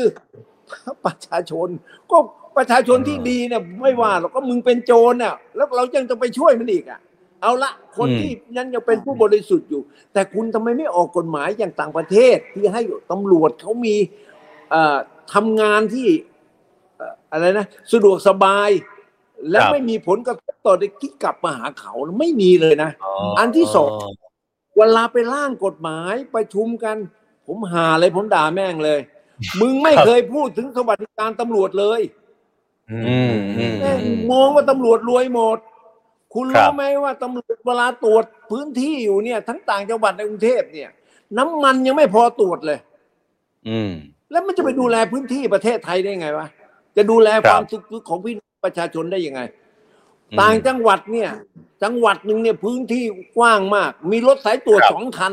[SPEAKER 4] ประชาชน ก็ประชาชนที่ดีเนี่ยไม่ว่าหรอกก็มึงเป็นโจรเนี่ยแล้วเรายังจะไปช่วยมันอีกอ่ะ เอาละคนที่นั้นยังเป็นผู้บริสุทธิ์อยู่ แต่คุณทำไมไม่ออกกฎหมายอย่างต่างประเทศที่ให้ตำรวจเขามีเอ่อทำงานที่เอ่ออะไรนะสะดวกสบาย และไม่มีผลกระทบต่อเด็กที่กลับมาหาเขาไม่มีเลยนะ อันที่สอง เวลาไปร่างกฎหมายประชุมกัน ผมหาเลยผมด่าแม่งเลย มึงไม่เคยพูดถึงสวัสดิการตำรวจเลย
[SPEAKER 2] อืมอืม
[SPEAKER 4] แม่ง
[SPEAKER 2] อืม
[SPEAKER 4] มองว่าตำรวจรวยหมด คุณ
[SPEAKER 2] ครั
[SPEAKER 4] รู้
[SPEAKER 2] บ
[SPEAKER 4] ไหมว่าตำรวจเวลาตรวจพื้นที่อยู่เนี่ย ทั้งต่างจังหวัดในกรุงเทพเนี่ย น้ำมันยังไม่พอตรวจเลย
[SPEAKER 2] อืม
[SPEAKER 4] แล้วมันจะไปดูแลพื้นที่ประเทศไทยได้ไงวะ จะดูแล
[SPEAKER 2] ค
[SPEAKER 4] ครับ วามสุขของพี่น้องประชาชนได้ยังไง ต่างจังหวัดเนี่ย จังหวัดหนึ่งเนี่ยพื้นที่กว้างมาก มีรถสายตรวจสองคัน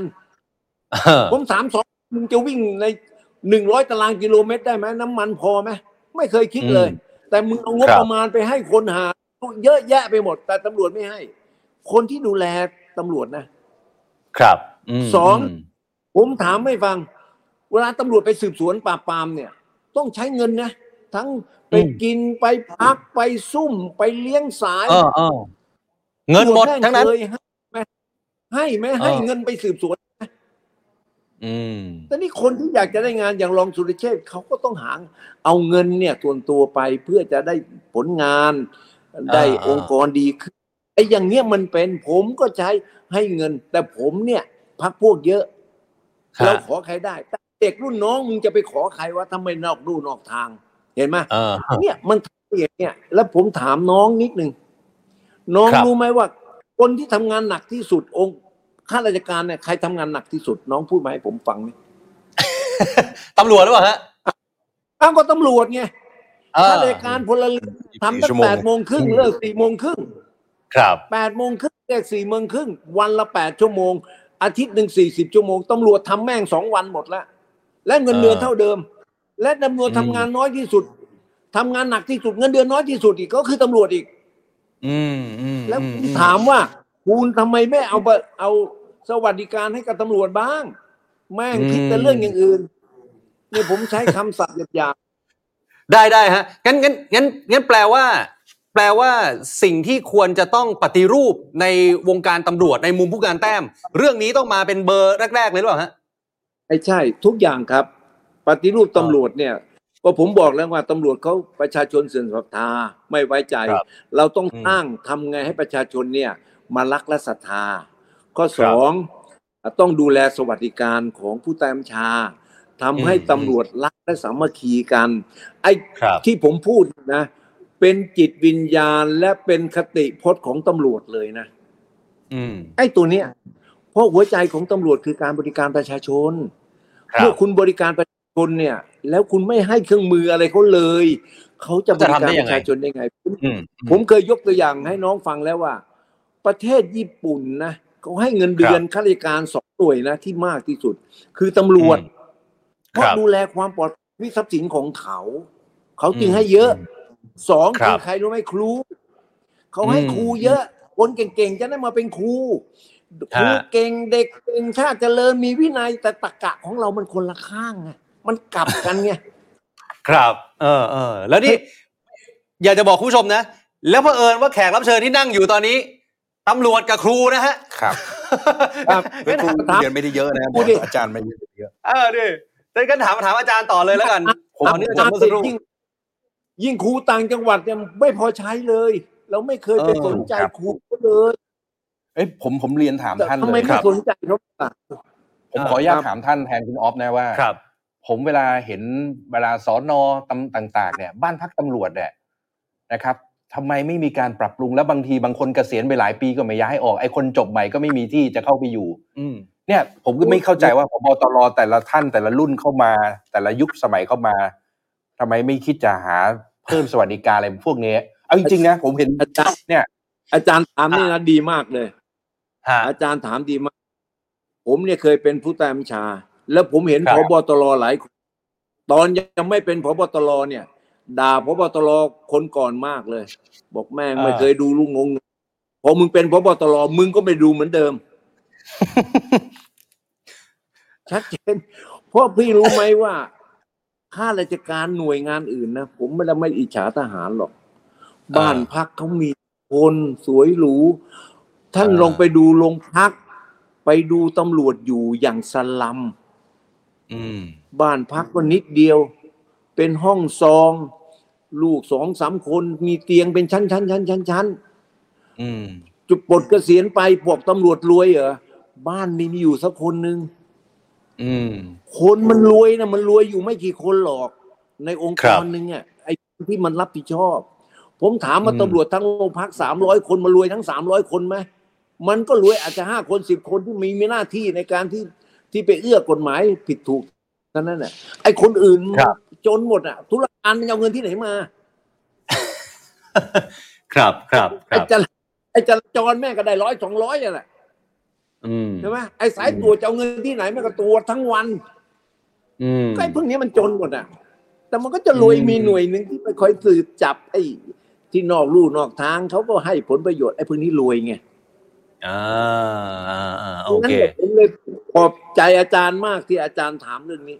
[SPEAKER 2] เออ
[SPEAKER 4] ผมถามสองมึงจะวิ่งในหนึ่งร้อยตารางกิโลเมตรได้ไหมน้ำมันพอไหมไม่เคยคิดเลย แต่มึงเอางบประมาณไปให้คนหา เยอะแยะไปหมด แต่ตำรวจไม่ให้ คนที่ดูแลตำรวจนะ
[SPEAKER 2] ครับม
[SPEAKER 4] สอง
[SPEAKER 2] ม
[SPEAKER 4] ผมถามให้ฟัง เวลาตำรวจไปสืบสวนปราบปรามเนี่ย ต้องใช้เงินนะ ทั้งไปกินไปพักไปซุ่มไปเลี้ยงสาย
[SPEAKER 2] เออเออเงินหมดทั้งนั้น
[SPEAKER 4] ตำรวจแม่เคยให้ไหมให้ไหมให้
[SPEAKER 2] เออ
[SPEAKER 4] เงินไปสืบสวน
[SPEAKER 2] อืม
[SPEAKER 4] แต่นี่คนที่อยากจะได้งานอย่างรองสุรเชษฐ์เขาก็ต้องหาเอาเงินเนี่ยส่วนตัวไปเพื่อจะได้ผลงานได้
[SPEAKER 2] อ่า
[SPEAKER 4] องค์กรดีขึ้นไอ้อย่างเนี้ยมันเป็นผมก็ใช้ให้เงิน แต่ผมเนี่ยพักพวกเยอะ
[SPEAKER 2] ครั
[SPEAKER 4] เรา
[SPEAKER 2] บ
[SPEAKER 4] ขอใครได้แต่เด็กรุ่นน้องมึงจะไปขอใครว่าทำไมนอกดูนอกทาง เห็นไหม
[SPEAKER 2] เออ
[SPEAKER 4] เนี่ยมันทำอย่างเนี่ย แล้วผมถามน้องนิดนึงน้อง
[SPEAKER 2] ครับ
[SPEAKER 4] รู้ไหมว่า คนที่ทำงานหนักที่สุดองค์ข้าราชการเนี่ยใครทำงานหนักที่สุด น้องพูดมาให้ผมฟังไหม
[SPEAKER 2] ตำรวจหรือเปล่าฮะ
[SPEAKER 4] อ้าวก็ตำรวจไง
[SPEAKER 2] เออ
[SPEAKER 4] ข้าราชการพลเรือนทำตั้
[SPEAKER 5] ชั่
[SPEAKER 4] ง
[SPEAKER 5] วโมง
[SPEAKER 4] แปดโมงครึ่งเลิกสี่โมงครึ่ง
[SPEAKER 2] ครับ
[SPEAKER 4] แปดโมงครึ่งเลิกสี่โมงครึ่งวันละแปดชั่วโมง อาทิตย์หนึ่งสี่สิบชั่วโมงตำรวจทำแม่งสองวันหมดละและเงินเดือน
[SPEAKER 2] อ่า
[SPEAKER 4] เท่าเดิม และตำรวจ
[SPEAKER 2] อืม
[SPEAKER 4] ทำงานน้อยที่สุดทำงานหนักที่สุดเงินเดือนน้อยที่สุดอีกก็คือตำรวจอีก
[SPEAKER 2] อืมอืม
[SPEAKER 4] แล้ว
[SPEAKER 2] อื
[SPEAKER 4] ผมถามว่าคุณทำไมไม่เอาบะเอาสวัสดิการให้กับตำรวจบ้าง แม่งคิดแต่เรื่องอย่างอื่นนี่ผมใช้คำศัพท์หยาบ
[SPEAKER 2] ได้ได้ฮะงั้นงั้นงั้นงั้นแปลว่า แปลว่าสิ่งที่ควรจะต้องปฏิรูปในวงการตำรวจในมุมผู้การแต้ม เรื่องนี้ต้องมาเป็นเบอร์แรก ๆ เลยหรือเปล่าฮะ
[SPEAKER 4] ๆไอ้ใช่ทุกอย่างครับ ปฏิรูปตำรวจเนี่ย ก็ผมบอกแล้วว่าตำรวจเขาประชาชนเสื่อมศรัทธาไม่ไว้ใจ
[SPEAKER 2] ครับ
[SPEAKER 4] เราต้อง
[SPEAKER 2] อืม
[SPEAKER 4] สร้างทำไงให้ประชาชนเนี่ย มารักและศรัทธา ข้อ
[SPEAKER 2] ค
[SPEAKER 4] ส
[SPEAKER 2] รับ
[SPEAKER 4] องต้องดูแลสวัสดิการของผู้ใต้บัญชาทำให้
[SPEAKER 2] อืม
[SPEAKER 4] ตำรวจรักและสามัคคีกัน ไอ้
[SPEAKER 2] ครับ
[SPEAKER 4] ที่ผมพูดนะ เป็นจิตวิญญาณและเป็นคติพจน์ของตำรวจเลยนะ
[SPEAKER 2] อืม
[SPEAKER 4] ไอ้ตัวเนี้ยเพราะหัวใจของตำรวจคือการบริการประชาชน
[SPEAKER 2] ครับ
[SPEAKER 4] เมื่อคุณบริการประชาชนเนี่ย แล้วคุณไม่ให้เครื่องมืออะไรเขาเลย เขาจะบริการประชาชนได้ไงผม
[SPEAKER 2] อืมอืม
[SPEAKER 4] ผมเคยยกตัวอย่างให้น้องฟังแล้วว่า ประเทศญี่ปุ่นนะเขาให้เงินเดือนข้าราชการสองหน่วยนะที่มากที่สุด คือตำรวจ
[SPEAKER 2] อืม
[SPEAKER 4] เพราะ
[SPEAKER 2] ครับ
[SPEAKER 4] ดูแลความปลอดภัยทรัพย์สินของเขา เขาจึง
[SPEAKER 2] อืม
[SPEAKER 4] ให้เยอะสอง
[SPEAKER 2] ครั
[SPEAKER 4] คื
[SPEAKER 2] บ
[SPEAKER 4] อใครรู้ไหมครู เขาให้
[SPEAKER 2] อืม
[SPEAKER 4] ครูเยอะ คนเก่งๆจะได้มาเป็นครูครู
[SPEAKER 2] ฮะ
[SPEAKER 4] เก่งเด็กเก่งชาติเจริญมีวินัยแต่ตรกกะของเรามันคนละข้างไงมันกลับกันไง
[SPEAKER 2] ครับ เออเออแล้วนี่ อยากจะบอกคุณผู้ชมนะ แล้วเผอิญว่าแขกรับเชิญที่นั่งอยู่ตอนนี้ตำรวจกับครูนะฮะ
[SPEAKER 5] ครับ
[SPEAKER 4] ครับ
[SPEAKER 5] คือครูเรียนไม่ได้เยอะนะ
[SPEAKER 4] พูดดิ
[SPEAKER 5] อาจารย์ไม่ได้เยอะ
[SPEAKER 2] เออดิดังนั้นถามถามอาจารย์ต่อเลยแล้วกัน
[SPEAKER 5] ผม
[SPEAKER 2] ตอนนี้อาจารย์เมื่อสักครู่
[SPEAKER 4] ยิ่งยิ่งครูต่างจังหวัดเนี่ยไม่พอใช้เลย เราไม่เคยไป
[SPEAKER 2] เออ
[SPEAKER 4] สนใจครูเขาเลย
[SPEAKER 5] เอ้ยผมผมเรียนถาม
[SPEAKER 4] แต่
[SPEAKER 5] ท่าน
[SPEAKER 4] ทำ
[SPEAKER 5] เล
[SPEAKER 4] ไม
[SPEAKER 5] ย
[SPEAKER 4] ไม่สนใจเขาล่ะ
[SPEAKER 5] ผมขออนุญาต
[SPEAKER 4] ครับ
[SPEAKER 5] ถามท่านแทนคุณออฟนะว่า
[SPEAKER 2] ครับ
[SPEAKER 5] ผมเวลาเห็นเวลาสอนอตำต่าง ๆ เนี่ย บ้านพักตำรวจเนี่ยนะครับทำไมไม่มีการปรับปรุงแล้วบางทีบางคนเกษียณไปหลายปีก็ไม่ย้ายออกไอ้คนจบใหม่ก็ไม่มีที่จะเข้าไปอยู่
[SPEAKER 2] อืม
[SPEAKER 5] เนี่ยผมก็ไม่เข้าใจว่าพบตรแต่ละท่านแต่ละรุ่นเข้ามา แต่ละยุคสมัยเข้ามาทำไมไม่คิดจะหาเพิ่มสวัสดิการอะไรพวกนี้เอาจริงๆนะผมเห็น
[SPEAKER 4] อาจารย์
[SPEAKER 5] เนี่ย
[SPEAKER 4] อาจารย์ถามนี่นะดีมากเลย
[SPEAKER 2] ฮะ
[SPEAKER 4] อาจารย์ถามดีมาก ผมเนี่ยเคยเป็นผู้ใต้บัญชา แล้วผมเห็น
[SPEAKER 2] ครั
[SPEAKER 4] พ
[SPEAKER 2] บ
[SPEAKER 4] บตรหลายคนตอนยังไม่เป็นพบตรเนี่ย ด่าพบตรคนก่อนมากเลย บอกแม่งไม่เคยดูลูกงงพอมึงเป็นพบตรมึงก็ไม่ดูเหมือนเดิ ม ชัดเจนเพราะพี่รู้ไหมว่าข้าราชการหน่วยงานอื่นนะผมไม่ได้ไม่อิจฉาทหารหรอก บ้านพักเขามีคนสวยหรู ท่าน
[SPEAKER 5] อ่า
[SPEAKER 4] ลองไปดูโรงพัก ไปดูตำรวจอยู่อย่างสลัม
[SPEAKER 2] อืม
[SPEAKER 4] บ้านพักก็นิดเดียว เป็นห้องซอง ลูกสองสามคนมีเตียงเป็นชั้นชั้นชั้นชั้นชั้น
[SPEAKER 5] อืม
[SPEAKER 4] จุดปลดเกษียณไปพวกตำรวจรวยเหรอบ้านไมีมีอยู่สักคนหนึ่ง
[SPEAKER 5] อืม
[SPEAKER 4] คนมันรวยนะมันรวยอยู่ไม่กี่คนหรอก ในองค์
[SPEAKER 2] ค
[SPEAKER 4] ก
[SPEAKER 2] รับ
[SPEAKER 4] รหนึ่งอ่ะไอ้ที่มันรับผิดชอบ ผมถามมา
[SPEAKER 5] อืม
[SPEAKER 4] ตำรวจทั้งโรงพักสามร้อยคนมารวยทั้งสามร้อยคนไหมมันก็รวยอาจจะห้าคนสิบคนที่มีมีหน้าที่ในการที่ที่ไปเอื้อกฎหมายผิดถูกเท่านั้นแหละไอ้คนอื่น
[SPEAKER 2] ครับ
[SPEAKER 4] จนหมดอ่ะ ธุรการมันเอาเงินที่ไหนมา
[SPEAKER 2] ครับครับค
[SPEAKER 4] ไอ้
[SPEAKER 2] รับ
[SPEAKER 4] จราไอ้จราจรแม่งก็ได้ร้อยสองร้อยอ่ะแหละ
[SPEAKER 2] อืม
[SPEAKER 4] ใช่ไหมไอ้สายตรวจจะเอาเงินที่ไหนแม่งก็ตรวจทั้งวัน
[SPEAKER 2] อืม
[SPEAKER 4] ก็ไอ้พวกเนี้ยมันจนหมดอ่ะ แต่มันก็จะรวย
[SPEAKER 2] อืม
[SPEAKER 4] มีหน่วยหนึ่งที่ไปคอยสืบจับไอ้ ที่นอกลู่นอกทางเขาก็ให้ผลประโยชน์ไอ้พวกนี้รวยไง
[SPEAKER 2] อ่าอ่าอ่าโอ
[SPEAKER 4] นั่น
[SPEAKER 2] เค
[SPEAKER 4] แหละผมเลยขอบใจอาจารย์มากที่อาจารย์ถามเรื่องนี้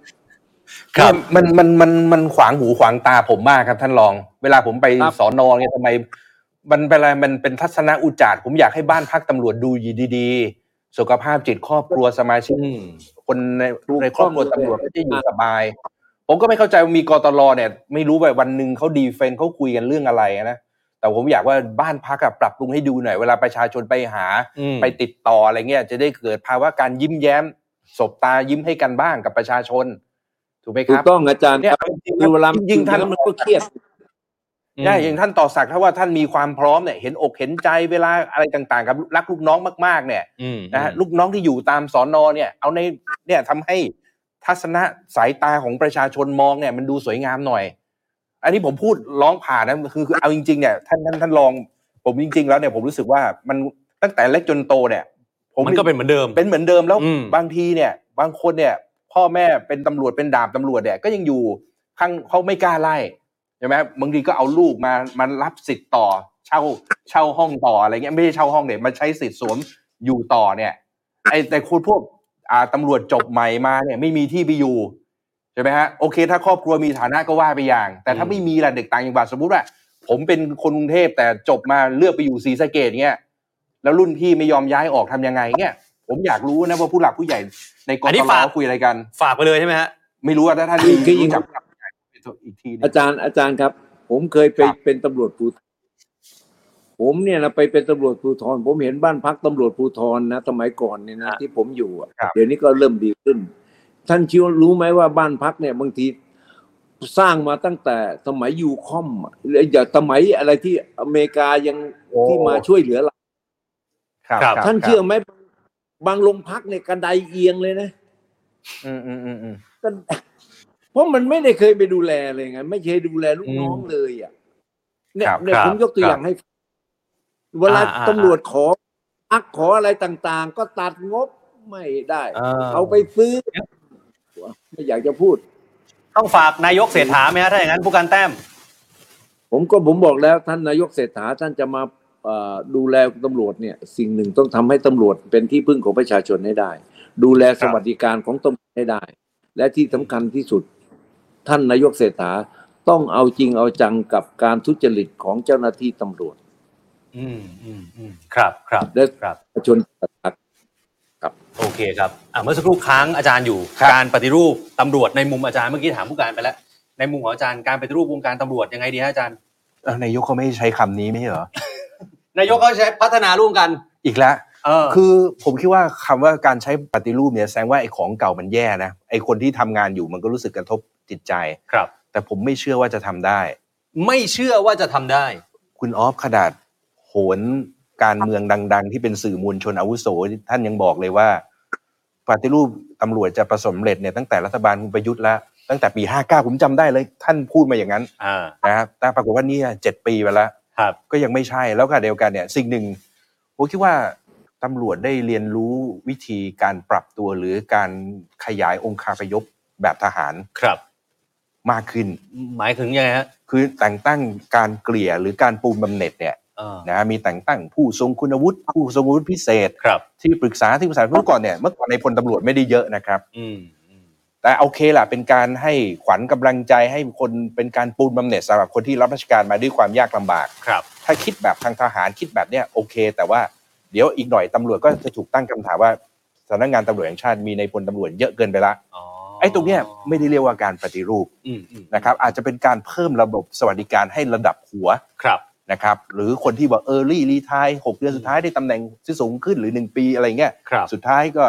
[SPEAKER 2] ครับ
[SPEAKER 5] เนี่ยมันมันมันมันขวางหูขวางตาผมมากครับ ท่านรอง เวลาผมไป
[SPEAKER 4] ครับ
[SPEAKER 5] สอนอเนี่ยทำไม มันเป็นอะไรมันเป็นทัศนอุจารผมอยากให้บ้านพักตำรวจดูอยู่ดีๆ สุขภาพจิตครอบครัวสมาชิก
[SPEAKER 2] อืม
[SPEAKER 5] คนในในครอบครัวตำรวจไม่ได้อยู่สบาย ผมก็ไม่เข้าใจว่ามีกตลเนี่ย ไม่รู้ว่าวันหนึ่งเขาดีเฟนเขาคุยกันเรื่องอะไรนะแต่ผมอยากว่าบ้านพักอะปรับปรุงให้ดูหน่อย เวลาประชาชนไปหา
[SPEAKER 2] อืม
[SPEAKER 5] ไปติดต่ออะไรเงี้ย จะได้เกิดภาวะการยิ้มแย้ม สบตายิ้มให้กันบ้างกับประชาชน ถูกไหมค
[SPEAKER 4] ถู
[SPEAKER 5] รั
[SPEAKER 4] ก
[SPEAKER 5] บ
[SPEAKER 4] ต้องอาจารย์
[SPEAKER 5] เนี่ย
[SPEAKER 4] คือเวลา
[SPEAKER 5] ยิ่งท่าน
[SPEAKER 4] มันก็เครียด
[SPEAKER 5] ใช่อย่างท่านต่อสักดิ์ถ้าว่าท่านมีความพร้อมเนี่ยเห็นอกเห็นใจเวลาอะไรต่างๆ กับรักลูกน้องมากๆเนี่ย
[SPEAKER 2] อืม
[SPEAKER 5] นะฮะลูกน้องที่อยู่ตามสอนอเนี่ย เอาในเนี่ยทำให้ทัศนะสายตาของประชาชนมองเนี่ย มันดูสวยงามหน่อย อันนี้ผมพูดร้องผ่านนะคือคือเอาจริงๆเนี่ยท่านท่านท่านลอง ผมจริง ๆ แล้วเนี่ยผมรู้สึกว่ามันตั้งแต่เล็กจนโตเนี่ย ผม
[SPEAKER 2] มันก็เป็นเหมือนเดิม
[SPEAKER 5] เป็นเหมือนเดิมแล้ว
[SPEAKER 2] อืม
[SPEAKER 5] บางทีเนี่ย บางคนเนี่ย พ่อแม่เป็นตำรวจเป็นดาบตำรวจเนี่ยก็ยังอยู่ข้างเขาไม่กล้าไล่ใช่ไหมบางทีก็เอาลูกมามารับสิทธิ์ต่อ เช่าเช่าห้องต่ออะไรเงี้ยไม่ใช่เช่าห้องเนี่ยมาใช้สิทธิ์สวมอยู่ต่อเนี่ย ไอ้แต่คุณพวกอ่าตำรวจจบใหม่มาเนี่ยไม่มีที่ไปอยู่ใช่ไหมฮะโอเค ถ้าครอบครัวมีฐานะก็ว่าไปอย่าง แต่ถ้าไม่มีล่ะเด็กต่างจังหวัดสมมติว่า ผมเป็นคนกรุงเทพแต่จบมาเลือกไปอยู่ศรีสะเกดเงี้ยแล้วรุ่นพี่ไม่ยอมย้ายออกทำยังไงเงี้ยผมอยากรู้นะว่าผู้หลักผู้ใหญ่ในก
[SPEAKER 2] อั
[SPEAKER 5] ร
[SPEAKER 2] นนี้
[SPEAKER 5] ทม
[SPEAKER 2] ฝาก
[SPEAKER 5] คุยอะไรกัน
[SPEAKER 2] ฝากไปเลยใช่ไหมฮะ
[SPEAKER 5] ไม่รู้ว่าถ้าท่านมี
[SPEAKER 4] คืออย่าง
[SPEAKER 5] รู้จักอีกทีหนึ่
[SPEAKER 4] อาง จารย์อาจารย์ครับ ผมเคยไป
[SPEAKER 5] ครับ
[SPEAKER 4] เป็นตำรวจภูธรผมเนี่ยนะไปเป็นตำรวจภูธรผมเห็นบ้านพักตำรวจภูธรนะสมัยก่อนเนี่ยนะที่ผมอยู่อะเดี๋ยวนี้ก็เริ่มดีขึ้น ท่านคิดวารู้ไหมว่าบ้านพักเนี่ยบางทีสร้างมาตั้งแต่สมัยยูคอมอะหรืออย่าสมัยอะไรที่อเมริกายัง
[SPEAKER 5] โอ้
[SPEAKER 4] ที่มาช่วยเหลือเรา
[SPEAKER 5] ครับ
[SPEAKER 2] ครับ
[SPEAKER 4] ท่านเชื่อไหมบางโรงพักเนี่ยกระไดเอียงเลยนะ
[SPEAKER 5] อืมอืมอืมอืม
[SPEAKER 4] ก็เพราะมันไม่ได้เคยไปดูแลเลยไงไม่เคยดูแลลูกน้องเลยอ่ะเนี่ย
[SPEAKER 5] ครับ
[SPEAKER 4] เนี่ย
[SPEAKER 2] ครับ
[SPEAKER 4] ผมยกตัวอย่างให้ฟังเวลา
[SPEAKER 2] อ่า
[SPEAKER 4] ตำรวจขออักขออะไรต่างๆ ก็ตัดงบไม่ได้
[SPEAKER 2] เออ
[SPEAKER 4] เอาไปซื้อ ไม่อยากจะพูด
[SPEAKER 2] ต้องฝากนายกเศรษฐาไหมฮะถ้าอย่างนั้นผู้การแต้ม
[SPEAKER 4] ผมก็ผมบอกแล้วท่านนายกเศรษฐาท่านจะมาเอ่อดูแลตำรวจเนี่ย สิ่งหนึ่งต้องทำให้ตำรวจเป็นที่พึ่งของประชาชนให้ได้ ดูแลสวัสดิการของตำรวจให้ได้ และที่สำคัญที่สุด ท่านนายกเศรษฐาต้องเอาจริงเอาจังกับการทุจริตของเจ้าหน้าที่ตำรวจ
[SPEAKER 2] อืมอืมอืมครับครับ
[SPEAKER 4] และ
[SPEAKER 2] ครับ
[SPEAKER 4] ประชาชน
[SPEAKER 2] โอเคครับอ่ะเมื่อสักครู่ค้างอาจารย์อยู่
[SPEAKER 5] ครับ
[SPEAKER 2] การปฏิรูปตำรวจในมุมอาจารย์เมื่อกี้ถามผู้การไปแล้ว ในมุมของอาจารย์การปฏิรูปวงการตำรวจยังไงดีฮะอาจารย์
[SPEAKER 5] เอ้านายกเขาไม่ใช้คำนี้ไม่ใช่เหรอ
[SPEAKER 2] นายกเขาใช้พัฒนาร่วมกัน
[SPEAKER 5] อีกแล้ว
[SPEAKER 2] เออ
[SPEAKER 5] คือผมคิดว่าคำว่าการใช้ปฏิรูปเนี่ยแสดงว่าไอ้ของเก่ามันแย่นะไอ้คนที่ทำงานอยู่มันก็รู้สึกกระทบจิตใจ
[SPEAKER 2] ครับ
[SPEAKER 5] แต่ผมไม่เชื่อว่าจะทำได้
[SPEAKER 2] ไม่เชื่อว่าจะทำได้
[SPEAKER 5] คุณออฟขนาดโหนการเมืองดัง ๆ ที่เป็นสื่อมวลชนอาวุโสท่านยังบอกเลยว่าปฏิรูปตำรวจจะประสบสำเร็จเนี่ยตั้งแต่รัฐบาลคุณประยุทธ์แล้วตั้งแต่ปี 59 ผมจำได้เลย ท่านพูดมาอย่างนั้น
[SPEAKER 2] อ่า
[SPEAKER 5] นะครับแต่ปรากฏว่านี่เจ็ดปีไปแล้ว
[SPEAKER 2] ครับ
[SPEAKER 5] ก็ยังไม่ใช่แล้วค่ะเดียวกันเนี่ยสิ่งหนึ่งผมคิดว่าตำรวจได้เรียนรู้วิธีการปรับตัวหรือการขยายองคาพยพแบบทหาร
[SPEAKER 2] ครับ
[SPEAKER 5] มากขึ้น
[SPEAKER 2] หมายถึงยังไงฮะ
[SPEAKER 5] คือแต่งตั้งการเกลี่ยหรือการปูนบำเหน็จเนี่ย
[SPEAKER 2] เออ
[SPEAKER 5] นะฮะมีแต่งตั้งผู้ทรงคุณวุฒิผู้ทรงวุฒิพิเศษ
[SPEAKER 2] ครับ
[SPEAKER 5] ที่ปรึกษาที่ปรึกษาเมื่อก่อนเนี่ยเมื่อก่อนในพลตำรวจไม่ได้เยอะนะครับ
[SPEAKER 2] อืมอืม
[SPEAKER 5] แต่โอเคล่ะเป็นการให้ขวัญกำลังใจให้คนเป็นการปูนบำเหน็จสำหรับคนที่รับราชการมาด้วยความยากลำบาก
[SPEAKER 2] ครับ
[SPEAKER 5] ถ้าคิดแบบทางทหารคิดแบบเนี้ยโอเค แต่ว่าเดี๋ยวอีกหน่อยตำรวจก็จะถูกตั้งคำถามว่าสำนักงานตำรวจแห่งชาติมีในพลตำรวจเยอะเกินไปละ
[SPEAKER 2] อ๋อ
[SPEAKER 5] ไอ้ตรงเนี้ยไม่ได้เรียกว่าการปฏิรูป
[SPEAKER 2] อืมอืม
[SPEAKER 5] นะครับ อาจจะเป็นการเพิ่มระบบสวัสดิการให้ระดับหัว
[SPEAKER 2] ครับ
[SPEAKER 5] นะครับ หรือคนที่บอกเออรี่รีทายหกเดือนสุดท้ายได้ตำแหน่งที่สูงขึ้นหรือหนึ่งปีอะไรเงี้ย
[SPEAKER 2] ครับ
[SPEAKER 5] สุดท้ายก็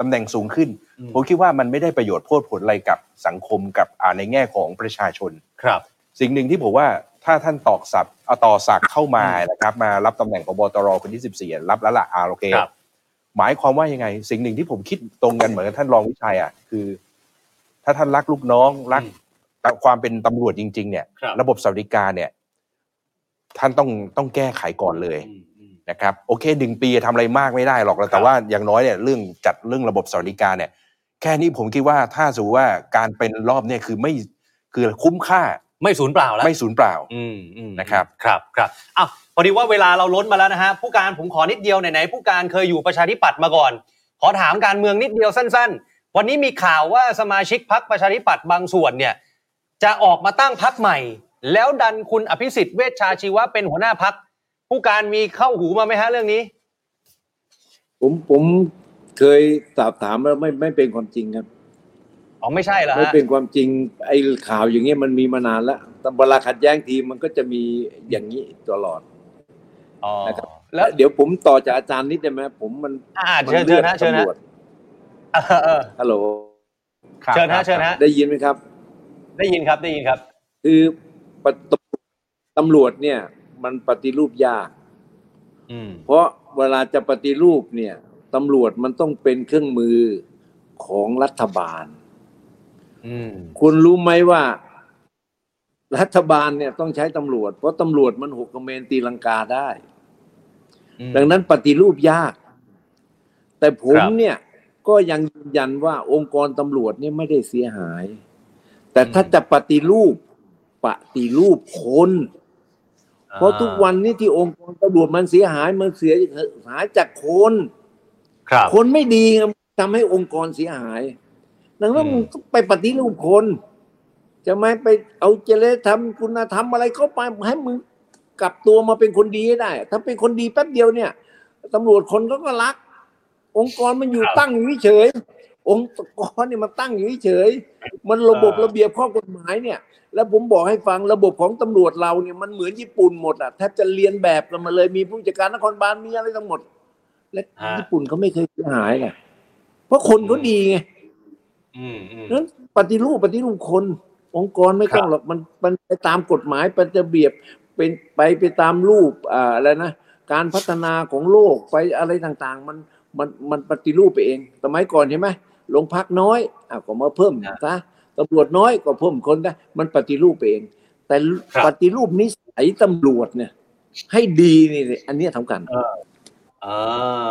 [SPEAKER 5] ตำแหน่งสูงขึ้น
[SPEAKER 2] อืม
[SPEAKER 5] ผมคิดว่ามันไม่ได้ประโยชน์โพดผลอะไรกับสังคมกับอ่าในแง่ของประชาชน
[SPEAKER 2] ครับ
[SPEAKER 5] สิ่งหนึ่งที่ผมว่าถ้าท่านตอกศัพท์เอาต่อศักดิ์เข้ามานะครับ มารับตำแหน่งพบตรคนที่ 14 รับแล้วล่ะอาโอเค
[SPEAKER 2] ครับ
[SPEAKER 5] หมายความว่ายังไง สิ่งหนึ่งที่ผมคิดตรงกันเหมือนกับท่านรองวิชัยอ่ะคือ ถ้าท่านรักลูกน้องรักความเป็นตำรวจจริง ๆ เนี่ย
[SPEAKER 2] ครับ
[SPEAKER 5] ระบบสวัสดิการเนี่ย ท่านต้องต้องแก้ไขก่อนเลย
[SPEAKER 2] อืมอืม
[SPEAKER 5] นะครับ โอเคหนึ่งปีทำอะไรมากไม่ได้หรอกแล้ว
[SPEAKER 2] ค
[SPEAKER 5] แต่
[SPEAKER 2] รับ
[SPEAKER 5] ว่าอย่างน้อยเนี่ยเรื่องจัดเรื่องระบบสวัสดิการเนี่ย แค่นี้ผมคิดว่าถ้าสมมติว่าการเป็นรอบเนี่ยคือไม่คือคุ้มค่า
[SPEAKER 2] ไม่สูญเปล่าแล้ว
[SPEAKER 5] ไม่สูญเปล่า
[SPEAKER 2] อืมอืม
[SPEAKER 5] นะครับ
[SPEAKER 2] ครับครับอ้าวพอดีว่าเวลาเราล้นมาแล้วนะฮะผู้การผมขอนิดเดียวไหนๆผู้การเคยอยู่ประชาธิปัตย์มาก่อน ขอถามการเมืองนิดเดียวสั้น ๆ วันนี้มีข่าวว่าสมาชิกพักประชาธิปัตย์บางส่วนเนี่ย จะออกมาตั้งพักใหม่ แล้วดันคุณอภิสิทธิ์เวชชาชีวะเป็นหัวหน้าพักผู้การมีเข้าหูมาไหมฮะเรื่องนี้
[SPEAKER 4] ผมผมเคยสอบถามแล้วไม่ไม่เป็นความจริงครับ
[SPEAKER 2] อ๋อไม่ใช่เหรอ
[SPEAKER 4] ไม่
[SPEAKER 2] ฮะ
[SPEAKER 4] เป็นความจริงไอ้ข่าวอย่างเงี้ยมันมีมานานแล้วแต่เวลาขัดแย้งทีมันก็จะมีอย่างนี้ตลอด
[SPEAKER 2] อ๋อ
[SPEAKER 4] นะครับ
[SPEAKER 2] แล้ว
[SPEAKER 4] เดี๋ยวผมต่อจากอาจารย์นิดได้ไหมผมมัน
[SPEAKER 2] อ่า
[SPEAKER 4] มั
[SPEAKER 2] เชิญเชิญนะเชิญ
[SPEAKER 4] ตำ
[SPEAKER 2] นะ
[SPEAKER 4] รวจ
[SPEAKER 2] เออเออ
[SPEAKER 4] ฮัลโหล
[SPEAKER 2] เชิญฮะเชิญฮะ
[SPEAKER 4] ได้ยินไหมครับ
[SPEAKER 2] ได้ยินครับได้ยินครับ
[SPEAKER 4] คือปะตตำรวจเนี่ย มันปฏิรูปยาก
[SPEAKER 2] อืม
[SPEAKER 4] เพราะเวลาจะปฏิรูปเนี่ยตำรวจมันต้องเป็นเครื่องมือของรัฐบาล
[SPEAKER 2] อืม
[SPEAKER 4] คุณรู้ไหมว่า รัฐบาลเนี่ยต้องใช้ตำรวจ เพราะตำรวจมันหกกระเมนตีลังกาได้ ดังนั้นปฏิรูปยาก แต่ผม
[SPEAKER 2] ครับ
[SPEAKER 4] เนี่ยก็ยังยืนยันว่าองค์กรตำรวจเนี่ยไม่ได้เสียหาย แต่ถ้าจะปฏิรูปปฏิรูปคน เพราะทุกวันนี้ที่องค์กรตำรวจมันเสียหายมันเสียหายจากคน
[SPEAKER 2] ครับ
[SPEAKER 4] คนไม่ดีครับทำให้องค์กรเสียหาย ดังนั้น
[SPEAKER 2] อืม
[SPEAKER 4] มึงต้องไปปฏิรูปคน จะไม่ไปเอาเจริญธรรมคุณธรรมอะไรเข้าไปให้มึงกลับตัวมาเป็นคนดีให้ได้ ถ้าเป็นคนดีแป๊บเดียวเนี่ยตำรวจคนก็ก็รัก องค์กรมันอยู่ตั้งอยู่เฉยๆองค์กรเนี่ยมันตั้งอยู่เฉยๆมันระบบระเบียบข้อกฎหมายเนี่ย แล้วผมบอกให้ฟังระบบของตำรวจเราเนี่ยมันเหมือนญี่ปุ่นหมดอ่ะแทบจะเรียนแบบกันมาเลยมีผู้จัดการนครบาลมีอะไรทั้งหมด และ
[SPEAKER 2] ฮะ
[SPEAKER 4] ญี่ปุ่นเขาไม่เคยเสียหายไงเพราะคนเขาดีไง
[SPEAKER 2] อืมอืม
[SPEAKER 4] นั้นปฏิรูปปฏิรูปคน องค์กรไม่ต้องหรอกมันมันไปตามกฎหมายเป็นระเบียบเป็นไปไปตามรูปอ่าอะไรนะการพัฒนาของโลกไปอะไรต่างๆ มันมันมันปฏิรูปไปเองสมัยก่อนเห็นไหมโรงพักน้อยอ่ะก็มาเพิ่มซะตำรวจน้อยก็เพิ่มคนได้มันปฏิรูปไปเอง แต่
[SPEAKER 2] ครับ
[SPEAKER 4] ปฏิรูปนิสัยตำรวจเนี่ย ให้ดีนี่อันเนี้ยสำคัญ
[SPEAKER 2] อ่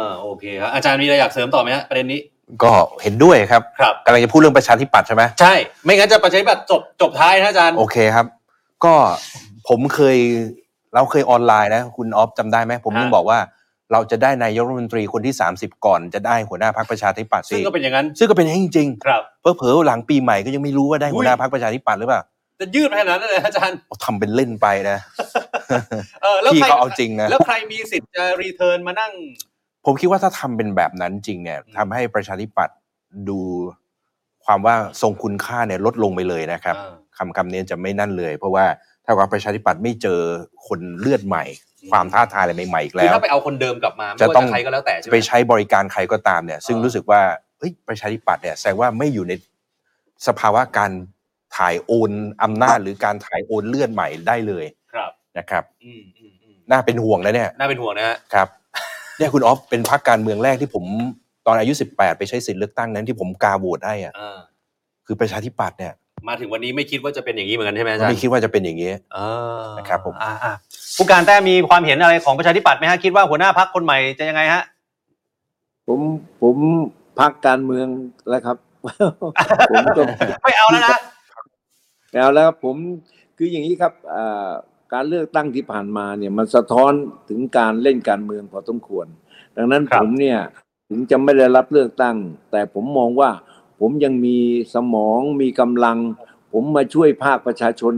[SPEAKER 2] าโอเคครับอาจารย์มีอะไรอยากเสริมต่อไหมฮะประเด็นนี้
[SPEAKER 5] ก็เห็นด้วยครับ
[SPEAKER 2] ครับ
[SPEAKER 5] กำลังจะพูดเรื่องประชาธิปัตย์ใช่ไหม
[SPEAKER 2] ใช่ ไม่งั้นจะประชาธิปัตย์จบจบท้ายนะอาจารย์
[SPEAKER 5] โอเคครับ ก็ผมเคยเราเคยออนไลน์นะ คุณออฟจำได้ไหมผมยัง
[SPEAKER 2] ฮะ
[SPEAKER 5] บอกว่าเราจะได้นายกรัฐมนตรีคนที่ 30 ก่อนจะได้หัวหน้าพรรคประชาธิปัตย์
[SPEAKER 2] ซึ่งก็เป็นอย่างนั้น
[SPEAKER 5] ซึ่งก็เป็นอย่างนั้นจริง
[SPEAKER 2] ครับ
[SPEAKER 5] ๆเผลอๆหลังปีใหม่ก็ยังไม่รู้ว่าได้หัวหน้าพรรคประชาธิปัตย์หรือเปล่า
[SPEAKER 2] จะยืดไปขนาดนั้นเลยอาจารย์
[SPEAKER 5] ทำเป็นเล่นไปนะ
[SPEAKER 2] เออแล้ว
[SPEAKER 5] พี่
[SPEAKER 2] ใคร
[SPEAKER 5] เขาเอาจริงนะ
[SPEAKER 2] แล้วใครมีสิทธิ์จะรีเทิร์นมานั่ง
[SPEAKER 5] ผมคิดว่าถ้าทำเป็นแบบนั้นจริงเนี่ยทำให้ประชาธิปัตย์ดูความว่าทรงคุณค่าเนี่ยลดลงไปเลยนะครับ
[SPEAKER 2] อ่า
[SPEAKER 5] คำคำนี้จะไม่นั่นเลย เพราะว่าถ้าว่าประชาธิปัตย์ไม่เจอคนเลือดใหม่ ความท้าทายอะไรใหม่ๆอีก
[SPEAKER 2] คื
[SPEAKER 5] แล้
[SPEAKER 2] อ
[SPEAKER 5] ว
[SPEAKER 2] ถ้าไปเอาคนเดิมกลับมาไม่
[SPEAKER 5] จะ
[SPEAKER 2] ว่า
[SPEAKER 5] ต้อง
[SPEAKER 2] จะใครก็แล้วแต่ใช่ไห
[SPEAKER 5] ไป
[SPEAKER 2] ม
[SPEAKER 5] ใช้บริการใครก็ตามเนี่ย ซึ่ง
[SPEAKER 2] อ่ารู้
[SPEAKER 5] รู้สึกว่าเฮ้ยประชาธิปัตย์เนี่ยแสดงว่าไม่อยู่ในสภาวะการถ่ายโอนอำนาจหรือการถ่ายโอนเลือดใหม่ได้เลย
[SPEAKER 2] ครับ
[SPEAKER 5] นะครับ
[SPEAKER 2] อืมอืมอืม
[SPEAKER 5] น่าเป็นห่วงนะเนี่ย
[SPEAKER 2] น่าเป็นห่วงนะฮะ
[SPEAKER 5] ครับ เนี่ยคุณออฟเป็นพรรคการเมืองแรกที่ผมตอนอายุ 18 ไปใช้สิทธิ์เลือกตั้งนั้นที่ผมกาโหวตให้อะ
[SPEAKER 2] อ่า
[SPEAKER 5] คือประชาธิปัตย์เนี่ย
[SPEAKER 2] มาถึงวันนี้ไม่คิดว่าจะเป็นอย่างนี้เหมือนกันใช่ไหมอาจารย์
[SPEAKER 5] ไม่คิดว่าจะเป็นอย่างนี้
[SPEAKER 2] อ่า
[SPEAKER 5] นะครับผม
[SPEAKER 2] อ่าอ่าผู้การแต้มีความเห็นอะไรของประชาธิปัตย์ไหมฮะ คิดว่าหัวหน้าพักคนใหม่จะยังไงฮะ
[SPEAKER 4] ผมผมพักการเมืองแล้วครับ ผมก็
[SPEAKER 2] ไม่เอาแล้วนะ
[SPEAKER 4] แล้วแล้วผมคืออย่างนี้ครับเอ่อการเลือกตั้งที่ผ่านมาเนี่ยมันสะท้อนถึงการเล่นการเมืองพอสมควร ดังนั้น
[SPEAKER 2] ครับ
[SPEAKER 4] ผมเนี่ยถึงจะไม่ได้รับเลือกตั้ง แต่ผมมองว่าผมยังมีสมองมีกำลัง ผมมาช่วยภาคประชาชน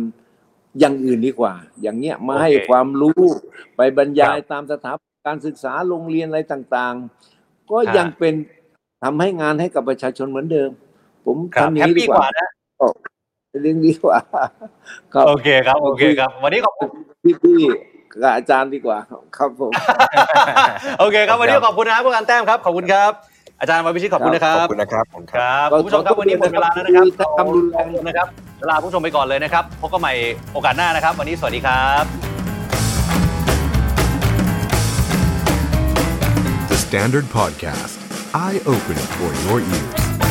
[SPEAKER 4] อย่างอื่นดีกว่า อย่างเงี้ยมาให้ความรู้ไปบรรยายตามสถาบันการศึกษาโรงเรียนอะไรต่างๆ ก็ยังเป็นทำให้งานให้กับประชาชนเหมือนเดิม ผม
[SPEAKER 2] ครับ
[SPEAKER 4] ทำอย่า
[SPEAKER 2] แฮ
[SPEAKER 4] ง
[SPEAKER 2] ป
[SPEAKER 4] นี้
[SPEAKER 2] ปี้
[SPEAKER 4] ดี
[SPEAKER 2] ก
[SPEAKER 4] ก
[SPEAKER 2] ว่า
[SPEAKER 4] ว่า
[SPEAKER 2] นะ
[SPEAKER 4] เรื่องนี้ดีกว่าครับ
[SPEAKER 2] โอเคครับ โอเคครับ วันนี้ขอบคุณ
[SPEAKER 4] พี่พี่ๆกับอาจารย์ดีกว่าครับผม
[SPEAKER 2] โอเคครับ วันนี้ขอบคุณนะครับผู้การแต้มครับ ขอบคุณครับ อาจารย์วันพิชิตขอบคุณนะครั
[SPEAKER 5] ขอ
[SPEAKER 2] บบ
[SPEAKER 5] คุณนะครับขอบคุณครับ
[SPEAKER 2] ครับคุณผู้ชมครับวันนี้หมดเวลาแล้วนะครับ
[SPEAKER 4] ถ้าทำรุนแรง
[SPEAKER 2] นะครับลาผู้ชมไปก่อนเลยนะครับพบกันใหม่โอกาสหน้านะครับ วันนี้สวัสดีครับ
[SPEAKER 1] The Standard Podcast, eye opening for your ears.